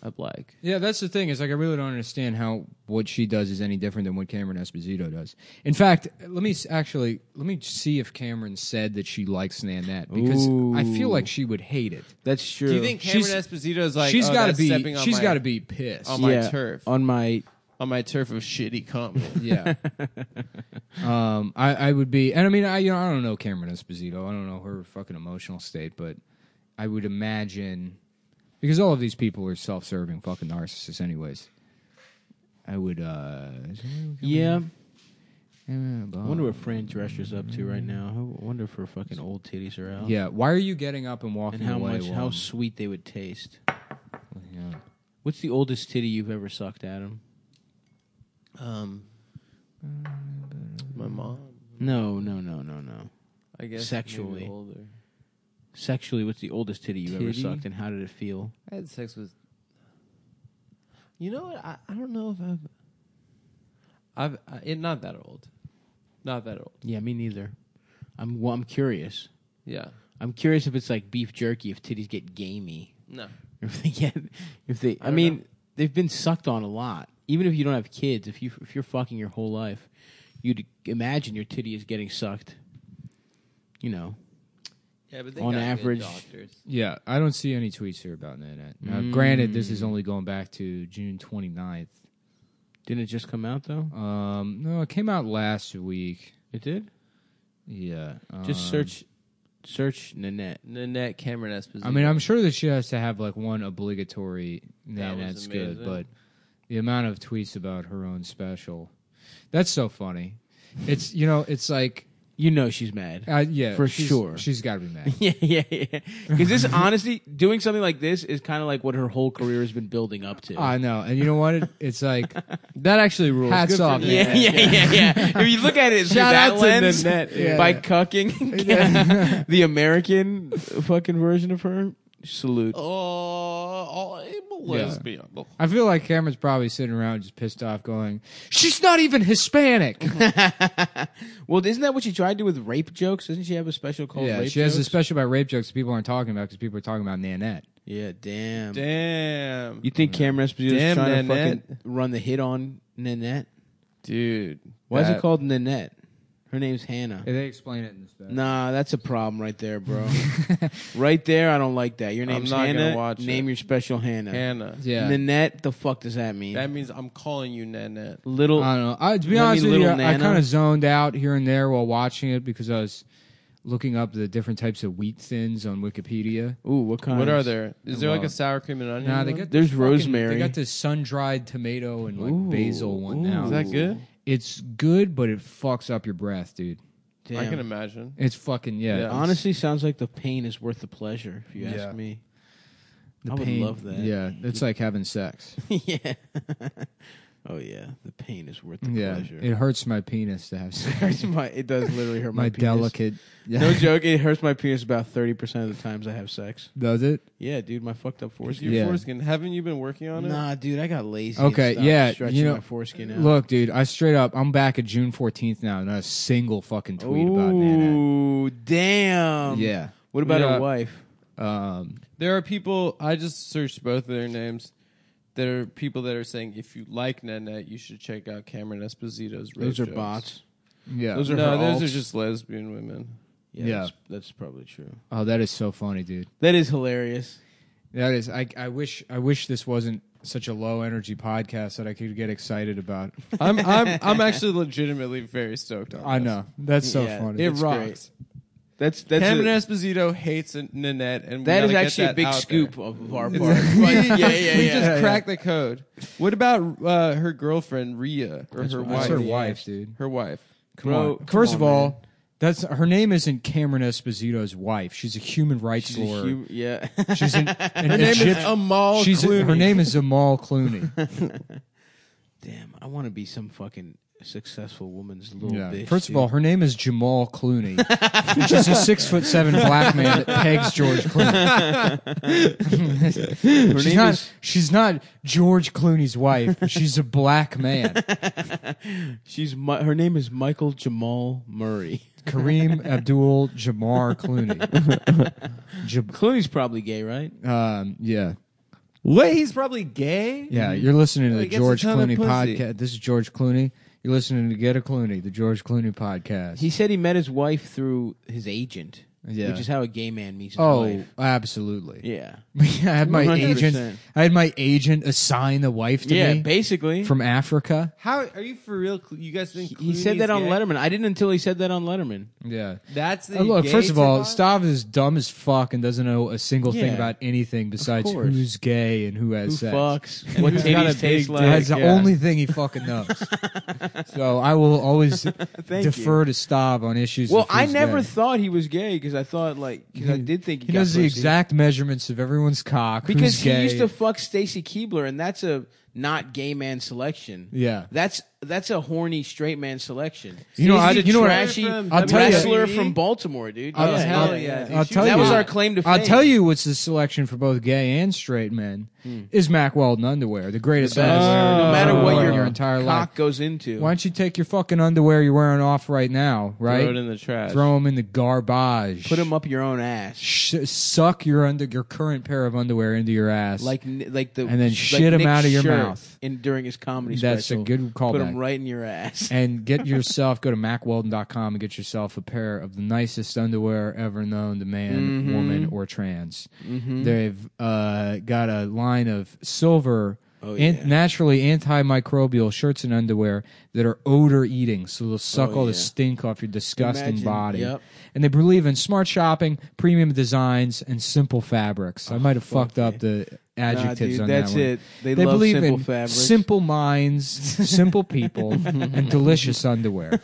S2: a, a black.
S4: Yeah, that's the thing. Is like I really don't understand how what she does is any different than what Cameron Esposito does. In fact, let me s- actually let me see if Cameron said that she likes Nanette because I feel like she would hate it.
S1: That's true.
S2: Do you think Cameron
S4: She's-
S2: Esposito is like?
S4: she's
S2: oh,
S4: gotta
S2: that's stepping
S4: be
S2: on
S4: she's
S2: my-
S4: got to be pissed.
S2: on my turf
S1: on my?
S2: on my turf of shitty [laughs] comedy.
S4: yeah. [laughs] um, I, I would be, and I mean, I you know, I don't know Cameron Esposito. I don't know her fucking emotional state, but I would imagine because all of these people are self-serving fucking narcissists, anyways. I would. uh
S1: Yeah. I
S4: Wonder
S1: wonder what Fran Drescher's up to right now. I wonder if her fucking old titties are out.
S4: Yeah, why are you getting up and walking
S1: And how
S4: away?
S1: much?
S4: while-
S1: How sweet they would taste.
S4: yeah.
S1: What's the oldest titty you've ever sucked, Adam?
S2: Um, my mom,
S1: No, no, no, no, no.
S2: I guess,
S1: Sexually.
S2: maybe older.
S1: Sexually, what's the oldest titty you've ever
S2: Titty?
S1: sucked, and how did it feel?
S2: I had sex with. You know what? I, I don't know if I've. I've I, it, not that old, not that old.
S1: Yeah, me neither. I'm. Well, I'm curious.
S2: Yeah.
S1: I'm curious if it's like beef jerky. If titties get gamey. [laughs]
S2: No.
S1: if they get if they i,
S2: don't
S1: mean
S2: know.
S1: they've been sucked on a lot even if you don't have kids if you if you're fucking your whole life you'd imagine your titty is getting sucked you know
S2: Yeah, but they
S1: On
S2: got good
S1: average-
S2: doctors.
S4: Yeah, I don't see any tweets here about Nanette. Now,
S1: Mm.
S4: granted, this is only going back to June 29th.
S1: didn't it just come out though
S4: Um, no, it came out last week.
S1: it did
S4: Yeah,
S1: just
S4: um,
S1: search search nanette
S2: Nanette Cameron Esposito.
S4: I mean, I'm sure that she has to have like one obligatory. Nah,
S2: That was
S4: that's good,
S2: amazing.
S4: but the amount of tweets about her own special, that's so funny. It's you know, it's like
S1: you know she's mad [laughs]
S4: uh, yeah,
S1: For
S4: she's-
S1: sure.
S4: she's got to be mad.
S1: yeah yeah yeah because this honestly doing something like this is kind of like what her whole career has been building up to
S4: I know, and you know what? It, it's like
S2: that actually rules.
S4: hats
S2: Good for
S4: off.
S1: yeah,
S4: man.
S1: yeah, yeah, yeah. If you look at it through
S2: Shout
S1: that
S2: out to
S1: lens,
S2: Nanette, yeah.
S1: by
S2: [laughs]
S1: cucking the American fucking version of her, salute.
S2: Oh, I'm a lesbian.
S4: I feel like Cameron's probably sitting around just pissed off, going, "She's not even Hispanic."
S1: Well, isn't that what she tried to do with rape jokes? Doesn't she have a special called
S4: yeah,
S1: rape
S4: she has a
S1: jokes?
S4: special about rape jokes that people aren't talking about because people are talking about Nanette.
S1: yeah, damn.
S2: Damn,
S1: You think Cameron Esposito is
S2: Damn,
S1: trying
S2: Nanette.
S1: to fucking run the hit on Nanette?
S2: dude.
S1: Why is
S2: that-
S1: it called Nanette? Her name's Hannah.
S4: they explain it in this.
S1: Nah, that's a problem right there,
S2: [laughs]
S1: bro. right there, I don't like that. Your name's
S2: not gonna
S1: Hannah.
S2: watch
S1: Name
S2: it.
S1: your special Hannah.
S2: Hannah?
S4: Yeah,
S1: Nanette, the fuck does that mean?
S2: That means I'm calling you Nanette.
S1: Little
S4: I don't know. I, to be
S1: Let me
S4: honest with you,
S1: little
S4: I
S1: Nana.
S4: kind of zoned out here and there while watching it because I was looking up the different types of wheat thins on Wikipedia.
S1: Ooh, what kind?
S2: What are there? Is there like
S4: Well,
S2: a sour cream and onion?
S4: Nah, they
S2: one?
S4: got
S1: There's
S4: the fucking-
S1: rosemary.
S4: They got this sun-dried tomato and like
S1: Ooh,
S4: basil one
S1: ooh.
S4: now.
S2: Is that good?
S4: It's good, but it fucks up your breath, dude.
S2: I
S1: Damn.
S2: can imagine.
S4: It's fucking yeah.
S2: Yeah.
S4: it's-
S1: Honestly, sounds like the pain is worth the pleasure. If you ask me, [laughs]
S4: the
S1: I would
S4: pain-
S1: love that.
S4: Yeah, it's like
S1: [laughs]
S4: having sex.
S1: yeah. oh yeah, the pain is worth the
S4: yeah,
S1: pleasure.
S4: it hurts my penis to have sex.
S1: It [laughs] hurts my. It does literally hurt [laughs] my,
S4: my
S1: penis.
S4: delicate.
S1: [laughs]
S4: Yeah.
S1: No joke. It hurts my penis about thirty percent of the times I have sex.
S4: Does it?
S1: Yeah, dude, my fucked up
S2: Where's
S1: foreskin.
S2: your
S4: Yeah.
S2: foreskin? Haven't you been working on it?
S1: Nah, dude, I got lazy. and
S4: Okay,
S1: stopped
S4: yeah,
S1: stretching
S4: you know,
S1: my foreskin out.
S4: Look, dude, I straight up, I'm back at June 14th now, not a single fucking tweet about Nana.
S1: Ooh, damn.
S4: Yeah.
S1: What about
S2: Yeah.
S1: her wife?
S4: Um,
S2: There are people. I just searched both of their names. There are people that are saying if you like Nanette, you should check out Cameron Esposito's. road
S1: Those are
S2: jokes."
S1: bots.
S4: yeah.
S1: Those are
S2: no,
S1: her
S2: those
S1: alts.
S2: are just lesbian women.
S1: Yeah,
S4: Yeah.
S1: That's, that's probably true.
S4: oh, that is so funny, dude.
S1: That is hilarious.
S4: That is. I, I wish. I wish this wasn't such a low energy podcast that I could get excited about.
S2: I'm I'm I'm actually legitimately very stoked on.
S4: [laughs] I
S2: this.
S4: know that's so
S1: Yeah,
S4: funny.
S2: It
S1: It's
S2: rocks.
S1: great.
S7: That's that's
S2: Cameron
S7: a,
S2: Esposito hates Nanette, and we
S1: That is
S2: gotta get
S1: actually
S2: that
S1: a big
S2: out
S1: scoop
S2: there.
S1: of of
S2: [laughs]
S1: our part. [laughs]
S2: Right, yeah, yeah,
S7: We
S2: yeah.
S7: just
S2: Just crack
S7: cracked
S2: the code. What about uh, her girlfriend Rhea or her wife?
S4: That's her wife, dude.
S2: Her wife.
S4: Come
S2: Bro,
S4: on. First of all, that's her name isn't Cameron Esposito's wife. She's a human rights
S2: she's a
S4: lawyer.
S2: hum- [laughs] yeah.
S4: she's an, an
S2: her name is
S4: Egypt-
S2: Amal
S4: she's
S2: Clooney.
S4: her name is Amal Clooney.
S1: [laughs] Damn, I want to be some fucking successful woman's little
S4: yeah.
S1: bitch.
S4: First
S1: dude.
S4: of all, her name is Jamal Clooney, which is a six foot seven black man that pegs George Clooney. she's
S2: name
S4: not.
S2: is-
S4: she's not George Clooney's wife. but She's a black man,
S1: she's Mi- her name is Michael Jamal Murray. [laughs]
S4: Kareem Abdul Jamar Clooney. Jab-
S1: Clooney's probably gay, right?
S4: um, yeah.
S2: Wait, he's probably gay.
S4: Yeah,
S1: Mm-hmm.
S4: you're listening to
S2: Well,
S4: the
S2: he Mm-hmm. gets a
S4: George
S2: ton of
S4: Clooney
S2: pussy.
S4: podcast. This is George Clooney. You're listening to Get a Clooney, the George Clooney podcast.
S1: He said he met his wife through his agent,
S4: Yeah.
S1: which is how a gay man meets his
S4: oh,
S1: wife.
S4: absolutely.
S1: Yeah,
S4: [laughs] I had my
S1: 100%.
S4: agent. I had my agent assign the wife to
S1: yeah,
S4: me
S1: basically.
S4: from Africa.
S2: How are you for real? Cl- You guys think
S1: he he said
S2: Clooney's
S1: that on
S2: gay?
S1: Letterman. I didn't until he said that on Letterman.
S4: Yeah.
S2: That's the
S4: Uh, look,
S2: gay
S4: first of all,
S2: tip-off?
S4: Stav is dumb as fuck and doesn't know a single thing
S1: Yeah.
S4: about anything besides
S1: course.
S4: who's gay and who has
S1: Who
S4: sex. [laughs]
S1: fucks? What
S2: who's got
S1: titties
S2: a big
S1: taste
S2: dick?
S1: like?
S4: That's the
S2: yeah.
S4: only thing he
S1: [laughs]
S4: fucking knows. so I will always defer to Stav on issues.
S1: Well,
S4: of
S1: I
S4: who's
S1: never
S4: gay.
S1: thought he was gay because I thought like because I did think he,
S4: He
S1: got
S4: knows the
S1: pussy.
S4: exact measurements of everyone's cock.
S1: because
S4: who's
S1: he
S4: gay.
S1: used to fuck Stacy Keebler, and that's a not gay man selection.
S4: Yeah.
S1: that's that's a horny straight man selection.
S4: You know,
S1: He's
S4: I-
S1: the
S4: you know what-
S1: trashy
S2: From
S4: I'll tell you-
S1: wrestler from Baltimore, dude.
S4: I'll-
S1: Yeah,
S4: I'll-
S1: yeah, yeah.
S4: I'll tell
S1: that
S4: you.
S1: was our claim to fame.
S4: I'll tell you what's the selection for both gay and straight men is Mac Weldon underwear, the greatest
S1: Hmm. The best. Oh.
S4: underwear.
S1: no matter
S4: you've worn
S1: what
S4: in
S1: your,
S4: your entire
S1: cock
S4: life.
S1: goes into.
S4: Why don't you take your fucking underwear you're wearing off right now, right?
S2: Throw it in the trash.
S4: Throw 'em in the garbage.
S1: Put him up your own ass,
S4: Sh- suck your under your current pair of underwear into your ass.
S1: like like the
S4: And then
S1: like
S4: shit 'em
S1: Nick
S4: out of your
S1: Scherr
S4: mouth.
S1: In during his comedy
S4: That's
S1: special,
S4: a good
S1: Put
S4: callback.
S1: him right in your ass.
S4: [laughs] and get yourself go to macweldon.com and get yourself a pair of the nicest underwear ever known to man
S1: Mm-hmm.
S4: woman or trans they've uh, got a line of silver
S1: Oh,
S4: an- naturally antimicrobial shirts and underwear that are odor eating so they'll suck all the stink off your disgusting
S1: Oh, Imagine,
S4: body
S1: yep.
S4: and they believe in smart shopping premium designs and simple fabrics i might have fucked up the adjectives
S1: dude,
S4: on
S1: that's
S4: that one.
S1: it. They love
S4: believe
S1: simple
S4: in
S1: fabrics.
S4: simple minds, simple
S1: [laughs]
S4: people, and delicious underwear.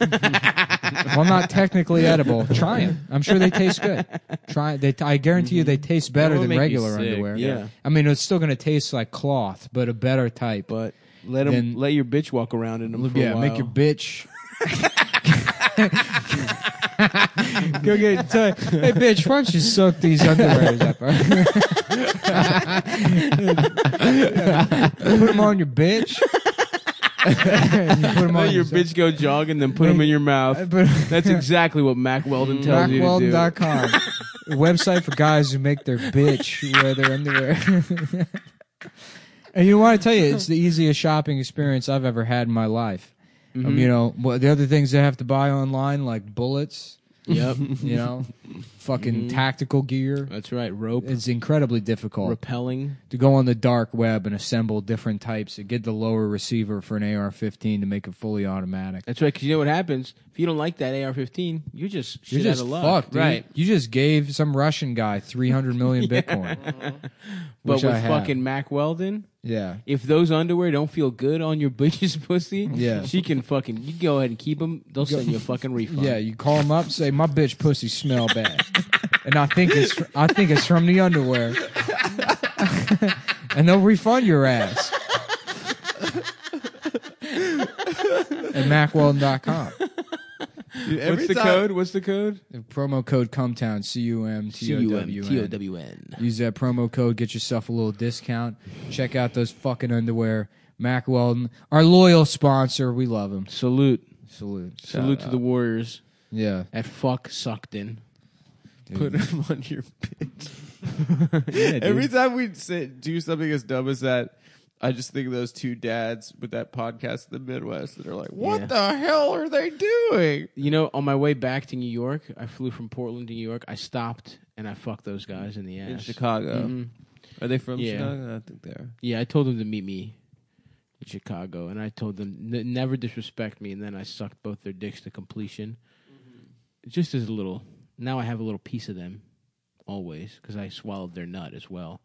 S4: While not technically edible, try them. I'm sure they taste good. Try they. I guarantee you, they taste better
S2: will
S4: than
S2: make you
S4: regular
S2: sick,
S4: underwear.
S1: yeah.
S4: I mean, it's still going to taste like cloth, but a better type.
S1: But let him
S4: Then-
S1: let your bitch walk around in them. For
S4: yeah,
S1: a while.
S4: make your bitch. [laughs] Go get tell- hey bitch, why don't you suck these underwears up? [laughs] Put them on your bitch. And you put them
S1: Let
S4: on
S1: your
S4: your
S1: bitch go jog and then put them in your
S4: [laughs]
S1: mouth. That's exactly what Mac Weldon tells you to do.
S4: Rockwelden.com,
S1: [laughs]
S4: a website for guys who make their bitch wear their underwear. and you want to tell you, it's the easiest shopping experience I've ever had in my life.
S1: Mm-hmm.
S4: Um, you know, wha- the other things I have to buy online, like
S1: [laughs]
S4: bullets,
S1: Yep,
S2: [laughs]
S4: you know, fucking
S1: Mm-hmm.
S4: tactical gear.
S1: that's right. Rope
S4: It's incredibly difficult
S1: repelling.
S4: to go on the dark web and assemble different types and get the lower receiver for an AR 15 to make it fully automatic.
S1: That's right. Because you know what happens if you don't like that AR-15, you're just shit
S4: You're just
S1: out of luck.
S4: fucked, dude.
S2: Right.
S4: You just gave some Russian guy
S1: [laughs]
S4: 300 million Bitcoin.
S1: But
S4: Which
S1: with
S4: I have.
S1: fucking Mac Weldon,
S4: Yeah.
S1: if those underwear don't feel good on your [laughs] bitch's pussy,
S4: Yeah.
S1: she can fucking you go ahead and keep them. They'll send you
S4: [laughs]
S1: a fucking refund.
S4: Yeah, you call him up, say my bitch pussy smell bad, [laughs] and I think it's I think it's from the underwear, [laughs] and they'll refund your ass [laughs] at macweldon.com.
S2: Dude, every
S1: What's the
S2: time-
S1: code? What's the code?
S4: Promo code Cumtown C U M T O W
S1: T O
S4: N.
S1: W N.
S4: Use that promo code, get yourself a little discount. Check out those fucking underwear. Mac Weldon, our loyal sponsor, we love him.
S1: Salute.
S4: Salute.
S1: Salute to the Warriors
S4: Yeah.
S1: at fuck Suckton.
S2: Put him on
S1: [laughs]
S2: your bitch. Every time we say, do something as dumb as that, I just think of those two dads with that podcast in the Midwest that are like, "What
S1: Yeah.
S2: the hell are they doing?"
S1: You know, on my way back to New York, I flew from Portland to New York. I stopped and I fucked those guys in the ass.
S2: In Chicago,
S1: Mm-hmm.
S2: are they from
S1: Yeah.
S2: Chicago? I think they are.
S1: Yeah, I told them to meet me in Chicago, and I told them n-
S2: Mm-hmm.
S1: never disrespect me. And then I sucked both their dicks to completion, just as a little now I have a little piece of them always because I swallowed their nut as well.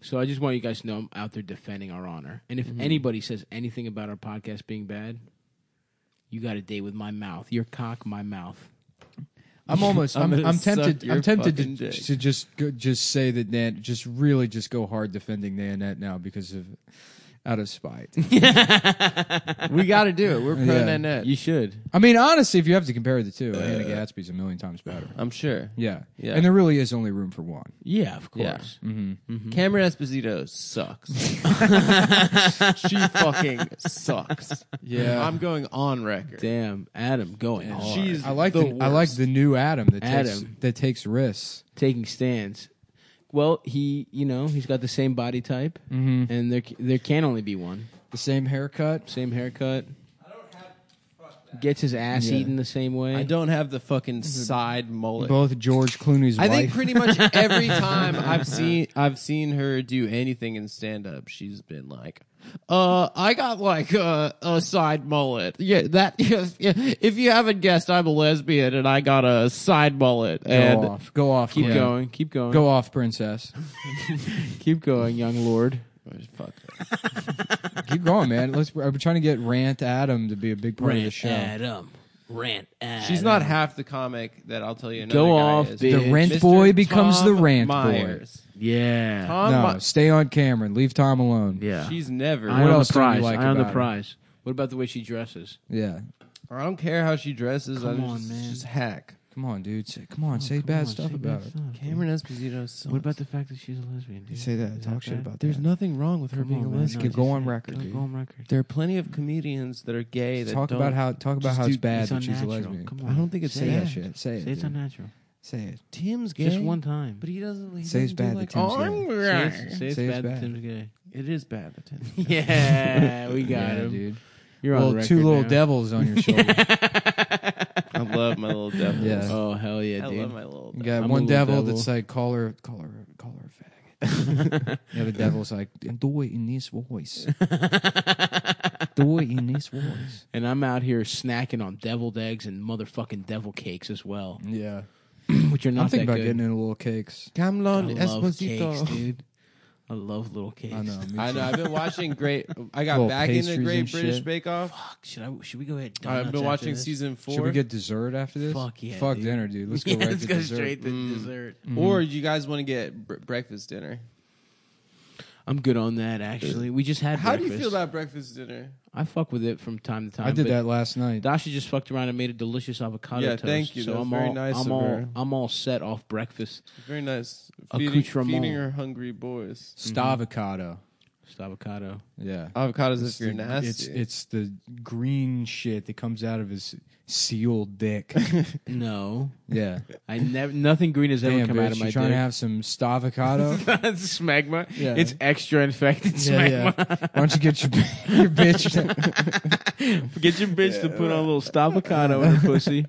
S1: So I just want you guys to know I'm out there defending our honor. And
S2: Mm-hmm.
S1: if anybody says anything about our podcast being bad, you got a date with my mouth. Your cock, my mouth.
S4: I'm almost. I'm,
S2: I'm
S4: I'm,
S2: gonna suck
S4: tempted.
S2: your
S4: I'm tempted
S2: fucking
S4: to,
S2: dick.
S4: to just go, just say that Nan, just really just go hard defending Nanette now because of out
S2: [laughs]
S4: of spite.
S2: we got to do it. We're pro
S4: Yeah.
S2: Nanette.
S1: You should.
S4: I mean, honestly, if you have to compare the two, Hannah Gatsby's a million times better.
S2: I'm sure.
S4: Yeah.
S2: Uh, Yeah.
S4: and there really is only room for one.
S1: Yeah, of course.
S2: Yeah. Cameron Esposito [laughs] sucks. she fucking sucks.
S4: Yeah.
S2: I'm going on record.
S1: Damn, Adam going hard.
S2: She's
S4: I like the,
S2: the,
S4: I like the new Adam that takes
S1: Adam.
S4: that takes risks.
S1: taking stands. Well, he, you know, he's got the same body type, and there c- there can only be one.
S4: The same haircut.
S1: Same haircut. Gets his ass
S4: Yeah.
S1: eaten the same way.
S2: I don't have the fucking side mullet.
S4: Both George Clooney's
S2: I
S4: wife.
S2: think pretty much [laughs] every time I've seen I've seen her do anything in stand up, she's been like, "Uh, I got like a, a side mullet. Yeah, that. [laughs] if you haven't guessed, I'm a lesbian and I got a side mullet.
S4: go
S2: And
S4: off. Go off.
S1: keep
S4: Queen.
S1: going. Keep going.
S4: Go off, princess.
S1: Keep going, young lord.
S2: fuck,
S4: keep going, man. Let's. We're trying to get Rant Adam to be a big part of the show.
S1: Adam. Rant Adam.
S2: she's not half the comic that I'll tell you. Another
S1: Go
S2: guy
S1: off,
S2: is.
S1: bitch.
S4: The rent
S2: Mr.
S4: boy becomes the
S2: Tom
S4: rant
S2: Myers.
S1: Yeah.
S2: Tom
S4: boy. No,
S2: Mi-
S4: stay on Cameron. Leave Tom alone.
S1: yeah.
S2: she's never.
S1: I
S4: What
S1: own
S4: else
S1: the
S4: do you
S1: prize.
S4: like
S1: I own the
S4: about her?
S1: prize. What about the way she dresses?
S4: Yeah.
S2: I don't care how she dresses.
S1: Come
S2: I'm
S1: on,
S2: just,
S1: man.
S2: Just hack.
S4: Come on, dude. Say, come
S1: Oh,
S4: on. say bad stuff about it.
S2: Cameron Esposito. sucks.
S1: What about the fact that she's a lesbian? Dude?
S4: Say that.
S1: Is
S4: Talk
S1: that
S4: shit
S1: bad?
S4: about
S2: There's
S4: that.
S2: nothing wrong with her
S1: Come
S2: being
S1: on,
S2: a
S1: man.
S2: lesbian.
S1: No,
S4: Let's go
S1: just-
S4: on record, dude.
S1: Go on [laughs] record.
S2: There are plenty of comedians that are gay that
S4: Talk
S2: don't-
S4: about how. Talk about
S2: just
S4: how it's
S2: do-
S4: bad
S1: it's
S4: that she's a
S1: unnatural.
S4: lesbian.
S1: Come on.
S2: I don't think it's
S4: Say
S2: bad.
S4: that shit. Say it.
S1: Say it's
S4: dude.
S1: unnatural.
S4: Say it.
S2: Tim's gay.
S1: Just one time.
S2: But he doesn't. He
S4: Say it's
S2: doesn't do
S4: bad that
S2: Like,
S4: Tim's
S2: "Oh,
S4: gay."
S2: I'm
S1: Say
S2: gay."
S1: it's, say it's
S4: Say it's
S1: bad,
S4: bad.
S1: that Tim's gay.
S2: It is bad that Tim's. gay.
S1: [laughs] Yeah, we got
S4: Yeah,
S1: him.
S4: dude.
S1: You're
S4: Little
S1: on record
S4: two little
S1: now.
S4: devils
S1: [laughs]
S4: on your shoulder.
S2: [laughs] I love my little devil.
S4: Yeah.
S1: Oh hell yeah,
S2: [laughs] I
S1: dude!
S2: love my little.
S4: You
S2: Devil.
S4: got
S1: I'm a little
S4: one devil,
S1: devil.
S4: that's like, call her, call her, call her a [laughs] faggot. the other devil's like, do it in this [laughs] voice. do it in this voice.
S1: and I'm out here snacking on deviled eggs and motherfucking devil cakes as well,
S4: Yeah.
S1: which are not
S4: I'm thinking
S1: that
S4: about
S1: good.
S4: getting into little cakes.
S2: Camlon
S1: I love cakes,
S2: Esposito.
S1: dude. I love little cakes.
S4: I know. me
S2: I know. I've been watching great. I got
S4: Little
S2: back into
S4: pastries and
S2: Great British
S4: shit.
S2: Bake Off.
S1: Fuck, Ah, should I? Should we go ahead?
S2: I've been watching season four.
S4: [laughs] Should we get dessert after this?
S1: Fuck [laughs] yeah,
S4: Fuck
S1: dude.
S4: dinner, dude. Let's [laughs] go right
S1: let's
S4: to
S1: go
S4: dessert. Mm.
S1: straight to dessert.
S4: Mm-hmm.
S2: Or you guys want to get br- breakfast dinner?
S1: I'm good on that. Actually, we just had.
S2: How
S1: breakfast.
S2: do you feel about breakfast dinner?
S1: I fuck with it from time to time.
S4: I did
S1: but
S4: that last night.
S1: Dasha just fucked around and made a delicious avocado
S2: Yeah,
S1: toast.
S2: thank you.
S1: So
S2: That's
S1: I'm
S2: very
S1: all,
S2: nice
S1: I'm
S2: of
S1: all,
S2: her.
S1: I'm all set off breakfast.
S2: Very nice. Feeding,
S1: Accoutrement.
S2: feeding her hungry boys.
S4: Stavocado.
S1: Just avocado.
S4: Mm-hmm. Yeah.
S2: Avocados if you're
S4: the-
S2: nasty.
S4: It's, it's the green shit that comes out of his sealed [laughs] dick.
S1: No,
S4: yeah.
S1: I never. Nothing green has ever
S4: Damn,
S1: come
S4: bitch,
S1: out of
S4: you
S1: my
S4: trying to
S1: dick.
S4: have some [laughs] stavocado?
S1: [laughs] it's smegma.
S4: Yeah.
S1: It's extra infected
S4: Yeah,
S1: smegma.
S4: yeah. Why don't you get your, [laughs]
S1: [laughs]
S4: your bitch?
S1: Get your bitch to put on a little stavocado in her pussy.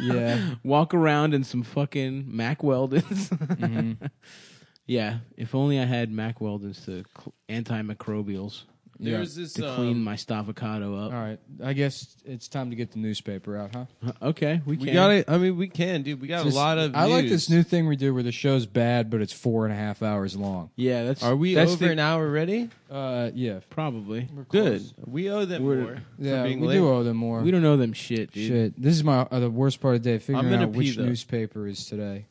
S4: yeah.
S1: Walk around in some fucking Mac Weldons. [laughs]
S4: Mm-hmm.
S1: Yeah, if only I had Mac Weldons to cl- antimicrobials
S4: yeah. Uh,
S2: There's this.
S1: to
S2: um,
S1: clean my stavocado up.
S4: All right. I guess it's time to get the newspaper out, huh?
S1: [laughs] Okay, we can.
S2: we got it. I mean, we can, dude. We got
S4: Just-
S2: a lot of.
S4: I like
S2: news.
S4: this new thing we do where the show's bad, but it's four and a half hours long.
S1: Yeah, that's.
S2: Are we
S1: that's
S2: over
S1: the-
S2: an hour ready?
S4: Uh, yeah.
S1: Probably.
S2: Good. We owe them
S1: We're-
S2: more.
S4: Yeah,
S2: for being
S4: we
S2: late.
S4: do owe them more.
S1: We don't know them shit, dude.
S4: Shit, this is my uh, the worst part of the day. Figuring
S2: gonna
S4: out
S2: pee,
S4: which
S2: though.
S4: newspaper is today.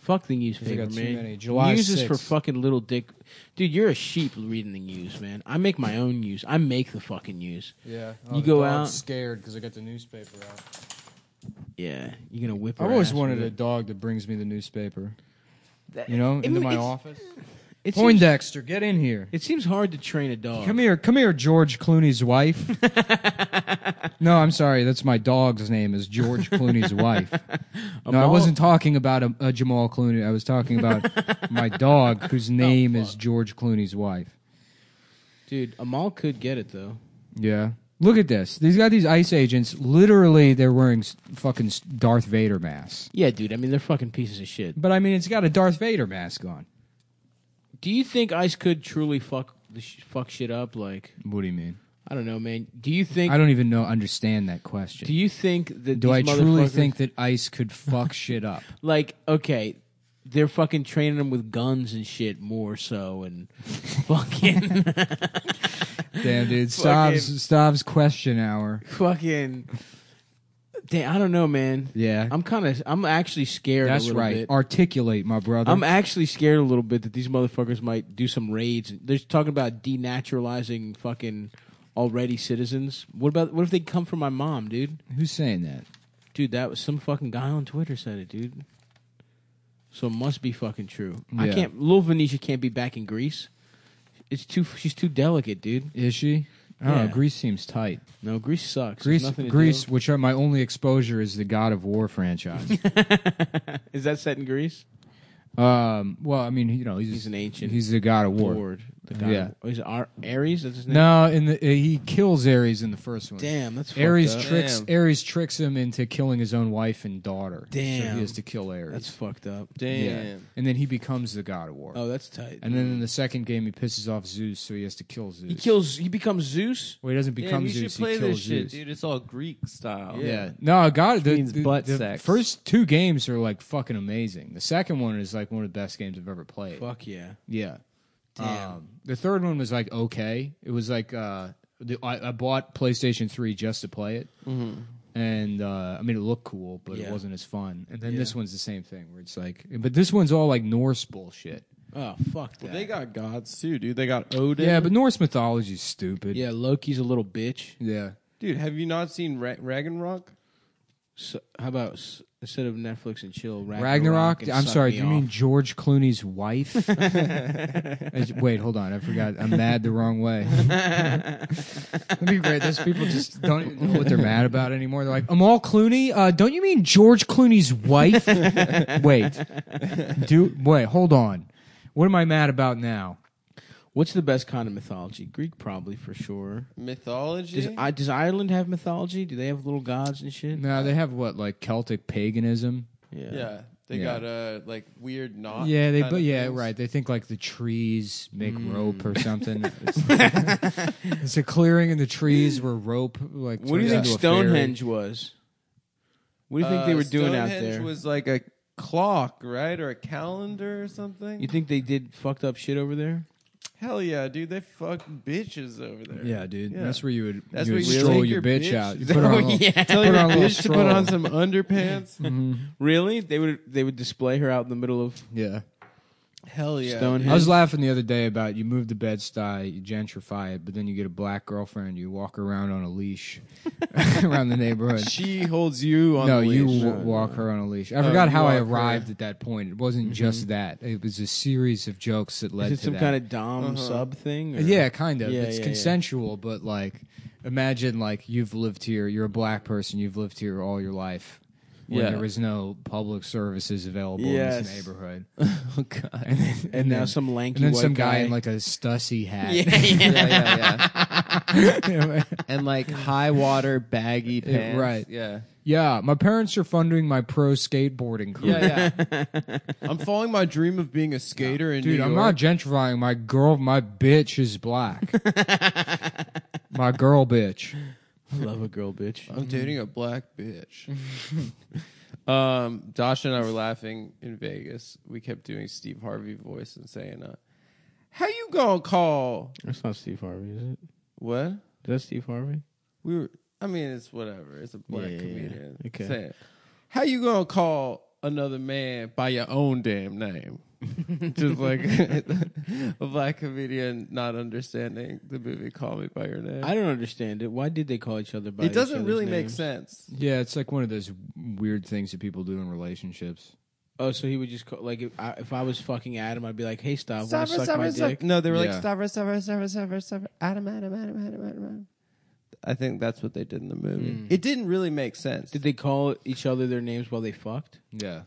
S1: Fuck the
S4: I
S1: newspaper,
S4: got too
S1: man.
S4: many. July
S1: news is for
S4: 6th.
S1: fucking little dick. Dude, you're a sheep reading the news, man. I make my own news. I make the fucking news.
S4: Yeah,
S1: Oh, You the go dog's out-
S4: scared because I got the newspaper out.
S1: Yeah, you're gonna whip.
S4: I've
S1: her
S4: always
S1: ass
S4: wanted
S1: with
S4: a
S1: it.
S4: dog that brings me the newspaper. You know,
S1: it-
S4: into my
S1: it's-
S4: office.
S1: It seems,
S4: Poindexter, get in here.
S1: it seems hard to train a dog.
S4: Come here, come here, George
S1: [laughs]
S4: Clooney's wife. no, I'm sorry. That's my dog's name is George
S1: [laughs]
S4: Clooney's wife. No, I
S1: all-
S4: wasn't talking about a, a Jamal Clooney. I was
S1: [laughs]
S4: talking about my dog, whose
S1: Oh,
S4: name is George Clooney's wife.
S1: dude. Amal could get it though.
S4: Yeah. Look at this. These got these ice agents. Literally, they're wearing s- fucking s- Darth Vader masks.
S1: Yeah, dude. I mean, they're fucking pieces of shit.
S4: But I mean, it's got a Darth Vader mask on.
S1: Do you think Ice could truly fuck the sh- fuck shit up? Like,
S4: What do you mean?
S1: I don't know, man. Do you think?
S4: I don't even know understand that question.
S1: do you think that?
S4: Do I
S1: these
S4: truly
S1: motherfuckers-
S4: think that ICE could fuck shit up?
S1: like okay they're fucking training them with guns and shit more so
S4: [laughs]
S1: and fucking [laughs]
S4: Damn, dude. Stav's, Stav's question hour.
S1: fucking damn i don't know man
S4: Yeah.
S1: i'm kind of i'm actually scared a
S4: That's
S1: little
S4: right.
S1: bit.
S4: Articulate, my brother.
S1: i'm actually scared a little bit that these motherfuckers might do some raids they're talking about denaturalizing fucking already citizens what about what if they come from my mom dude
S4: Who's saying that?
S1: dude that was some fucking guy on twitter said it dude so it must be fucking true i
S4: Yeah.
S1: can't little venetia can't be back in greece it's too she's too delicate dude
S4: Is she? I don't
S1: Yeah.
S4: know. Greece seems tight.
S1: no greece sucks There's
S4: Greece,
S1: nothing to
S4: Greece,
S1: do.
S4: which are my only exposure is the God of
S1: [laughs]
S4: War franchise.
S1: is that set in greece
S4: um, well, I mean, you know, he's,
S1: He's an ancient
S4: He's the God of War.
S1: Lord, the god
S4: Yeah.
S1: of- oh, is it Ar- ares that's his name
S4: No, in the uh, he kills Ares in the first one.
S1: damn that's fucked
S4: Ares
S1: up.
S4: tricks
S2: Damn.
S4: Ares tricks him into killing his own wife and daughter. so
S1: Damn.
S4: he has to kill Ares.
S1: that's fucked up
S2: Damn.
S4: and then he becomes the God of War.
S1: oh that's tight
S4: And then in the second game, he pisses off Zeus, so he has to kill Zeus.
S1: he kills he becomes zeus
S4: Well, he doesn't become
S2: Damn, you
S4: Zeus.
S2: should play
S4: he kills
S2: this shit,
S4: Zeus.
S2: dude. It's all Greek style.
S4: Yeah. No, God, the,
S2: means
S4: the,
S2: butt
S4: the
S2: sex.
S4: first two games are like fucking amazing. The second one is like one of the best games I've ever played.
S1: fuck yeah
S4: Yeah.
S1: Damn.
S4: Um, the third one was like okay. It was like uh, the, I, I bought PlayStation Three just to play it, and uh, I mean it looked cool, but
S1: Mm-hmm. Yeah.
S4: it wasn't as fun. And then
S1: Yeah.
S4: this one's the same thing where it's like, but this one's all like Norse bullshit.
S1: oh fuck that
S2: They got gods too, dude. They got Odin.
S4: Yeah, but Norse mythology's stupid.
S1: yeah loki's a little bitch
S4: Yeah.
S2: dude, have you not seen Ra- Ragnarok?
S1: so, how about s- instead of netflix and chill ragnarok,
S4: Ragnarok.
S1: and
S4: I'm
S1: Suck
S4: sorry.
S1: Me
S4: Do you mean
S1: Off?
S4: George Clooney's wife? I ju- Wait, hold on. I forgot. I'm mad the wrong way. That'd be great. Those people just don't even know what they're mad about anymore. They're like, Amal Clooney. Uh, don't you mean George Clooney's wife? wait. Do wait. Hold on. What am I mad about now?
S1: What's the best kind of mythology? Greek, probably for sure.
S2: Mythology.
S1: Does I, does Ireland have mythology? Do they have little gods and shit?
S4: No, they have what like Celtic paganism.
S2: yeah, they
S4: Yeah.
S2: got uh like weird knot.
S4: Yeah, they
S2: kind
S4: but
S2: of
S4: yeah,
S2: things. Hmm.
S4: right. They think like the trees make rope or
S2: [laughs]
S4: something. it's, it's a clearing in the trees where rope like.
S1: What do you
S4: turns
S1: think
S4: into a fairy.
S1: Stonehenge was? What do you think they
S2: Uh,
S1: were doing out
S2: Stonehenge
S1: there?
S2: Was like a clock, right, or a calendar or something.
S1: you think they did fucked up shit over there?
S2: Hell yeah, dude. They fucked bitches over there.
S4: Yeah, dude.
S2: Yeah.
S4: That's where you would,
S2: That's
S4: you
S2: where
S4: would
S2: you
S4: stroll
S2: take
S4: your,
S2: your
S4: bitch,
S2: bitch.
S4: out.
S2: [laughs]
S4: You put her on a little-
S2: Tell
S4: Put
S2: your [laughs]
S4: on a little Mm-hmm.
S2: bitch to put on
S4: stroll.
S2: some
S4: [laughs]
S2: underpants.
S1: Really? They would they would display her out in the middle of
S2: [laughs]
S4: yeah.
S2: Hell yeah.
S1: Stonehenge.
S4: I was laughing the other day about you move to Bed Stuy, you gentrify it, but then you get a black girlfriend, you walk around on a leash [laughs] around the
S2: [laughs]
S4: neighborhood.
S2: She holds you on
S4: no,
S2: the
S4: you
S2: leash. Oh,
S4: w- walk her on a leash. I forgot how I
S2: walk her. Mm-hmm.
S4: arrived at that point. It wasn't just that; it was a series of jokes that led
S1: Is it
S4: to
S1: some
S4: that. Uh-huh.
S1: kind of dom sub thing? or-
S4: Yeah, kind of.
S1: Yeah,
S4: it's
S1: yeah, yeah.
S4: consensual, but like, imagine like you've lived here. You're a black person. You've lived here all your life. When
S2: Yeah.
S4: there was no public services available in
S1: Yes.
S4: this neighborhood,
S2: Oh [laughs] god. yeah,
S1: And, now some lanky
S4: and then
S1: white
S4: some guy, in like a Stussy hat, [laughs]
S2: yeah, yeah. and like high water baggy
S4: Yeah,
S2: pants.
S4: [laughs] right.
S2: Yeah.
S4: yeah, my parents are funding my pro skateboarding career.
S2: Yeah, yeah.
S4: [laughs]
S2: I'm following my dream of being a skater in
S4: Dude,
S2: New
S4: I'm
S2: York.
S4: not gentrifying. My girl, my bitch
S8: [laughs]
S4: is black. my girl, bitch.
S1: I love a girl bitch.
S2: I'm dating a black
S1: [laughs]
S2: bitch. um, Dasha and I were laughing in Vegas. We kept doing Steve Harvey voice and saying, uh, "How you gonna call
S1: That's not Steve Harvey, is it?
S2: what?"
S1: Is that Steve Harvey?
S2: We were. I mean, it's whatever. It's a black
S1: Yeah, yeah, yeah.
S2: comedian.
S1: Okay.
S2: Saying, How you gonna call another man by your own damn
S1: [laughs]
S2: name? Just like [laughs] a black comedian not understanding the movie "Call Me by Your Name."
S1: I don't understand it. Why did they call each other by
S2: it
S1: each
S2: doesn't
S1: other's
S2: really make
S1: names?
S2: sense.
S4: Yeah, it's like one of those weird things that people do in relationships.
S1: Oh, so he would just call, like if I, if I was fucking Adam, I'd be like, "Hey, stop,
S2: Stop
S1: want
S2: her,
S1: to suck
S2: stop
S1: my
S2: her,
S1: dick?"
S2: stop. No, they were like,
S4: Yeah.
S2: stop her, stop her, stop her, stop her, stop her. Adam, Adam, Adam, Adam, Adam, Adam. I think that's what they did in the movie. It didn't really make sense.
S1: Did they call each other their names while they fucked?
S4: Yeah.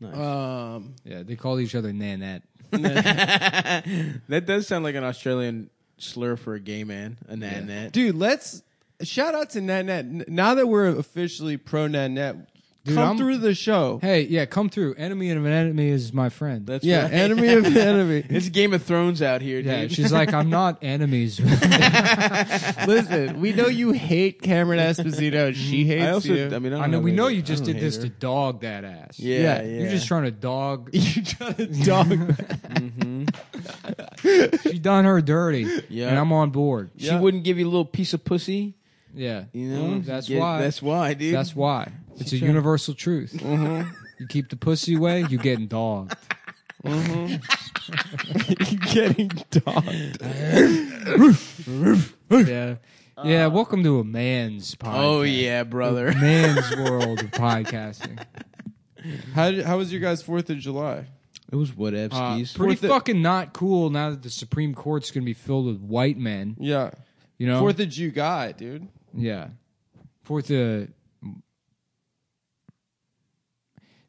S1: Nice.
S2: um,
S4: Yeah, they call each other Nanette.
S1: that does sound like an Australian slur for a gay man, a nanette.
S2: dude, let's shout out to Nanette. N- Now that we're officially pro Nanette,
S4: Dude,
S2: Come
S4: I'm-
S2: through the show.
S4: Hey, yeah, come through. Enemy of an enemy is my friend.
S1: That's
S2: yeah,
S1: right.
S2: enemy of
S8: [laughs]
S2: the enemy.
S8: It's Game of Thrones out here,
S4: yeah,
S8: dude.
S1: [laughs]
S4: she's like, I'm not
S8: [laughs]
S4: enemies.
S2: [laughs] Listen, we know you hate Cameron Esposito. [laughs] and She hates
S8: I also,
S2: you.
S8: I
S2: [laughs]
S8: mean, I, don't
S4: I mean, we
S8: any-
S4: know
S8: I
S4: you just
S8: don't
S4: did
S8: hate
S4: this
S8: her.
S4: to dog that ass.
S8: Yeah,
S2: Yeah,
S8: yeah,
S4: You're just trying
S8: [laughs]
S4: to dog.
S2: you got a [laughs] dog.
S4: she done her dirty.
S8: Yeah.
S4: And I'm on board.
S1: She
S8: Yeah.
S1: wouldn't give you a little piece of pussy.
S4: Yeah.
S8: You know,
S4: Mm, that's
S8: Yeah,
S4: why.
S8: That's why, dude.
S4: That's why. It's a universal truth. You keep the pussy away, you getting dogged.
S1: [laughs]
S2: getting dogged.
S4: Yeah. Yeah, welcome to a man's podcast.
S8: oh yeah,
S1: [laughs]
S8: brother.
S4: Man's world of podcasting.
S2: How did, how was your guys' Fourth of July?
S1: It was whatevs.
S4: [laughs] Uh,
S1: skis.
S4: pretty
S2: Fourth of-
S4: fucking not cool now that the Supreme Court's going to be filled with white men.
S2: Yeah,
S4: You know?
S2: Fourth of July, dude.
S4: yeah. Fourth of.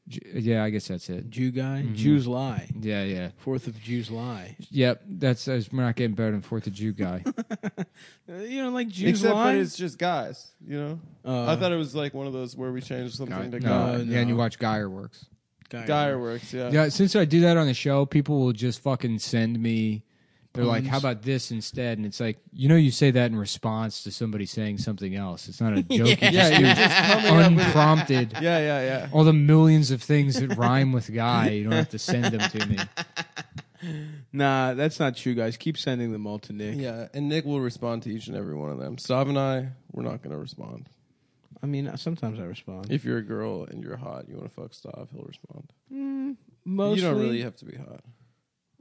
S4: J- Yeah, I guess that's it.
S1: Jew guy. Jews lie.
S4: Yeah, yeah.
S1: Fourth of Jews lie.
S4: Yep, that's, that's we're not getting better than Fourth of Uh, Jew guy.
S1: You don't like Jews
S2: Except
S1: lie?
S2: that it's just guys. You know,
S1: Uh,
S2: I thought it was like one of those where we changed something to
S4: no,
S2: guy.
S1: no.
S4: yeah, and you watch Geyer Works.
S1: Guy.
S2: Guyer works. Yeah.
S4: Yeah, since I do that on the show, people will just fucking send me. They're like,
S1: Puns.
S4: "How about this instead?" And it's like, you know, you say that in response to somebody saying something else. It's not a joke. yeah,
S2: Yeah, you're just coming up with-
S4: unprompted.
S2: Yeah, yeah, yeah.
S4: All the millions of things that rhyme with guy, you don't have to send them to me.
S1: Nah, that's not true, guys. Keep sending them all to Nick.
S2: Yeah, and Nick will respond to each and every one of them. Stav and I, we're not going to respond.
S1: I mean, sometimes I respond.
S2: If you're a girl and you're hot, you want to fuck Stav, he'll respond.
S1: Mostly.
S2: You don't really have to be hot.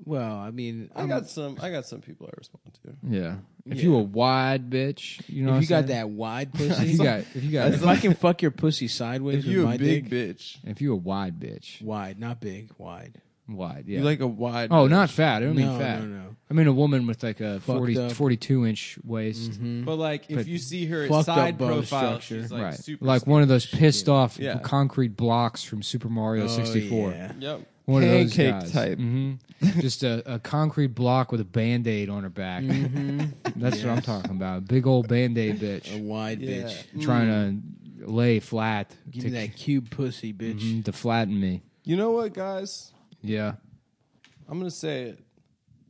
S1: Well, I mean,
S2: I
S1: I'm-
S2: got some. I got some people I respond to.
S4: Yeah, if
S1: Yeah.
S4: you a wide bitch, you know,
S1: if you
S4: what
S1: got
S4: I'm saying?
S1: that wide
S4: if
S1: pussy,
S4: you got, if you got,
S1: if I can fuck your pussy sideways
S2: If
S1: with
S2: you
S1: my
S2: a big
S1: dick,
S2: bitch,
S4: if you a wide bitch,
S1: wide, not big, wide.
S4: wide, yeah.
S2: you like a wide.
S4: oh,
S2: bitch.
S4: not fat. I don't
S1: no,
S4: mean fat.
S1: no, no.
S4: I mean a woman with like a
S1: Fucked
S4: 40,
S1: up.
S4: 42 inch waist.
S2: But like, if
S4: But
S2: you see her
S1: fucked up
S2: side
S1: bone
S2: profile,
S1: structure.
S2: she's like
S4: right.
S2: super.
S4: like one of those pissed off
S2: Yeah. Oh,
S4: concrete blocks from Super Mario 64.
S1: Oh, yeah.
S2: Yep.
S4: One of those
S2: Pancake
S4: guys.
S2: type.
S4: hmm Just a, a concrete block with a band aid on her back.
S2: Mm-hmm.
S4: That's what I'm talking about. Big old band aid
S1: A
S4: bitch
S1: wide
S2: Yeah.
S1: bitch.
S4: trying to
S2: mm.
S4: lay flat
S1: Give
S4: to,
S1: me that cube pussy, bitch.
S4: mhm, to flatten me.
S2: You know what, guys?
S4: Yeah.
S2: I'm gonna say it.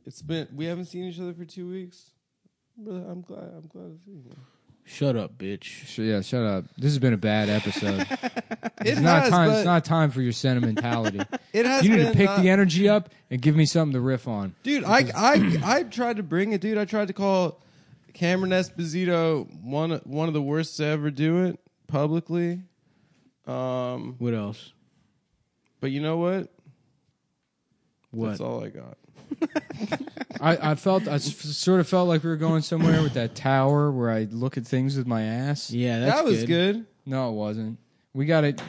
S2: It's been. We haven't seen each other for two weeks. Really, I'm glad. I'm glad to see you.
S1: Shut up, bitch.
S4: Sh- Yeah, shut up. This has been a bad
S2: [laughs]
S4: episode.
S2: It
S4: it's, not
S2: has,
S4: time,
S2: but
S4: it's not time for your sentimentality.
S2: [laughs] it has.
S4: you need
S2: been uh,
S4: to pick
S2: not-
S4: the energy up and give me something to riff on.
S2: Dude, I, I I tried to bring it, dude. I tried to call Cameron Esposito one one of the worst to ever do it publicly. Um,
S1: What else?
S2: but you know what?
S1: What?
S2: That's all I got.
S4: I, I felt I s- sort of felt like we were going somewhere with that tower where I look at things with my ass.
S1: Yeah, that's
S2: that was good.
S4: No, it wasn't. We got it.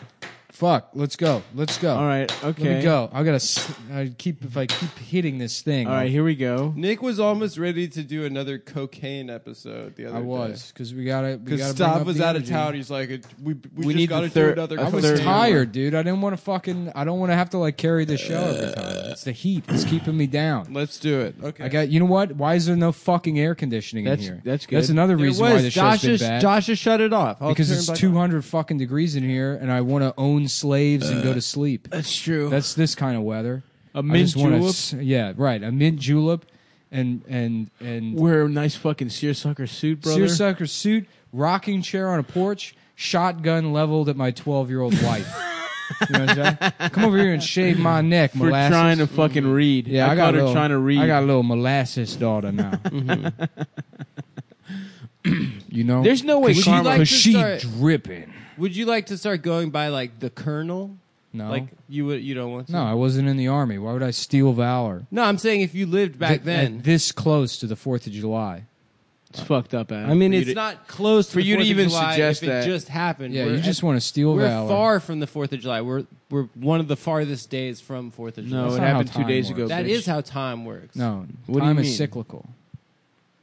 S4: Fuck. Let's go. Let's go.
S1: All right, okay.
S4: Let me go. I gotta. s- I keep if I keep hitting this thing.
S1: All right, here we go.
S2: Nick was almost ready to do another cocaine episode the other
S4: I was because we gotta. we
S2: Because
S4: gotta bring
S2: Stav
S4: up
S2: was
S4: the
S2: out of
S4: energy.
S2: town. He's like, it- we, we,
S1: We
S2: just
S1: need
S2: got to
S1: the third-
S2: do another
S4: I
S2: cocaine.
S4: was tired, dude. I didn't want to fucking. I don't want to have to like carry the show every time. It's the heat. It's keeping me down.
S2: Let's do it. Okay.
S4: I got. You know what? Why is there no fucking air conditioning
S1: That's-
S4: in here?
S1: that's good.
S4: That's another
S2: It
S4: reason why
S2: was.
S4: the show's
S2: Josh,
S4: been
S2: just,
S4: bad.
S2: Josh just shut it off. I'll
S4: because
S2: turn
S4: it's
S2: back on.
S4: 200 fucking degrees in here and I want to own slaves and go to sleep.
S1: Uh, That's true.
S4: That's this kind of weather.
S1: A
S4: I
S1: mint
S4: just wanna
S1: julep?
S4: s- yeah, right. A mint julep and and and
S1: Wear a nice fucking seersucker suit, brother.
S4: seersucker suit, rocking chair on a porch, shotgun leveled at my 12-year-old wife. [laughs] you know what I'm saying? Come over here and shave my neck,
S1: for
S4: molasses.
S1: trying to fucking read.
S4: yeah, I, got
S1: caught
S4: a
S1: her
S4: little,
S1: trying to read. Mm-hmm.
S4: I got a little molasses
S1: [laughs]
S4: daughter now. you know,
S1: There's no way
S4: Cause she,
S1: karma-
S4: cause
S2: Would you
S4: she
S2: like to start-
S4: dripping.
S2: Would you like to start going by like the Colonel?
S4: No,
S2: Like you would? You don't want to?
S4: No, I wasn't in the army. Why would I steal valor
S2: No, I'm saying if you lived back
S4: Th-
S2: then.
S4: at this close to the Fourth of July?
S1: it's fucked up, Adam.
S2: I mean,
S1: You
S2: it's
S1: did-
S2: not close to
S1: for
S2: the
S1: you to
S2: 4th of
S1: even
S2: July
S1: suggest
S2: if
S1: that.
S2: it just happened.
S4: Yeah,
S2: We're
S4: you
S2: at-
S4: just want to steal
S2: We're
S4: valor.
S2: far from the Fourth of July. We're we're one of the farthest days from Fourth of July.
S1: No,
S4: That's
S1: it
S4: not how
S1: happened two
S4: time
S1: days
S4: works.
S1: ago.
S2: that
S1: bitch.
S2: is how time works.
S4: no,
S1: What do you
S4: time is
S1: mean?
S4: cyclical.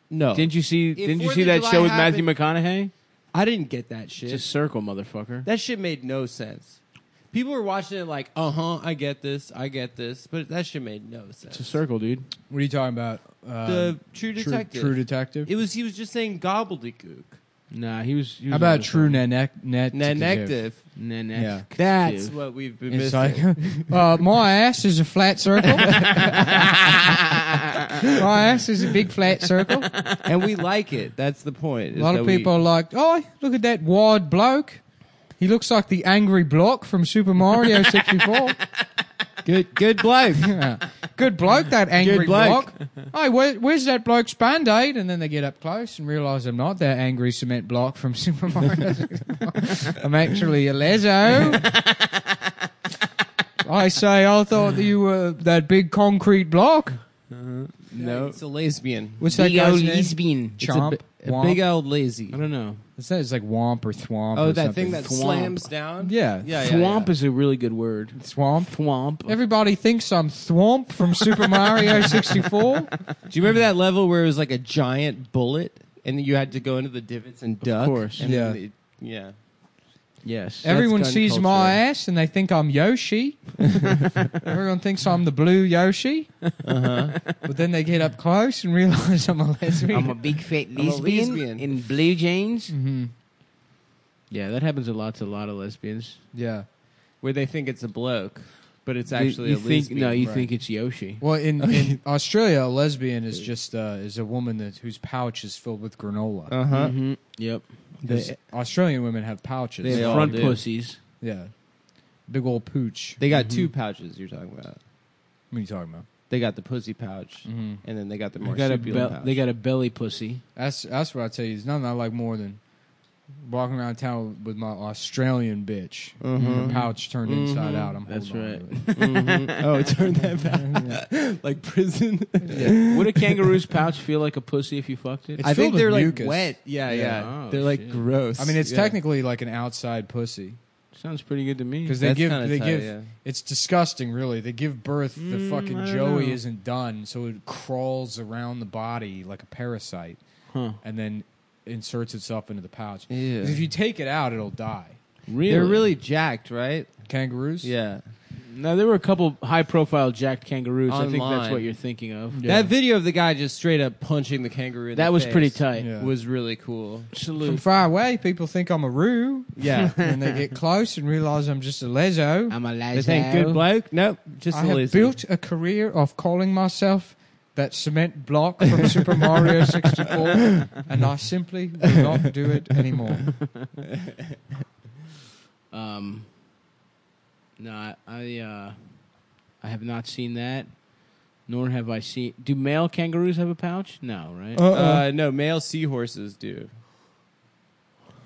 S2: no,
S1: Didn't you see? didn't you
S2: Fourth
S1: see
S2: of
S1: that
S2: July
S1: show with
S2: happened-
S1: Matthew McConaughey?
S2: I didn't get that shit.
S1: Just circle, motherfucker.
S2: that shit made no sense. People were watching it like, uh huh, I get this, I get this, but that shit made no sense.
S1: It's a circle, dude.
S4: What are you talking about? Uh,
S2: the True Detective.
S4: Detective.
S2: It was he was just saying gobbledygook.
S1: Nah, he was. He was
S4: How about true net net
S2: Nanective.
S1: Nah, nah, [laughs]
S4: Yeah.
S2: That's what we've been
S4: It's
S2: missing.
S4: like, [laughs] uh, my ass is a
S2: [laughs]
S4: flat circle.
S3: My ass is a big flat circle.
S2: and we like it. That's the point.
S4: A lot of people are like, oh, look at that wide bloke. He looks like the angry block from
S2: [laughs]
S4: Super Mario 64.
S2: good, good bloke.
S4: Yeah. [laughs] Good bloke, that angry
S2: Good bloke.
S4: bloke. Hey, where, where's that bloke's band aid? And then they get up close and realize I'm not that angry cement block from [laughs] Super Mario 64. I'm actually
S2: [laughs]
S4: a lezo. I say, I thought that you were that big concrete block.
S2: no, it's a lesbian.
S4: What's that
S1: Big old
S4: guy's name?
S1: lesbian.
S2: It's a,
S4: Chomp.
S2: bi- a
S4: Womp.
S2: big old lazy.
S1: I don't know.
S4: What's that? It's like womp or thwomp.
S2: Oh,
S4: or
S2: that
S4: something.
S2: thing that
S1: Thwomp.
S2: slams down.
S4: Yeah.
S2: yeah, yeah.
S1: Thwomp
S2: yeah.
S1: is a really good word.
S4: Swamp.
S1: Thwomp.
S4: Everybody thinks I'm Thwomp from Super Mario 64.
S2: Do you remember that level where it was like a giant bullet, and then you had to go into the divots and duck?
S1: course.
S2: And then
S4: Yeah.
S2: it- yeah.
S1: yes.
S4: Everyone
S1: That's gun
S4: sees
S1: culture.
S4: my ass and they think
S1: [laughs]
S4: I'm Yoshi. Everyone thinks I'm the blue Yoshi. But then they get up close and realize I'm a lesbian.
S1: Uh-huh. I'm a big fat
S2: a
S1: lesbian,
S2: lesbian.
S1: in blue jeans.
S4: Mm-hmm.
S1: Yeah, that happens a lot to a lot of lesbians.
S4: yeah.
S2: Where they think it's a bloke, but it's
S1: You-
S2: actually
S1: you
S2: a
S1: think
S2: lesbian.
S1: no, you think it's Yoshi.
S4: Well, in, in
S1: [laughs]
S4: Australia, a lesbian is just uh, is a woman that, whose pouch is filled with granola.
S2: Uh huh.
S1: Mm-hmm. Yep,
S4: 'Cause Australian women have pouches.
S1: they,
S2: They
S1: have
S2: all
S1: front
S2: do.
S1: pussies.
S4: yeah. Big old pooch.
S2: They got
S1: Mm-hmm.
S2: two pouches. You're talking about.
S4: What are you talking about? Mm-hmm.
S2: They got the pussy pouch, and then they got the
S1: They got a
S2: marsupial
S1: bel-
S2: pouch.
S1: they got a belly pussy.
S4: That's that's what I tell you. There's nothing I like more than walking around town with my Australian bitch, her pouch turned
S2: Mm-hmm.
S4: inside out. I'm
S1: That's
S4: holding on to
S1: right.
S4: it.
S2: oh,
S1: [laughs]
S2: turn that back. [laughs] like prison.
S1: Would a kangaroo's pouch feel like a pussy if you fucked it?
S4: It's
S2: I
S4: filled
S2: think
S4: with
S2: they're like
S4: mucus.
S2: wet. Yeah,
S1: Yeah.
S2: yeah.
S1: Oh,
S2: they're like
S1: shit.
S2: gross.
S4: I mean, it's
S2: Yeah.
S4: technically like an outside pussy
S1: Sounds pretty good to me.
S4: because they
S2: That's
S4: give
S2: kinda
S4: they
S2: tight,
S4: give.
S2: yeah.
S4: It's disgusting, really. They give birth. The fucking
S1: I don't
S4: Joey
S1: know.
S4: isn't done, so it crawls around the body like a parasite,
S1: Huh.
S4: and then inserts itself into the pouch.
S2: Ew.
S4: 'Cause If you take it out, it'll die.
S1: Really?
S2: They're really jacked, right?
S4: Kangaroos.
S2: Yeah.
S1: Now there were a couple high-profile jacked kangaroos. I think that's
S2: Online.
S1: what you're thinking of.
S2: That video of the guy just straight up punching the kangaroo. In
S1: That
S2: the
S1: was
S2: face
S1: pretty tight.
S4: Yeah.
S2: Was really cool.
S4: From
S1: Salute.
S4: far away, people think I'm a roo.
S2: Yeah.
S4: and they get close and realize I'm just a
S1: [laughs]
S4: lezo.
S1: I'm a
S2: they think good bloke. Nope. Just
S4: I
S2: a
S4: have
S2: lizard.
S4: built a career of calling myself that cement block from
S1: [laughs]
S4: Super Mario 64, and I simply will not do it anymore.
S1: Um, no, I I, uh, I have not seen that, nor have I seen. Do male kangaroos have a pouch? No, right?
S2: Uh, no, male seahorses do.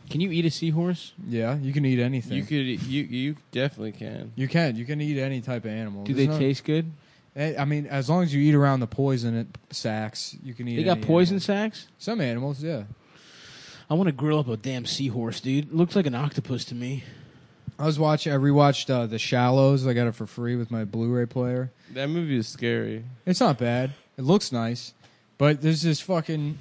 S1: Can you eat a seahorse?
S4: yeah, you can eat anything.
S2: You
S4: You
S2: could. You you definitely can.
S4: can. You can eat any type of animal.
S1: Do
S4: There's
S1: they
S4: no-
S1: taste good?
S4: Eh, I mean, as long as you eat around the poison it, sacks, you can eat.
S1: They got
S4: any
S1: poison
S4: animal.
S1: sacks.
S4: Some animals, yeah.
S1: I want to grill up a damn seahorse, dude. Looks like an octopus to me.
S4: I was watching. I rewatched uh, The Shallows. I got it for free with my Blu-ray player.
S2: That movie is scary.
S4: It's not bad. It looks nice, but there's this fucking.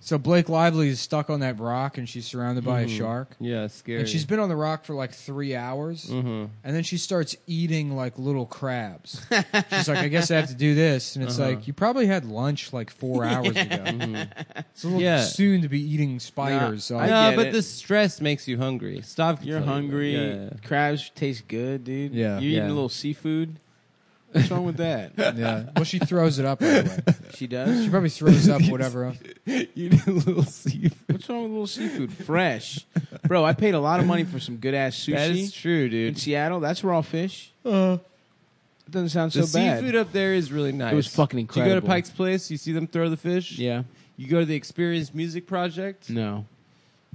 S4: So Blake Lively is stuck on that rock, and she's surrounded by a shark.
S2: Yeah, scary.
S4: And she's been on the rock for like three hours,
S2: Mhm.
S4: and then she starts eating like little crabs. she's like, "I guess I have to do this," and it's like, "You probably had lunch like four hours ago. It's a little
S2: Yeah.
S4: soon to be eating spiders." so
S2: No,
S4: I-
S1: get
S2: but
S1: it.
S2: the stress makes you hungry. Stop.
S1: You're
S2: complaining.
S1: hungry.
S2: Yeah.
S1: Crabs taste good, dude.
S4: Yeah.
S1: You're eating
S2: Yeah.
S1: a little seafood. What's wrong with that? [laughs]
S4: yeah. Well, she throws it up. Anyway.
S1: she does.
S4: She probably throws up whatever.
S2: [laughs] You need a little seafood.
S1: What's wrong with a little seafood? Fresh, bro. I paid a lot of money for some good ass sushi.
S2: That is true,
S1: in
S2: dude. Uh-huh.
S1: Seattle. That's raw fish. it doesn't sound so
S2: the
S1: bad.
S2: seafood up there is really nice.
S1: It was fucking
S2: Do you go to
S1: incredible.
S2: Pike's Place? You see them throw the fish.
S1: yeah.
S2: You go to the Experience Music Project.
S1: No.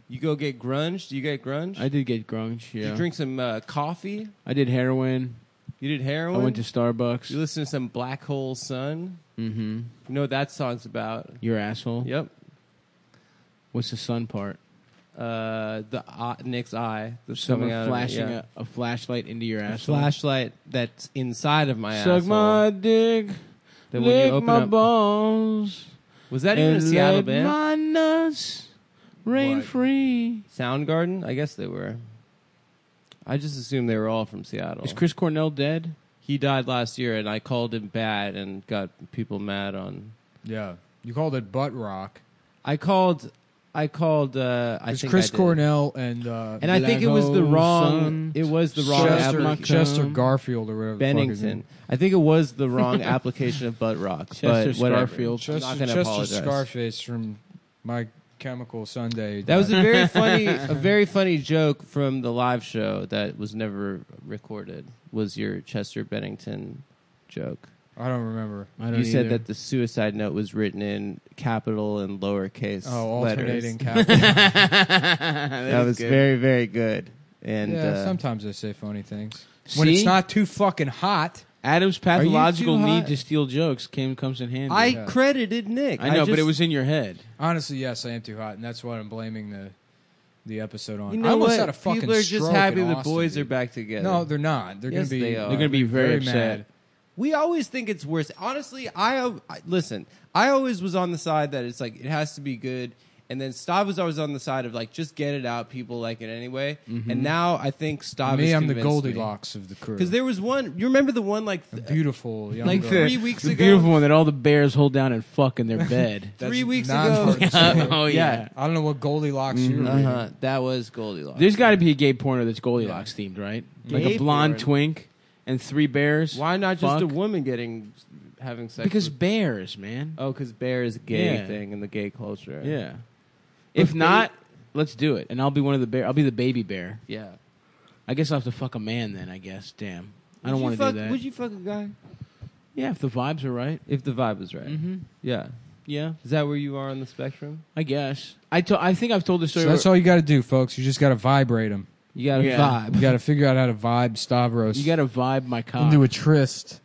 S2: You go get grunge. Do you get grunge?
S1: I did get grunge.
S2: Did
S1: Yeah.
S2: You drink some uh, coffee.
S1: I did heroin.
S2: You did heroin.
S1: I went to
S2: You
S1: Starbucks.
S2: listen to some Black Hole Sun.
S1: Mm-hmm.
S2: You know what that song's about.
S1: You're asshole.
S2: Yep.
S1: What's the sun part?
S2: Uh, the uh, Nick's eye. That's
S1: Someone
S2: coming out
S1: flashing
S2: of it, yeah.
S1: a, a flashlight into your asshole.
S2: flashlight that's inside of my
S1: Suck
S2: asshole.
S1: my dick.
S2: That when you
S1: lick
S2: open
S1: my
S2: up-
S1: balls.
S2: Was that even a
S1: and
S2: Seattle
S1: let
S2: band?
S1: my nuts rain
S2: What?
S1: free.
S2: Soundgarden? I guess they were. I just assumed they were all from Seattle.
S1: Is Chris Cornell dead?
S2: he died last year, and I called him bad and got people mad on.
S4: Yeah. You called it butt rock.
S2: I called I called. Uh, I
S4: It's
S2: think I
S4: Chris
S2: did.
S4: Cornell and uh,
S2: and I think it was the
S3: Black
S2: wrong.
S3: Sun,
S2: it was the wrong
S4: Chester,
S2: application.
S4: Chester Garfield or whatever. the fuck his name-
S2: Bennington. I think it was the wrong application of butt rock.
S1: Chester
S2: but whatever.
S1: Scarfield.
S2: I'm
S4: Chester,
S2: not going to
S4: Chester
S2: apologize.
S4: Scarface from My Chemical Sunday.
S2: That was a very funny, a very funny joke from the live show that was never recorded. Was your Chester Bennington joke?
S4: I don't remember.
S1: I don't
S2: You said
S1: either.
S2: that the suicide note was written in capital and lowercase.
S4: Oh,
S2: letters.
S4: alternating
S2: [laughs]
S4: capital.
S2: that, was very, very good. And
S4: yeah,
S2: uh,
S4: sometimes I say funny things when it's
S1: See?
S4: not too fucking hot.
S1: Adam's pathological
S2: too
S1: need
S2: hot?
S1: to steal jokes came comes in handy.
S2: I
S4: Yeah.
S2: credited Nick.
S1: I know, but
S2: just-
S1: it was in your head.
S4: Honestly, yes, I am too hot, and that's what I'm blaming the the episode on.
S2: You
S4: I
S2: know
S4: almost
S2: what?
S4: had a fucking
S2: People are just
S4: stroke
S2: happy
S4: in
S2: the
S4: Austin,
S2: boys are
S4: dude.
S2: back together.
S4: No, they're not. They're
S2: Yes,
S4: gonna be.
S2: they are.
S1: They're going to be very,
S4: very
S1: upset.
S4: mad.
S2: We always think it's worse. Honestly, I, I- listen. I always was on the side that it's like it has to be good, and then Stav was always on the side of like just get it out. People like it anyway. And now I think Stav.
S4: Mm-hmm. me,
S2: has
S4: I'm the
S2: convinced
S4: Goldilocks of the crew.
S2: Because there was one. You remember the one like th-
S4: beautiful young
S2: like
S4: girl.
S2: three weeks
S1: the
S2: ago.
S1: beautiful one that all the bears hold down and fuck in
S2: [laughs]
S1: their bed.
S4: That's
S2: three weeks
S4: not
S2: ago.
S1: [laughs]
S4: part of the story.
S1: oh yeah. Mm-hmm.
S4: I don't know what Goldilocks you were. reading.
S2: Uh-huh, that was Goldilocks.
S1: There's got to be a gay porno that's Goldilocks themed, right? like
S2: Gay
S1: a blonde
S2: porn.
S1: twink and three bears.
S2: Why not just
S1: Fuck.
S2: a woman getting having sex?
S1: Because
S2: with-
S1: bears, man.
S2: oh, because bear is a gay
S1: Yeah.
S2: thing in the gay culture.
S1: Yeah. If not, let's do it, and I'll be one of the bear. I'll be the baby bear.
S2: yeah.
S1: I guess I'll have to fuck a man then. I guess. Damn. I don't
S2: Would you
S1: want to do
S2: fuck-
S1: that.
S2: Would you fuck a guy
S1: yeah, if the vibes are right.
S2: if the vibe was right? Yeah.
S1: Yeah,
S2: Is that where you are on the spectrum?
S1: I guess. I to- I think I've told this
S4: So
S1: story.
S4: that's all you got to do, folks. You just got to vibrate them.
S2: You got a
S1: Yeah.
S2: vibe.
S4: You got to figure out how to vibe Stavros
S1: you got to vibe my cock.
S4: into a tryst.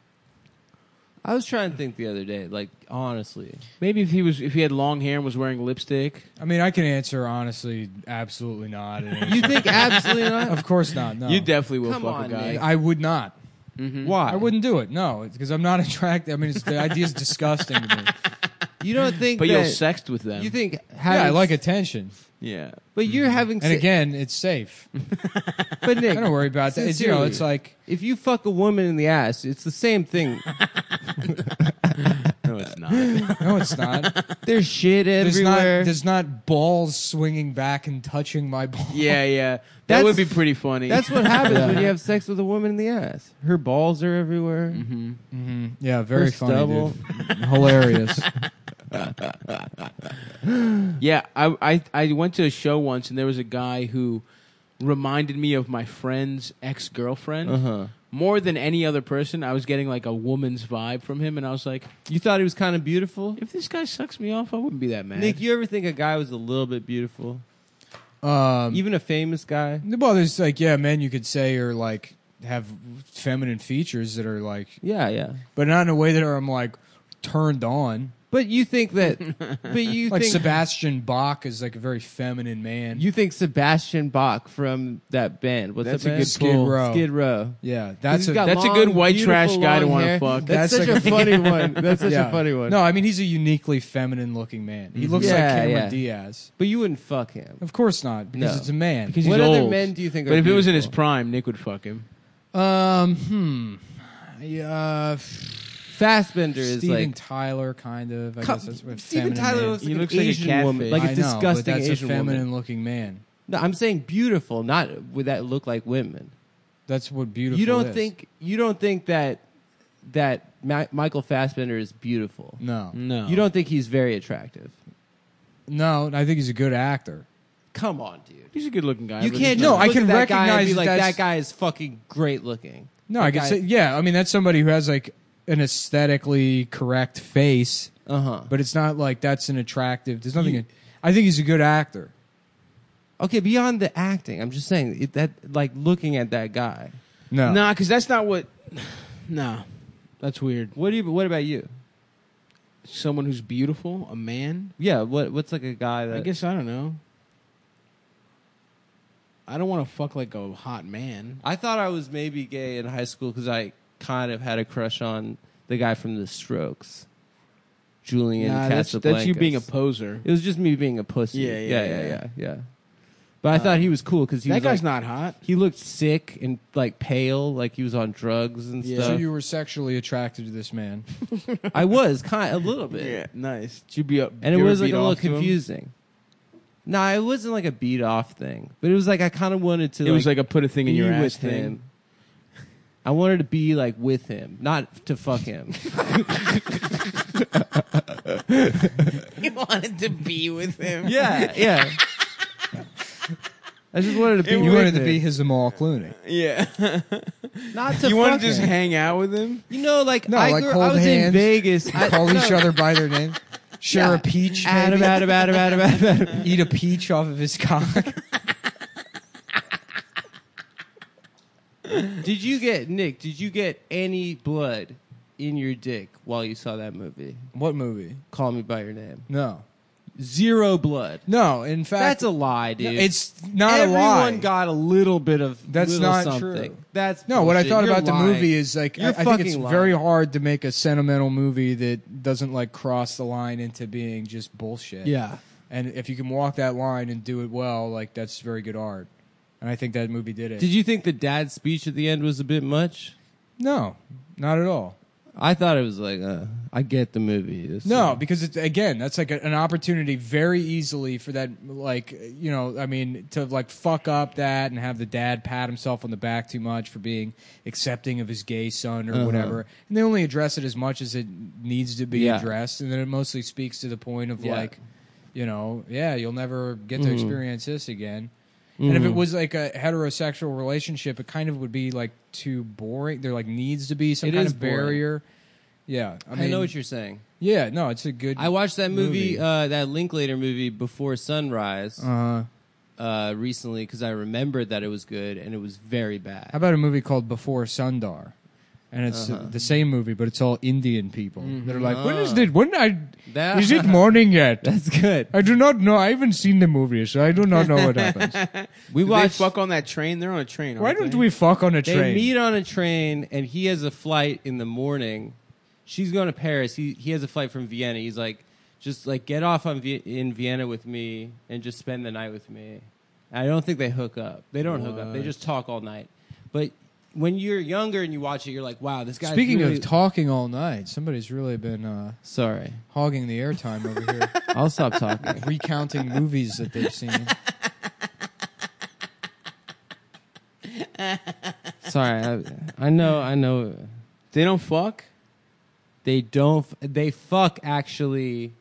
S2: I was trying to think the other day, like honestly,
S1: Maybe if he was if he had long hair and was wearing lipstick.
S4: I mean, I can answer honestly, absolutely not.
S1: [laughs]
S2: you think absolutely not.
S4: of course not. No,
S1: You Mm-hmm. definitely will
S2: Oh, Come
S1: fuck
S2: on,
S1: a guy.
S2: Nick.
S4: I would not.
S2: Why?
S4: I wouldn't do it. No, because I'm not [laughs] attracted. I mean, it's, the idea is disgusting to me.
S2: You don't think,
S1: But
S2: that,
S1: you'll sexed with them.
S2: You think?
S4: Yeah,
S2: Having,
S4: I like attention,
S2: [laughs]
S1: yeah.
S2: But you're having.
S4: and
S2: se-
S4: again, it's safe.
S2: but
S4: I
S2: Nick,
S4: don't worry about that. It's, you know,
S2: Sincerely.
S4: it's like
S2: if you fuck a woman in the ass, it's the same
S4: [laughs]
S2: thing.
S1: No, it's not.
S4: no, it's
S2: [laughs]
S4: not.
S2: There's shit
S4: There's not.
S2: everywhere.
S4: There's not balls swinging back and touching my
S1: [laughs]
S4: balls.
S2: [laughs]
S1: yeah, yeah. That
S2: That's-
S1: would be pretty funny.
S2: That's what happens when you have sex with a woman in the ass. Her balls are everywhere.
S4: yeah, very
S2: First
S4: funny,
S2: double.
S4: dude.
S2: [laughs]
S4: Hilarious.
S1: Yeah, I, I I went to a show once and there was a guy who reminded me of my friend's ex girlfriend
S2: Uh-huh.
S1: more than any other person. I was getting like a woman's vibe from him, and I was like,
S2: You thought he was kind of beautiful,
S1: if this guy sucks me off, I wouldn't be that mad.
S2: Nick. You ever think a guy was a little bit beautiful,
S4: Um,
S2: even a famous guy?
S4: well, there's like yeah, men you could say are like have feminine features that are like,
S2: Yeah, yeah.
S4: but not in a way that are I'm like turned on.
S2: But you think
S1: [laughs]
S2: that? but you
S4: Like
S2: think
S4: Sebastian Bach is like a very feminine man.
S2: you think Sebastian Bach from that band? What's
S1: That's
S2: that
S1: a
S2: band?
S1: good
S4: Skid pull. Row.
S2: Skid Row.
S4: yeah,
S2: He's
S4: that's a
S2: got
S1: That's a
S2: long,
S1: good white
S2: beautiful,
S1: trash guy to
S2: long
S4: wanna
S2: hair.
S1: fuck.
S2: That's,
S4: That's
S2: such a
S1: [laughs]
S2: funny one. [laughs] That's such
S4: yeah.
S2: a funny one. Mm-hmm.
S4: No, I mean he's a uniquely feminine looking man. He looks like
S2: Yeah,
S4: Cameron
S2: yeah.
S4: Diaz.
S2: but you wouldn't fuck him.
S4: Of course not, because
S2: No.
S4: it's a man.
S1: because he's
S2: What
S1: old.
S2: other men do you think?
S1: but
S2: are
S1: if it was in his
S2: beautiful?
S1: prime, Nick would fuck him.
S4: um, hmm, yeah, uh,
S2: Fastbender is
S4: Steven
S2: like
S4: Tyler, kind of. I
S2: Come-
S4: guess that's what
S2: Steven
S4: feminine
S2: Tyler
S4: man-
S2: looks
S1: He
S2: like
S1: looks
S2: an
S1: like a
S2: Asian woman,
S1: catfish.
S2: like
S4: I
S2: a
S4: know, but
S2: disgusting
S4: that's
S2: Asian
S4: a feminine
S2: woman.
S4: looking man.
S2: No, I'm saying beautiful, not would that look like women.
S4: That's what beautiful.
S2: you don't
S4: is.
S2: think you don't think that that Ma- Michael Fassbender is beautiful.
S4: No,
S1: No,
S2: You don't think he's very attractive.
S4: no. I think he's a good actor.
S2: Come on, dude.
S1: He's a good looking guy.
S2: You
S1: but
S2: can't
S1: he's
S4: No,
S2: just
S4: I
S2: look
S4: can
S2: at that guy and
S4: recognize
S2: be like
S4: that's-
S2: that guy is fucking great looking.
S4: No,
S2: That
S4: I could
S2: guy-
S4: say yeah. I mean, that's somebody who has like an aesthetically correct face,
S2: Uh-huh.
S4: but it's not like that's an attractive. There's nothing. I think he's a good actor.
S2: Okay, beyond the acting, I'm just saying it, that like looking at that guy.
S4: No,
S1: Nah, because that's not what. [sighs] Nah, that's weird.
S2: What do you what about you?
S1: Someone who's beautiful, a man.
S2: Yeah, what what's like a guy that
S1: I guess I don't know. I don't want to fuck like a hot man.
S2: I thought I was maybe gay in high school cuz I kind of had a crush on the guy from The Strokes. Julian
S1: Nah, that's,
S2: Casablancas.
S1: that's you being a poser.
S2: It was just me being a pussy.
S1: Yeah, yeah,
S2: yeah, yeah.
S1: yeah.
S2: yeah. But I thought he was cool because he
S1: That
S2: was
S1: guy's
S2: like,
S1: not hot.
S2: he looked sick and like pale, like he was on drugs and
S1: Yeah.
S4: So
S2: stuff.
S4: you were sexually attracted to this man.
S2: I was kind a little bit,
S1: nice. Did you be up,
S2: and it
S1: you ever
S2: was like
S1: beat
S2: a little
S1: off to him?
S2: confusing. No, nah, it wasn't like a beat off thing, but it was like I kind of wanted to.
S1: It was like a put a thing in
S2: be
S1: your ass
S2: with
S1: thing.
S2: him. I wanted to be like with him, not to
S1: [laughs]
S2: fuck him.
S9: You wanted to be
S1: [laughs]
S9: with him.
S2: yeah, yeah. I just wanted to be.
S4: You
S2: with
S4: wanted to
S2: him.
S4: be his Jamal Clooney.
S9: Yeah.
S2: not
S9: you
S2: to. fuck
S9: want to just
S2: him.
S9: hang out with him?
S2: You know, like
S4: No,
S2: I,
S4: like
S2: grew- I
S4: hold
S2: was in
S4: hands,
S2: Vegas. I,
S4: Call
S2: no,
S4: each other by their name. Share
S2: Yeah.
S4: a peach.
S2: Adam,
S4: maybe?
S2: Adam, Adam, Adam, Adam, Adam.
S4: Eat a peach off of his cock.
S2: Did you get Nick? Did you get any blood in your dick while you saw that movie?
S4: what movie?
S2: Call me by your name.
S4: No.
S2: Zero blood.
S4: No, in fact,
S2: That's a lie, dude.
S4: It's not
S2: Everyone
S4: a lie.
S2: got a little bit of.
S4: That's
S2: little
S4: not
S2: something.
S4: true.
S2: That's
S4: no, what I
S2: bullshit.
S4: thought
S2: You're
S4: about
S2: lying.
S4: the movie is like I,
S2: You're
S4: I think it's
S2: fucking lying.
S4: very hard to make a sentimental movie that doesn't like cross the line into being just bullshit.
S1: Yeah.
S4: and if you can walk that line and do it well, like that's very good art. And I think that movie did it.
S2: Did you think the dad's speech at the end was a bit much?
S4: no, not at all.
S2: I thought it was like, uh, I get the movie. This
S4: No, because it's again, that's like a, an opportunity very easily for that, like you know, I mean, to like fuck up that and have the dad pat himself on the back too much for being accepting of his gay son or
S2: Uh-huh.
S4: whatever, and they only address it as much as it needs to be
S2: Yeah.
S4: addressed, and then it mostly speaks to the point of
S2: Yeah. Mm-hmm.
S4: like, you know, yeah, you'll never get to experience this again. And if it was like a heterosexual relationship, it kind of would be like too boring. There like needs to be some
S2: It
S4: kind
S2: is
S4: of
S2: boring.
S4: barrier. Yeah, I,
S2: I,
S4: mean,
S2: know what you're saying.
S4: yeah, no, it's a good.
S2: I watched that movie,
S4: Movie.
S2: Uh, that Linklater movie, Before Sunrise, uh
S4: Uh,
S2: recently because I remembered that it was good and it was very bad.
S4: how about a movie called Before Sundar? And it's uh the same movie, but it's all Indian people. They're like, when is it? When I
S2: That-
S4: is it morning yet?
S2: That's good.
S4: I do not know. I haven't seen the movie, so I do not know what happens.
S2: We
S9: Did
S2: watched.
S9: they fuck on that train? They're on a train.
S4: Why
S9: aren't
S4: don't
S9: they?
S4: we fuck on a
S2: they
S4: train?
S2: meet on a train, and he has a flight in the morning. She's going to Paris. He he has a flight from Vienna. He's like, just like get off on v- in Vienna with me and just spend the night with me. I don't think they hook up. They don't hook up. They just talk all night. But when you're younger and you watch it, you're like, wow, this guy.
S4: Speaking
S2: really...
S4: of talking all night, somebody's really been uh,
S2: sorry,
S4: hogging the airtime over here,
S2: I'll stop talking.
S4: recounting movies that they've seen.
S2: sorry, I, I know, I know.
S9: They don't fuck.
S2: They don't. f- They fuck actually.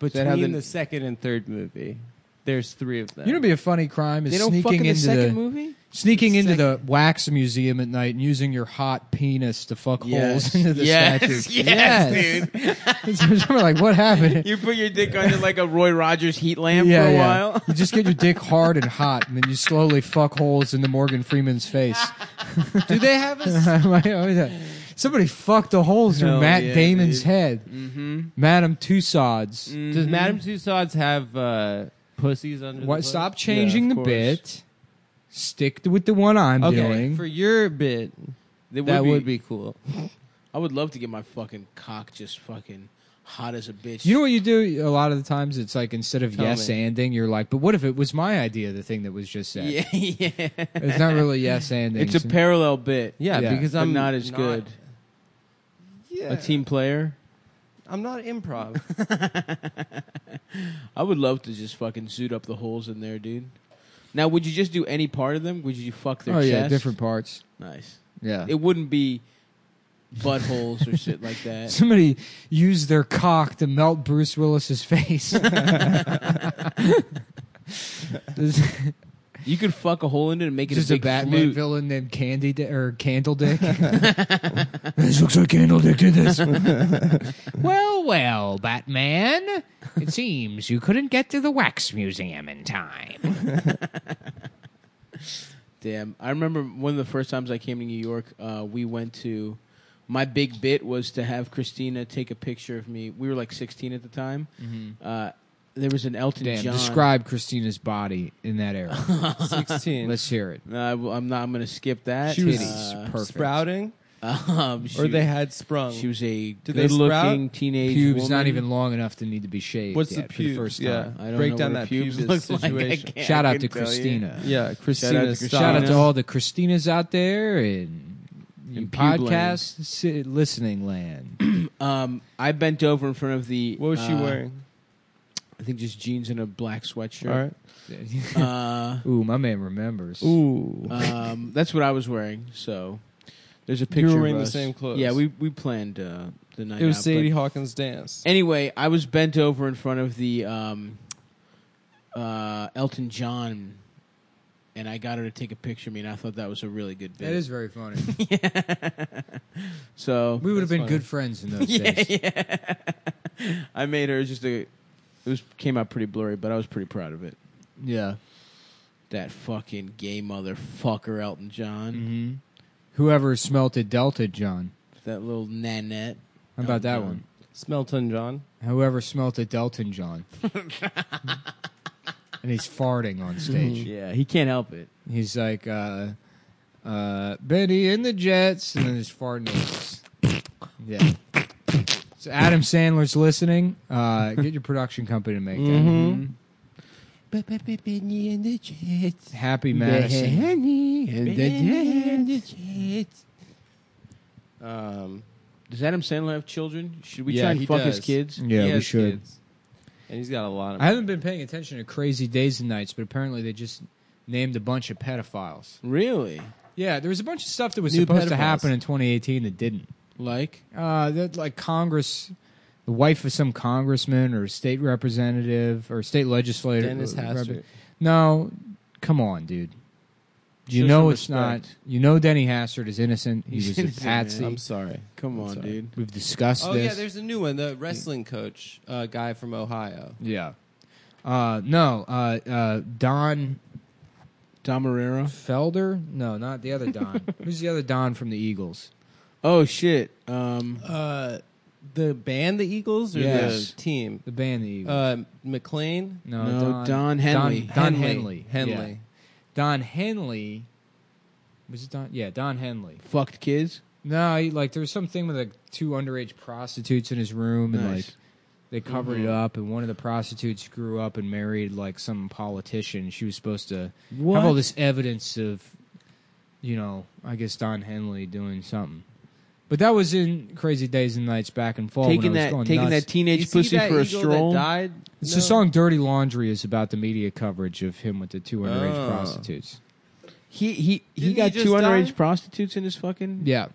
S9: that how
S2: Between
S9: the-
S2: the second and third movie, there's three of them.
S4: You know, what'd be a funny crime is
S9: They don't
S4: sneaking
S9: fuck in the
S4: into
S9: second movie.
S4: Sneaking
S9: The
S4: into the wax museum at night and using your hot penis to fuck holes [laughs] into the
S9: yes.
S4: statues.
S9: [laughs] Yes, dude.
S4: [laughs] Yes. I'm like, what happened?
S9: [laughs] You put your dick under like a Roy Rogers heat lamp
S4: yeah,
S9: for a
S4: yeah.
S9: while.
S4: You just get your dick hard and hot, and then you slowly fuck holes into Morgan Freeman's face.
S2: [laughs]
S9: [laughs]
S4: [laughs]
S2: do they have a
S4: I'm like, oh, yeah. Somebody fucked a hole through
S9: Hell
S4: Matt
S9: yeah,
S4: Damon's
S9: dude. Mm-hmm. Mm,
S4: head. Madame Tussauds.
S2: Does Madame Tussauds have uh, pussies under?
S4: What,
S2: the
S4: stop
S2: clothes?
S4: changing
S9: Yeah,
S4: the
S9: of
S4: bit. Stick to- with the one I'm
S2: Okay,
S4: doing.
S2: for your bit,
S9: They
S2: that would be cool.
S1: I would love to get my fucking cock just fucking hot as a bitch.
S4: You know what you do a lot of the times? It's like instead of
S2: Tell
S4: yes
S2: me.
S4: anding, you're like, but what if it was my idea, the thing that was just said?
S9: Yeah,
S2: [laughs]
S9: yeah.
S4: It's not
S1: [laughs]
S4: really yes anding.
S9: It's a parallel bit.
S2: Yeah,
S4: Yeah.
S2: because
S9: But
S2: I'm
S9: not as good.
S2: Yeah,
S9: A team player.
S2: I'm not improv.
S1: I would love to just fucking zoot up the holes in there, dude. Now, would you just do any part of them? Would you fuck their
S4: oh
S1: chest?
S4: yeah, different parts.
S1: Nice.
S4: [laughs] Yeah.
S1: It wouldn't be buttholes or shit like
S4: [laughs]
S1: that.
S4: Somebody used their cock to melt Bruce Willis's face.
S1: [laughs]
S4: There's
S1: You could fuck a hole in it and make it
S4: just
S1: a
S4: a
S1: big
S4: Batman
S1: flute.
S4: villain named Candy Di- or
S1: [laughs]
S4: Candle Dick. this looks like Candle Dick did this.
S1: [laughs]
S10: Well, well, Batman. It seems you couldn't get to the wax museum in
S1: [laughs]
S10: time.
S1: Damn. I remember one of the first times I came to New York, uh, we went to. My big bit was to have Christina take a picture of me. We were like 16 at the time. Uh, there was an Elton
S4: Mm-hmm. Damn,
S1: John.
S4: describe Christina's body in that era.
S2: 16
S4: Let's hear it.
S1: No, I, will- I'm not. I'm gonna skip that.
S4: She was
S1: Uh,
S4: perfect.
S2: sprouting,
S1: [laughs] um, she,
S2: or they had sprung.
S1: She was a
S2: they
S1: good-looking teenage
S4: Pubes
S1: woman.
S4: not even long enough to need to be shaved
S2: What's
S4: yet
S2: the
S4: for the
S2: pubes?
S4: first
S2: yeah,
S4: time.
S1: I don't
S2: break
S1: know
S2: down
S1: what a
S2: that
S1: pubes
S2: pubes,
S1: looks like. I
S2: situation.
S9: Yeah, I
S4: Shout out to
S9: couldn't tell you.
S4: Christina.
S2: Yeah, Christina.
S9: Christina.
S4: Shout out
S2: Stop.
S4: to all the Christinas out there in, in
S1: In pube
S4: podcast si- listening land.
S2: [coughs]
S1: Um, I bent over in front of the.
S2: What was she
S1: uh,
S2: wearing?
S1: I think just jeans and a black sweatshirt.
S2: All right.
S1: Uh,
S4: Ooh, my man remembers.
S2: Ooh.
S1: um, that's what I was wearing. So there's a picture.
S2: were
S1: of
S2: wearing the
S1: us.
S2: same clothes.
S1: Yeah, we we planned uh, the night.
S2: it was
S1: out, but-
S2: Sadie Hawkins' dance.
S1: Anyway, I was bent over in front of the um, uh, Elton John, and I got her to take a picture of me, and I thought that was a really good bit.
S4: That is
S2: [laughs]
S4: very funny.
S1: [laughs] so.
S4: We would have been
S2: funny.
S4: good friends
S2: [laughs]
S4: in
S1: [laughs]
S4: those
S1: yeah,
S4: days.
S1: yeah. [laughs] I made her just a. It was came out pretty blurry, but I was pretty proud of it.
S4: Yeah.
S1: That fucking gay motherfucker, Elton John.
S2: Mm-hmm.
S4: Whoever smelted Delta John.
S1: That little nanette.
S4: How about that
S1: Elton
S4: one?
S2: Smelton John.
S4: Whoever smelt a
S2: [laughs]
S4: Delton John. and he's farting on stage.
S1: Yeah, he can't help it.
S4: He's like, uh, uh, Benny and the Jets, and then he's farting. on s- yeah. So Adam Sandler's listening. Uh, get your production company to make that.
S2: Benny and the Jets.
S4: Happy Madison.
S2: and the Jets. Um,
S1: Does Adam Sandler have children? Should we
S2: Yeah,
S1: try and
S2: he
S1: fuck his
S2: does.
S1: kids?
S4: Yeah,
S2: he
S4: we
S2: has
S4: should.
S2: kids. And he's got a lot of.
S4: I haven't been paying attention to Crazy Days and Nights, but apparently they just named a bunch of pedophiles.
S1: Really?
S4: Yeah, there was a bunch of stuff that was
S2: New
S4: supposed to
S2: pedophiles.
S4: happen in 2018 that didn't.
S1: Like?
S4: Uh, that like Congress, the wife of some congressman or state representative or state legislator.
S2: Dennis
S4: uh, rep-
S2: Hastert.
S4: no, come on, dude. You
S1: Show
S4: know
S1: some
S4: it's not.
S1: respect.
S4: You know Denny Hastert is innocent. He
S1: He's
S4: was
S1: innocent,
S4: a
S1: man.
S4: patsy.
S2: I'm sorry.
S1: Come
S2: I'm
S1: on,
S2: sorry.
S1: dude.
S4: We've discussed
S2: Oh
S4: this.
S2: yeah, there's a new one. The wrestling coach, uh, guy from Ohio.
S4: yeah. Uh, no, uh, uh, Don
S1: Damarera?
S4: Felder. No, not the
S1: [laughs]
S4: other Don. Who's the other Don from the Eagles?
S1: Oh, shit. Um,
S2: Uh, the band, the Eagles, or
S1: Yes.
S2: the team?
S4: The band, the Eagles.
S2: Uh, McLean.
S4: no,
S1: no,
S4: Don,
S1: Don Henley.
S4: Don, Don
S2: Henley.
S4: Henley.
S2: Henley.
S4: Yeah. Don Henley. Was it Don? Yeah, Don Henley.
S1: fucked kids?
S4: No, he, like there was something with like two underage prostitutes in his room, and
S1: Nice. Mm-hmm.
S4: like they covered it up. And one of the prostitutes grew up and married like some politician. She was supposed to have all this evidence of, you know, I guess Don Henley doing something. But that was in Crazy Days and Nights back and forth.
S1: taking that taking that teenage
S2: You see
S1: pussy
S2: that
S1: for a
S2: eagle
S1: stroll?
S2: That died?
S4: It's
S2: No.
S4: the song "Dirty Laundry" is about the media coverage of him with the two underage
S2: Oh.
S4: prostitutes.
S1: He he, he
S2: Didn't
S1: got
S2: he
S1: two
S2: just
S1: underage
S2: die?
S1: prostitutes in his fucking.
S4: Yeah.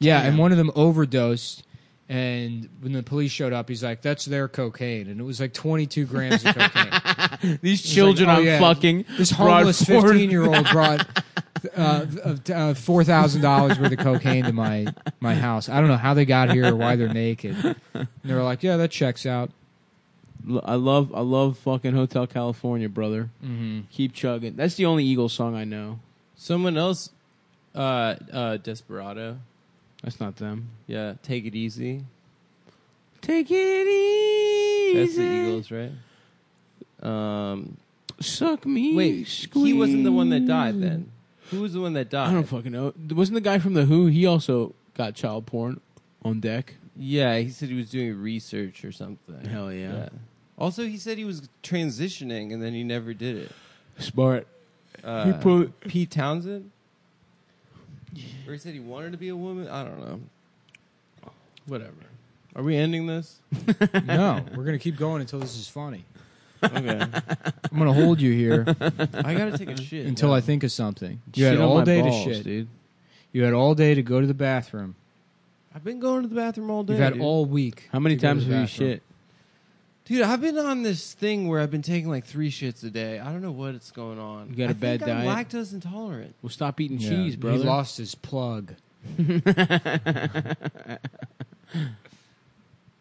S4: Yeah,
S1: Damn.
S4: and one of them overdosed. And when the police showed up, he's like, that's their cocaine. And it was like 22 grams of cocaine.
S1: These children
S4: oh,
S1: I'm
S4: yeah.
S1: fucking.
S4: this
S1: brought
S4: homeless
S1: forward-
S4: 15 year old brought uh, of- uh, $4,000 worth of cocaine to my, my house. I don't know how they got here or why they're naked. And they were like, yeah, that checks out.
S1: L- I love I love fucking Hotel California, brother.
S4: Mm-hmm.
S1: Keep chugging. That's the only Eagles song I know.
S2: Someone else. Uh, uh, Desperado.
S1: That's not them.
S2: Yeah, take it easy.
S1: Take it easy.
S2: That's the Eagles, right? Um,
S1: Suck me.
S2: wait, he
S1: squeeze.
S2: wasn't the one that died then. Who was the one that died?
S1: I don't fucking know. Wasn't the guy from the Who? He also got child porn on deck.
S2: yeah, he said he was doing research or something.
S1: Hell yeah.
S2: Also, he said he was transitioning and then he never did it.
S1: Smart.
S2: Uh,
S1: pro-
S2: Pete Townsend? Or he said he wanted to be a woman? I don't know. Whatever. Are we ending
S4: [laughs]
S2: this?
S4: No, we're going to keep going until this is funny.
S2: Okay.
S4: I'm going to hold you here
S2: I gotta take a shit.
S4: until
S2: now.
S4: I think of something. You had
S1: Shit on
S4: all
S1: my
S4: day
S1: balls,
S4: to shit.
S1: dude.
S4: You had all day to go to the bathroom.
S2: I've been going to the bathroom all day.
S4: You've had
S2: dude.
S4: all week.
S1: How many
S4: to go to
S1: times
S4: the
S1: have you
S4: bathroom.
S1: shit?
S2: Dude, I've been on this thing where I've been taking like three shits a day. I don't know what it's going on.
S1: You got
S2: a
S1: a bad
S2: think I'm
S1: diet?
S2: lactose intolerant.
S1: Well, stop eating
S4: Yeah.
S1: cheese, brother.
S4: He lost his plug.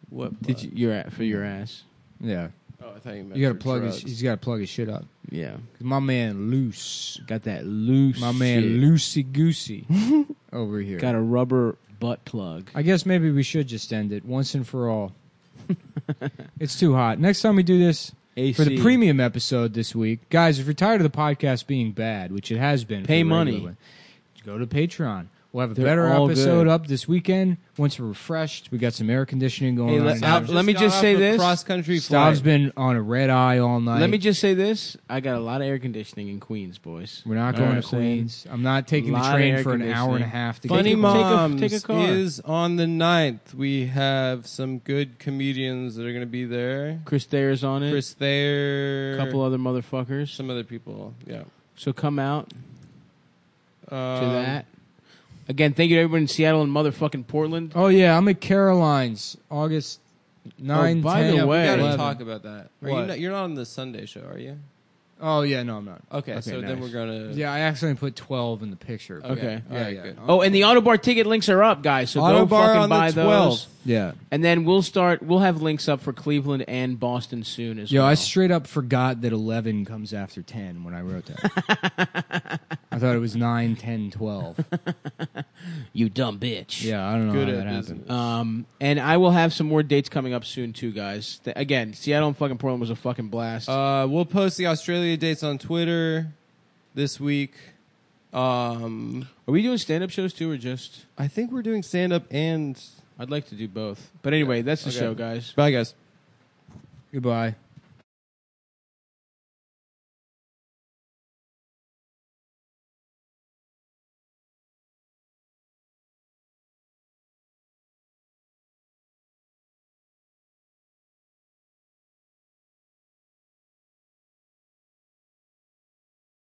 S2: What?
S1: Did you, your a- for your ass?
S4: Yeah,
S2: Oh, I thought you meant.
S4: you got
S2: for
S4: to plug his.
S2: drugs.
S4: He's got to plug his shit up.
S1: Yeah,
S4: 'Cause My man loose.
S1: got that loose.
S4: My man
S1: shit.
S4: loosey goosey
S1: [laughs]
S4: over here.
S1: got a rubber butt plug.
S4: I guess maybe we should just end it once and
S1: [laughs]
S4: for all. it's too hot. Next time we do this
S1: AC.
S4: for the premium episode this week, guys, if you're tired of the podcast being bad, which it has been,
S1: Pay
S4: for the regular
S1: money.
S4: one, go to Patreon. We'll have a
S1: They're
S4: better
S1: all
S4: episode
S1: good.
S4: up this weekend once we're refreshed. We got some air conditioning going
S1: Hey,
S4: on.
S1: let,
S4: in
S1: uh,
S4: here.
S1: let me
S11: Just got
S1: just
S11: off
S1: say
S11: a
S1: this.
S11: cross-country flight.
S4: Stav's been on a red eye all night.
S1: Let me just say this. I got a lot of air conditioning in Queens, boys.
S4: We're not
S1: You know
S4: going to
S1: what I'm saying?
S4: Queens. I'm not taking the
S1: Lot of
S4: train
S1: air
S4: for an hour and a
S1: conditioning.
S4: half to
S2: Funny
S1: Take a-
S4: get. to-
S1: take a-
S2: Moms
S1: take a car.
S2: is on the 9th. We have some good comedians that are going to be there.
S1: Chris Thayer's on it.
S2: Chris Thayer.
S1: a couple other motherfuckers.
S2: Some other people. Yeah.
S1: So come out to
S2: Um,
S1: that. Again, thank you to everyone in Seattle and motherfucking Portland.
S4: Oh yeah, I'm at Caroline's August 9,
S1: Oh, by the
S4: 10.
S2: Yeah, we
S1: way-
S2: got to
S1: 11.
S2: talk about that. Are you
S1: What?
S2: not, you're not on the Sunday show, are you?
S4: Oh yeah, no, I'm not.
S2: Okay,
S1: Okay,
S2: so
S1: nice.
S2: then we're going to.
S4: Yeah, I accidentally put 12 in the picture. but-
S1: Okay.
S2: All right, good.
S1: Oh, and the Autobar ticket links are up, guys. So go
S2: Autobar
S1: fucking
S2: on the
S1: buy
S2: 12th.
S1: those.
S4: Yeah.
S1: And then we'll start. We'll have links up for Cleveland and Boston soon as
S4: Yo,
S1: well.
S4: I straight up forgot that 11 comes after 10 when I wrote that. I thought it was 9, 10, 12.
S1: you dumb bitch.
S4: Yeah, I don't know
S2: Good
S4: how
S2: at
S4: that happened.
S2: business.
S1: Um, and I will have some more dates coming up soon too, guys. Th- again, Seattle and fucking Portland was a fucking blast.
S2: Uh, we'll post the Australia dates on Twitter this week. Um,
S1: are we doing stand up shows too, or just?
S2: I think we're doing stand up and.
S1: I'd like to do both. But anyway, that's the
S2: Okay.
S1: show, guys.
S2: Bye, guys.
S4: Goodbye.